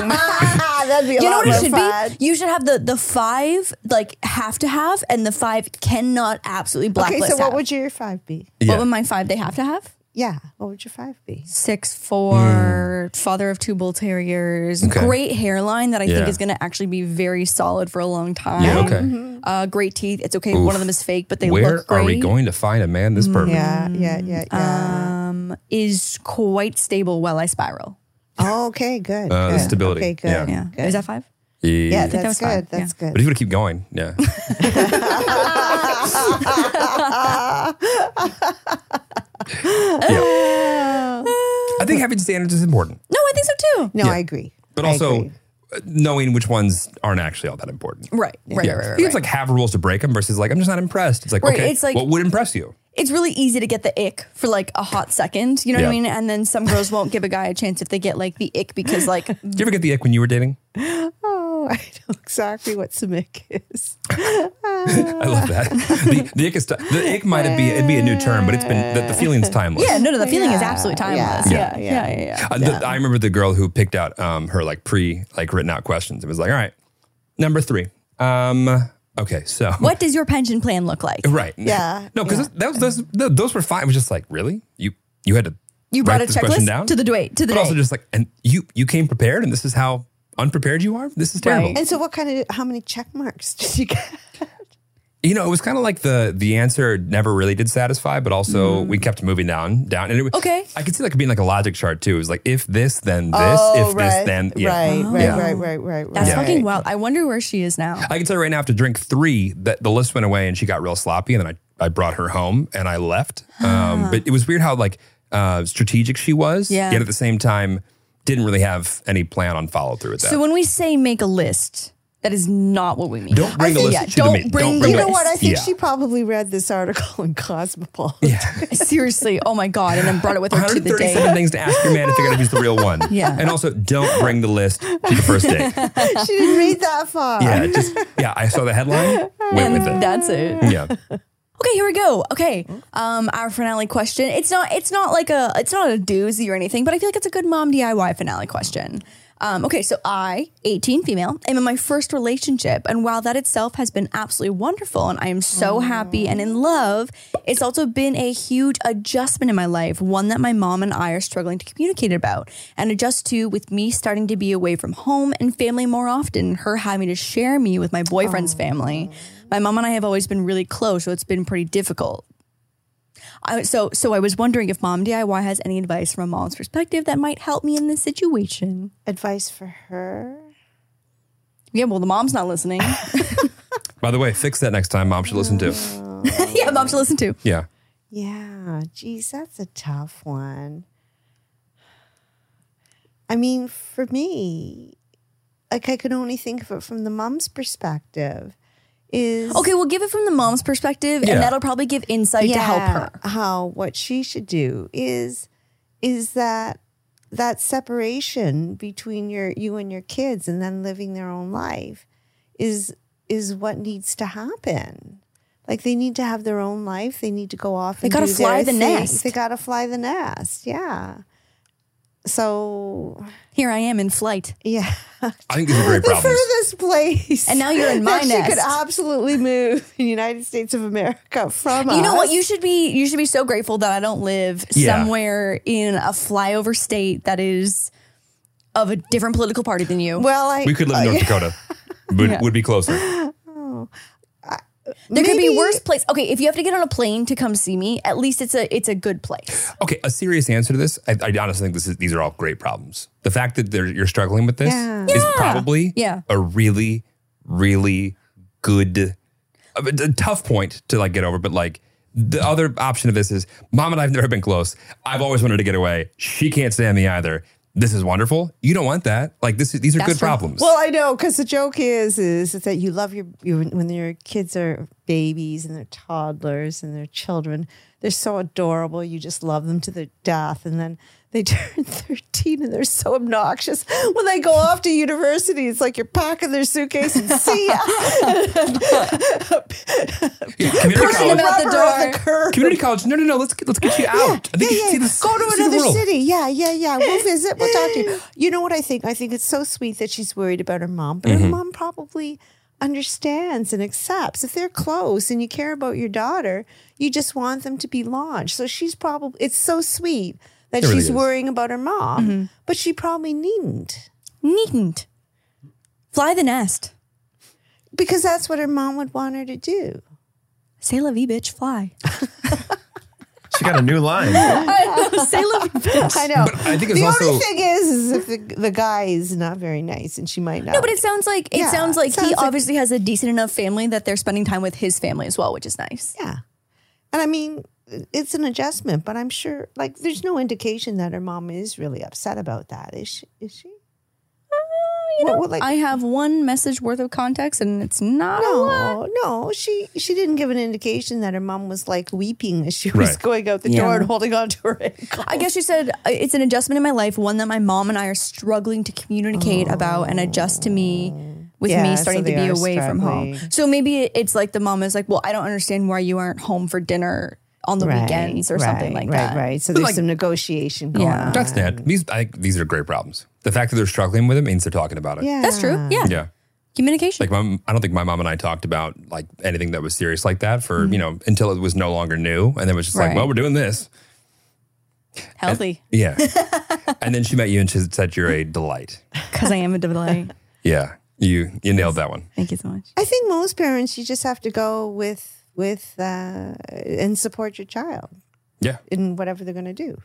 [SPEAKER 3] That'd be a
[SPEAKER 1] you know
[SPEAKER 3] lot
[SPEAKER 1] what it
[SPEAKER 3] more
[SPEAKER 1] should
[SPEAKER 3] fun.
[SPEAKER 1] be? You should have the the five like have to have, and the five cannot absolutely blacklist.
[SPEAKER 3] Okay, so what
[SPEAKER 1] have.
[SPEAKER 3] would your five be?
[SPEAKER 1] what would my five they have to have?
[SPEAKER 3] Yeah, what would your five be?
[SPEAKER 1] Six four,
[SPEAKER 2] Mm.
[SPEAKER 1] father of two bull terriers,
[SPEAKER 3] Okay.
[SPEAKER 1] great hairline that I think
[SPEAKER 3] Yeah.
[SPEAKER 1] is going to actually be very solid for a long time.
[SPEAKER 2] Yeah, okay.
[SPEAKER 3] Mm-hmm.
[SPEAKER 1] Uh, great teeth. It's okay. if
[SPEAKER 2] Oof.
[SPEAKER 1] One of them is fake, but they
[SPEAKER 2] Where
[SPEAKER 1] look great.
[SPEAKER 2] are we going to find a man
[SPEAKER 3] Mm,
[SPEAKER 2] this perfect?
[SPEAKER 3] Yeah, yeah, yeah, yeah.
[SPEAKER 1] Um, is quite stable while I spiral.
[SPEAKER 3] Oh, okay, good.
[SPEAKER 2] Uh, the
[SPEAKER 3] good.
[SPEAKER 2] stability,
[SPEAKER 3] Okay, good.
[SPEAKER 2] yeah.
[SPEAKER 1] Yeah. Is that five?
[SPEAKER 3] Yeah,
[SPEAKER 2] Yeah.
[SPEAKER 3] that's
[SPEAKER 1] was
[SPEAKER 3] good.
[SPEAKER 1] fine.
[SPEAKER 3] That's
[SPEAKER 2] But if you want to keep going, yeah.
[SPEAKER 3] good.
[SPEAKER 2] I think having standards is important,
[SPEAKER 1] No, I think so too.
[SPEAKER 3] no,
[SPEAKER 2] Yeah.
[SPEAKER 3] I agree.
[SPEAKER 2] but
[SPEAKER 3] I
[SPEAKER 2] also
[SPEAKER 3] agree.
[SPEAKER 2] uh, knowing which ones aren't actually all that important.
[SPEAKER 1] Right, right,
[SPEAKER 2] Yeah.
[SPEAKER 1] right, right,
[SPEAKER 2] I
[SPEAKER 1] right.
[SPEAKER 2] think It's like have rules to break them versus like I'm just not impressed. It's like
[SPEAKER 1] Right,
[SPEAKER 2] okay,
[SPEAKER 1] it's like-
[SPEAKER 2] what would impress you?
[SPEAKER 1] It's really easy to get the ick for like a hot second. You know what I
[SPEAKER 2] Yeah.
[SPEAKER 1] mean? And then some girls won't give a guy a chance if they get like the ick because like
[SPEAKER 2] Did you ever get the ick when you were dating?
[SPEAKER 3] Oh, I know exactly what Simic is.
[SPEAKER 2] I love that. The, the ick is ti- the ick might be it'd be a new term, but it's been the, the feeling's timeless.
[SPEAKER 1] Yeah, no, no, the feeling is absolutely timeless. Yeah, yeah, yeah, yeah.
[SPEAKER 2] Uh, the- I remember the girl who picked out um, her like pre like written out questions. It was like, all right, number three. Um, okay, so
[SPEAKER 1] What does your pension plan look like?
[SPEAKER 2] Right. No, because those, those no, those were fine. It was just like, really, you you had to
[SPEAKER 1] You brought
[SPEAKER 2] write
[SPEAKER 1] a
[SPEAKER 2] this question
[SPEAKER 1] checklist
[SPEAKER 2] down
[SPEAKER 1] to the date. To the
[SPEAKER 2] but
[SPEAKER 1] date.
[SPEAKER 2] also just like, and you you came prepared, and this is how unprepared you are. This is terrible.
[SPEAKER 3] And so, what kind of how many check marks did you get?
[SPEAKER 2] You know, it was kind of like the the answer never really did satisfy, but also we kept moving down, down. And it, was-
[SPEAKER 3] Mm-hmm. Okay.
[SPEAKER 2] I could see like being like a logic chart too. It was like if this, then this.
[SPEAKER 3] Oh,
[SPEAKER 2] if
[SPEAKER 3] right,
[SPEAKER 2] this, then yeah.
[SPEAKER 3] right, right,
[SPEAKER 2] Yeah.
[SPEAKER 3] right, right, right.
[SPEAKER 1] Oh. That's
[SPEAKER 2] Yeah.
[SPEAKER 1] fucking wild. I wonder where she is now.
[SPEAKER 2] I can tell you right now, after drink three, that the list went away and she got real sloppy. And then I, I brought her home and I left. Um, but it was weird how like uh, strategic she was,
[SPEAKER 1] Yeah.
[SPEAKER 2] yet at the same time didn't really have any plan on follow through with that.
[SPEAKER 1] So when we say make a list, that is not what we mean.
[SPEAKER 2] Don't bring
[SPEAKER 1] I
[SPEAKER 2] the
[SPEAKER 1] think-
[SPEAKER 2] list to the
[SPEAKER 1] don't
[SPEAKER 2] meeting.
[SPEAKER 1] bring
[SPEAKER 2] Don't
[SPEAKER 1] the
[SPEAKER 2] bring
[SPEAKER 3] You
[SPEAKER 2] the
[SPEAKER 3] know
[SPEAKER 2] list.
[SPEAKER 3] what? I think
[SPEAKER 2] Yeah.
[SPEAKER 3] she probably read this article in Cosmopolitan.
[SPEAKER 1] Seriously, oh my god! And then brought it with her to the
[SPEAKER 2] 137
[SPEAKER 1] day.
[SPEAKER 2] things to ask your man if you're going to use the real one.
[SPEAKER 1] Yeah.
[SPEAKER 2] And also, don't bring the list to the first date.
[SPEAKER 3] she didn't read that far.
[SPEAKER 2] Yeah, it just yeah. I saw the headline. Went with it.
[SPEAKER 1] That's it.
[SPEAKER 2] Yeah.
[SPEAKER 1] Okay, here we go. Okay, um, our finale question. It's not. It's not like a. It's not a doozy or anything, but I feel like it's a good mom DIY finale question. Um, okay, so I, 18 female, am in my first relationship. And while that itself has been absolutely wonderful and I am so happy and in love, it's also been a huge adjustment in my life, one that my mom and I are struggling to communicate about and adjust to with me starting to be away from home and family more often, her having to share me with my boyfriend's family. My mom and I have always been really close, so it's been pretty difficult. I, so, so I was wondering if Mom DIY has any advice from a mom's perspective that might help me in this situation.
[SPEAKER 3] Advice for her?
[SPEAKER 1] Yeah, well, the mom's not listening.
[SPEAKER 2] By the way, fix that next time. Mom should listen to.
[SPEAKER 1] yeah, mom should listen to.
[SPEAKER 2] Yeah.
[SPEAKER 3] Yeah, geez, that's a tough one. I mean, for me, like I can only think of it from the mom's perspective. Is
[SPEAKER 1] Okay, we'll give it from the mom's perspective,
[SPEAKER 3] Yeah.
[SPEAKER 1] and that'll probably give insight to help her.
[SPEAKER 3] How what she should do is is that that separation between your you and your kids and then living their own life is is what needs to happen. Like they need to have their own life. They need to go off.
[SPEAKER 1] They
[SPEAKER 3] and
[SPEAKER 1] gotta
[SPEAKER 3] do
[SPEAKER 1] fly
[SPEAKER 3] their
[SPEAKER 1] the
[SPEAKER 3] things.
[SPEAKER 1] nest.
[SPEAKER 3] They gotta fly the nest. Yeah. So
[SPEAKER 1] here I am in flight.
[SPEAKER 3] Yeah,
[SPEAKER 2] I think these are great
[SPEAKER 3] the
[SPEAKER 2] problems.
[SPEAKER 3] furthest place.
[SPEAKER 1] And now you're in my
[SPEAKER 3] that She could
[SPEAKER 1] nest.
[SPEAKER 3] absolutely move in the United States of America from us.
[SPEAKER 1] You know what? You should be you should be so grateful that I don't live
[SPEAKER 3] Yeah.
[SPEAKER 1] somewhere in a flyover state that is of a different political party than you.
[SPEAKER 3] Well, I
[SPEAKER 2] We could
[SPEAKER 1] Oh,
[SPEAKER 2] live in North Dakota. Would, would be closer.
[SPEAKER 1] There could be
[SPEAKER 3] Maybe-
[SPEAKER 1] worse place. Okay, if you have to get on a plane to come see me, at least it's a it's a good place.
[SPEAKER 2] Okay, a serious answer to this. I, I honestly think this is, these are all great problems. The fact that they're- you're struggling with this
[SPEAKER 1] Yeah.
[SPEAKER 2] is
[SPEAKER 1] Yeah.
[SPEAKER 2] probably
[SPEAKER 1] Yeah.
[SPEAKER 2] a really, really good, a, a tough point to like get over. But like the other option of this is, mom and I have never been close. I've always wanted to get away. She can't stand me either. This is wonderful. You don't want that. Like this, is, these are good problems.
[SPEAKER 3] Well, I know because the joke is, is that you love your, your when your kids are babies and they're toddlers and they're children. They're so adorable. You just love them to their death, and then they turn thirteen and they're so obnoxious when they go off to university. It's like you're packing their suitcase and see ya.
[SPEAKER 2] Yeah, community
[SPEAKER 3] Pushing
[SPEAKER 2] college.
[SPEAKER 3] them out the door.
[SPEAKER 2] Community college. No, no, no. Let's get, let's get you out. I think you
[SPEAKER 3] yeah,
[SPEAKER 2] should see
[SPEAKER 3] yeah.
[SPEAKER 2] this.
[SPEAKER 3] Go to
[SPEAKER 2] see the
[SPEAKER 3] another
[SPEAKER 2] world.
[SPEAKER 3] city. Yeah, yeah, yeah. We'll visit. We'll talk to you. You know what I think? I think it's so sweet that she's worried about her mom, but her
[SPEAKER 2] Mhm.
[SPEAKER 3] mom probably understands and accepts. If they're close and you care about your daughter, you just want them to be launched. So she's probably, it's so sweet that
[SPEAKER 2] It really
[SPEAKER 3] she's
[SPEAKER 2] is. Mm-hmm.
[SPEAKER 3] worrying about her mom, but she probably needn't.
[SPEAKER 1] Needn't. Fly the nest.
[SPEAKER 3] Because that's what her mom would want her to do.
[SPEAKER 1] Say la vie, bitch, fly.
[SPEAKER 5] She got a new line.
[SPEAKER 1] I know, say la vie, bitch.
[SPEAKER 3] I know.
[SPEAKER 5] But I think it's
[SPEAKER 3] the
[SPEAKER 5] also-
[SPEAKER 3] only thing is, is if the, the guy is not very nice, and she might not.
[SPEAKER 1] No, but it sounds like it
[SPEAKER 3] Yeah,
[SPEAKER 1] sounds like
[SPEAKER 3] sounds
[SPEAKER 1] he
[SPEAKER 3] like-
[SPEAKER 1] obviously has a decent enough family that they're spending time with his family as well, which is nice.
[SPEAKER 3] Yeah. And I mean, it's an adjustment, but I'm sure, like, there's no indication that her mom is really upset about that, is she? Is she?
[SPEAKER 1] You know,
[SPEAKER 3] Well, well, like-
[SPEAKER 1] I have one message worth of context, and it's not a lot.
[SPEAKER 3] No, no, she she didn't give an indication that her mom was like weeping as she was
[SPEAKER 1] Right.
[SPEAKER 3] going out the
[SPEAKER 1] Yeah.
[SPEAKER 3] door and holding on to her ankle.
[SPEAKER 1] I guess you said uh, it's an adjustment in my life, one that my mom and I are struggling to communicate about and adjust to me with
[SPEAKER 3] Yeah,
[SPEAKER 1] me
[SPEAKER 3] so
[SPEAKER 1] starting
[SPEAKER 3] they
[SPEAKER 1] to be
[SPEAKER 3] are
[SPEAKER 1] away from home.
[SPEAKER 3] struggling.
[SPEAKER 1] So maybe it- it's like the mom is like, well, I don't understand why you aren't home for dinner on the
[SPEAKER 3] Right,
[SPEAKER 1] weekends or something
[SPEAKER 3] right,
[SPEAKER 1] like
[SPEAKER 3] right,
[SPEAKER 1] that.
[SPEAKER 3] right. So
[SPEAKER 1] But
[SPEAKER 3] there's
[SPEAKER 1] like,
[SPEAKER 3] some negotiation going on.
[SPEAKER 2] That's
[SPEAKER 1] Um,
[SPEAKER 2] that. These I think these are great problems. The fact that they're struggling with it means they're talking about it.
[SPEAKER 1] That's true. Yeah.
[SPEAKER 2] Yeah.
[SPEAKER 1] Communication.
[SPEAKER 2] Like my, I don't think my mom and I talked about like anything that was serious like that for you know until it was no longer new, and then it was just like,
[SPEAKER 1] Mm-hmm. Right.
[SPEAKER 2] well, we're doing this.
[SPEAKER 1] Healthy.
[SPEAKER 2] Yeah. and then she met you and she said you're a delight.
[SPEAKER 1] Because I am a delight.
[SPEAKER 2] Yeah. You you nailed that one.
[SPEAKER 1] Thank you so much.
[SPEAKER 3] I think most parents, you just have to go with with uh, and support your child.
[SPEAKER 2] Yeah.
[SPEAKER 3] In whatever they're going to do,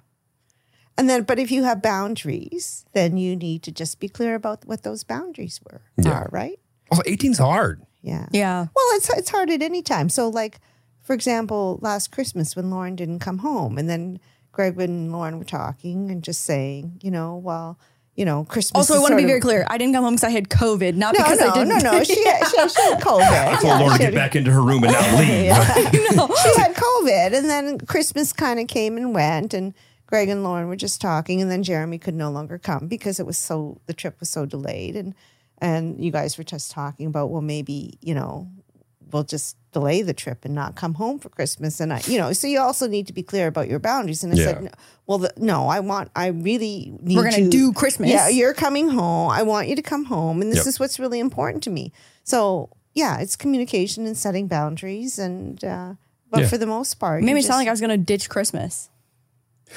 [SPEAKER 3] and then, but if you have boundaries, then you need to just be clear about what those boundaries were.
[SPEAKER 2] Yeah.
[SPEAKER 3] Are right.
[SPEAKER 2] Also, 18's hard.
[SPEAKER 3] Yeah.
[SPEAKER 1] Yeah.
[SPEAKER 3] Well, it's it's hard at any time. So, like for example, last Christmas when Lauren didn't come home, and then Greg and Lauren were talking and just saying, you know, well, you know, Christmas.
[SPEAKER 1] Also, I
[SPEAKER 3] is
[SPEAKER 1] want to be
[SPEAKER 3] sort
[SPEAKER 1] very
[SPEAKER 3] of-
[SPEAKER 1] clear. I didn't come home because I had COVID, not
[SPEAKER 3] No,
[SPEAKER 1] because
[SPEAKER 3] no,
[SPEAKER 1] I didn't.
[SPEAKER 3] no, no. She, she, she had COVID.
[SPEAKER 2] I told Lauren to get back into her room and not leave.
[SPEAKER 3] she had COVID, and then Christmas kind of came and went, and Greg and Lauren were just talking, and then Jeremy could no longer come because it was so the trip was so delayed, and and you guys were just talking about well maybe you know we'll just delay the trip and not come home for Christmas, and I you know so you also need to be clear about your boundaries, and I said
[SPEAKER 11] Yeah.
[SPEAKER 3] no, well the, no I want I really need
[SPEAKER 1] We're gonna
[SPEAKER 3] to-
[SPEAKER 1] do Christmas.
[SPEAKER 3] yeah you're coming home I want you to come home, and this
[SPEAKER 2] Yep.
[SPEAKER 3] is what's really important to me, so. Yeah, it's communication and setting boundaries, and uh, but
[SPEAKER 1] Yeah.
[SPEAKER 3] for the most part,
[SPEAKER 1] Made
[SPEAKER 3] you
[SPEAKER 1] me sound like I
[SPEAKER 3] just-
[SPEAKER 1] was going to ditch Christmas.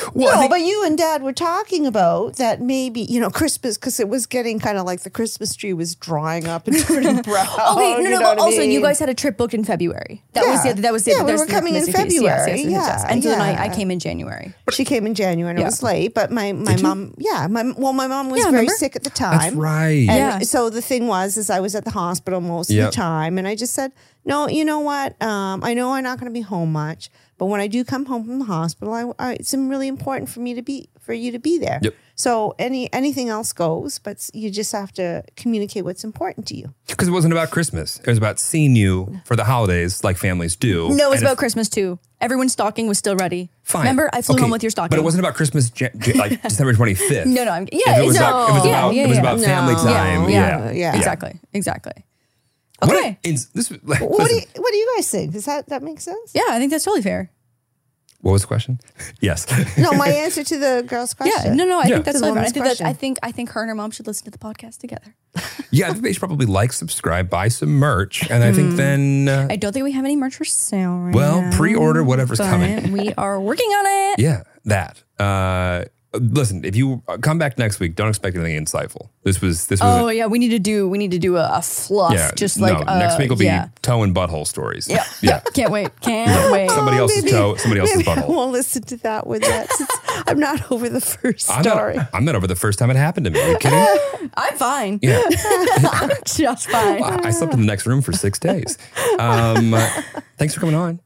[SPEAKER 3] no, but you and Dad were talking about that maybe you know Christmas because it was getting kind of like the Christmas tree was drying up and turning brown.
[SPEAKER 2] Oh,
[SPEAKER 1] okay, Oh, no, no,
[SPEAKER 3] you know
[SPEAKER 1] but
[SPEAKER 3] what I
[SPEAKER 1] also you
[SPEAKER 3] mean?
[SPEAKER 1] guys had a trip booked in February. That was the
[SPEAKER 3] Yeah.
[SPEAKER 1] other, that was the
[SPEAKER 3] Yeah, we
[SPEAKER 1] that was
[SPEAKER 3] were
[SPEAKER 1] the
[SPEAKER 3] coming in
[SPEAKER 1] missing piece. Yes,
[SPEAKER 3] February.
[SPEAKER 1] yes, yes, yes.
[SPEAKER 3] Yeah,
[SPEAKER 1] And so then
[SPEAKER 3] yeah.
[SPEAKER 1] I, I came in January.
[SPEAKER 3] she came in January and
[SPEAKER 1] Yeah.
[SPEAKER 3] it was late, but my my
[SPEAKER 1] Did you?
[SPEAKER 3] mom, yeah, my well, my mom was
[SPEAKER 1] Yeah, I
[SPEAKER 3] very
[SPEAKER 1] remember.
[SPEAKER 3] sick at the time.
[SPEAKER 2] That's right.
[SPEAKER 3] And
[SPEAKER 2] Yeah.
[SPEAKER 3] So the thing was, is I was at the hospital most
[SPEAKER 2] Yep.
[SPEAKER 3] of the time, and I just said, no, you know what? Um, I know I'm not going to be home much, but when I do come home from the hospital, I, I, it's really important for me to be for you to be there.
[SPEAKER 2] Yep.
[SPEAKER 3] So any anything else goes, but s- you just have to communicate what's important to you.
[SPEAKER 2] Because it wasn't about Christmas. It was about seeing you for the holidays like families do.
[SPEAKER 1] No, it was
[SPEAKER 2] And if-
[SPEAKER 1] about Christmas too. Everyone's stocking was still ready.
[SPEAKER 2] Fine.
[SPEAKER 1] Remember, I flew
[SPEAKER 2] Okay,
[SPEAKER 1] home with your stocking.
[SPEAKER 2] But it wasn't about Christmas, Ja- Ja- like December 25th.
[SPEAKER 1] No, no, I'm
[SPEAKER 2] If
[SPEAKER 1] yeah.
[SPEAKER 2] it was
[SPEAKER 1] no.
[SPEAKER 2] about, it was
[SPEAKER 1] yeah,
[SPEAKER 2] about,
[SPEAKER 1] yeah,
[SPEAKER 2] it was
[SPEAKER 1] yeah.
[SPEAKER 2] about family
[SPEAKER 1] No.
[SPEAKER 2] time. Yeah.
[SPEAKER 1] exactly, exactly.
[SPEAKER 2] What
[SPEAKER 1] Okay.
[SPEAKER 2] a- ins- this, like,
[SPEAKER 3] What do
[SPEAKER 2] listen,
[SPEAKER 3] you, what do you guys think? Does that that make sense?
[SPEAKER 1] Yeah, I think that's totally fair.
[SPEAKER 2] what was the question? yes.
[SPEAKER 3] No, my answer to the girl's question.
[SPEAKER 1] Yeah, no, no, I
[SPEAKER 2] Yeah.
[SPEAKER 1] think that's
[SPEAKER 3] The
[SPEAKER 1] totally fair. I
[SPEAKER 3] woman's
[SPEAKER 1] think that I
[SPEAKER 3] question.
[SPEAKER 1] think I think her and her mom should listen to the podcast together.
[SPEAKER 2] yeah, I think they should probably like, subscribe, buy some merch. And I think then, uh,
[SPEAKER 1] Hmm. I don't think we have any merch for sale right
[SPEAKER 2] well,
[SPEAKER 1] now.
[SPEAKER 2] pre order whatever's
[SPEAKER 1] but
[SPEAKER 2] coming.
[SPEAKER 1] We are working on it.
[SPEAKER 2] Yeah, that. Uh, listen, if you uh, come back next week, don't expect anything insightful. This was this was.
[SPEAKER 1] Oh yeah, we need to do we need to do a, a fluff,
[SPEAKER 2] yeah,
[SPEAKER 1] Oh, just like
[SPEAKER 2] no, next
[SPEAKER 1] uh,
[SPEAKER 2] week will be
[SPEAKER 1] yeah.
[SPEAKER 2] toe and butthole stories.
[SPEAKER 1] Yeah.
[SPEAKER 2] yeah.
[SPEAKER 1] Can't wait, can't wait.
[SPEAKER 2] Somebody else's toe, somebody else's
[SPEAKER 3] Oh, maybe I
[SPEAKER 2] butthole.
[SPEAKER 3] won't listen to that one yet. since I'm not over the first
[SPEAKER 2] I'm
[SPEAKER 3] story.
[SPEAKER 2] not, I'm not over the first time it happened to me. Are you kidding?
[SPEAKER 1] I'm fine.
[SPEAKER 2] Yeah.
[SPEAKER 1] I'm just fine.
[SPEAKER 2] I slept in the next room for six days. Um, uh, thanks for coming on.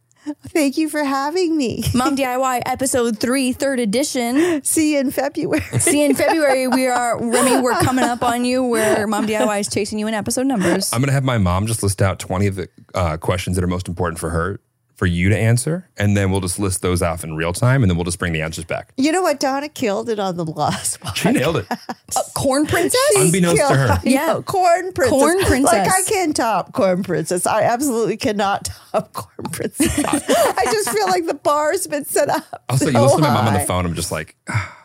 [SPEAKER 3] Thank you for having me.
[SPEAKER 1] Mom DIY episode three, third edition.
[SPEAKER 3] See you in February.
[SPEAKER 1] See you in February. We are Remy. We're coming up on you. Where Mom DIY is chasing you in episode numbers.
[SPEAKER 2] I'm going to have my mom just list out 20 of the uh, questions that are most important for her, for you to answer. And then we'll just list those off in real time. And then we'll just bring the answers back.
[SPEAKER 3] You know what? Donna killed it on the last one.
[SPEAKER 2] She nailed it.
[SPEAKER 1] Uh, corn princess?
[SPEAKER 2] Unbeknownst to her.
[SPEAKER 3] Yeah.
[SPEAKER 1] Yeah.
[SPEAKER 3] corn princess.
[SPEAKER 1] Corn princess.
[SPEAKER 3] Like, I can't top corn princess. I absolutely cannot top corn princess. I just feel like the bar's been set up.
[SPEAKER 2] Also, you
[SPEAKER 3] so
[SPEAKER 2] listen to my mom on the
[SPEAKER 3] high.
[SPEAKER 2] phone. I'm just like, ah,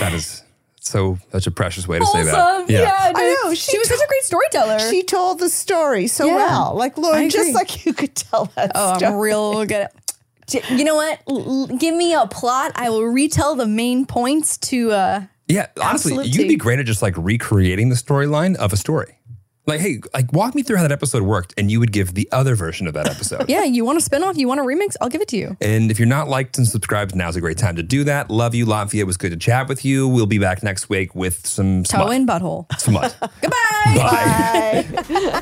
[SPEAKER 2] that is so such a precious way to say
[SPEAKER 1] Awesome.
[SPEAKER 2] that.
[SPEAKER 1] Yeah,
[SPEAKER 3] I
[SPEAKER 1] dude.
[SPEAKER 3] know.
[SPEAKER 1] She was such a great storyteller.
[SPEAKER 3] She told the story so
[SPEAKER 1] Yeah.
[SPEAKER 3] well. Like,
[SPEAKER 1] I
[SPEAKER 3] Lauren, just
[SPEAKER 1] agree.
[SPEAKER 3] like you could tell that
[SPEAKER 1] Oh,
[SPEAKER 3] story.
[SPEAKER 1] I'm real good. At, J- you know what? L- l- give me a plot. I will retell the main points to. uh
[SPEAKER 2] Yeah, honestly,
[SPEAKER 1] Absolute
[SPEAKER 2] you'd be
[SPEAKER 1] tea.
[SPEAKER 2] great at just like recreating the storyline of a story. Like, hey, like walk me through how that episode worked, and you would give the other version of that episode.
[SPEAKER 1] Yeah, you want a spinoff? You want a remix? I'll give it to you.
[SPEAKER 2] And if you're not liked and subscribed, now's a great time to do that. Love you, Latvia. It was good to chat with you. We'll be back next week with some
[SPEAKER 1] Toe
[SPEAKER 2] smut.
[SPEAKER 1] in butthole.
[SPEAKER 2] smut.
[SPEAKER 1] Goodbye.
[SPEAKER 2] Bye.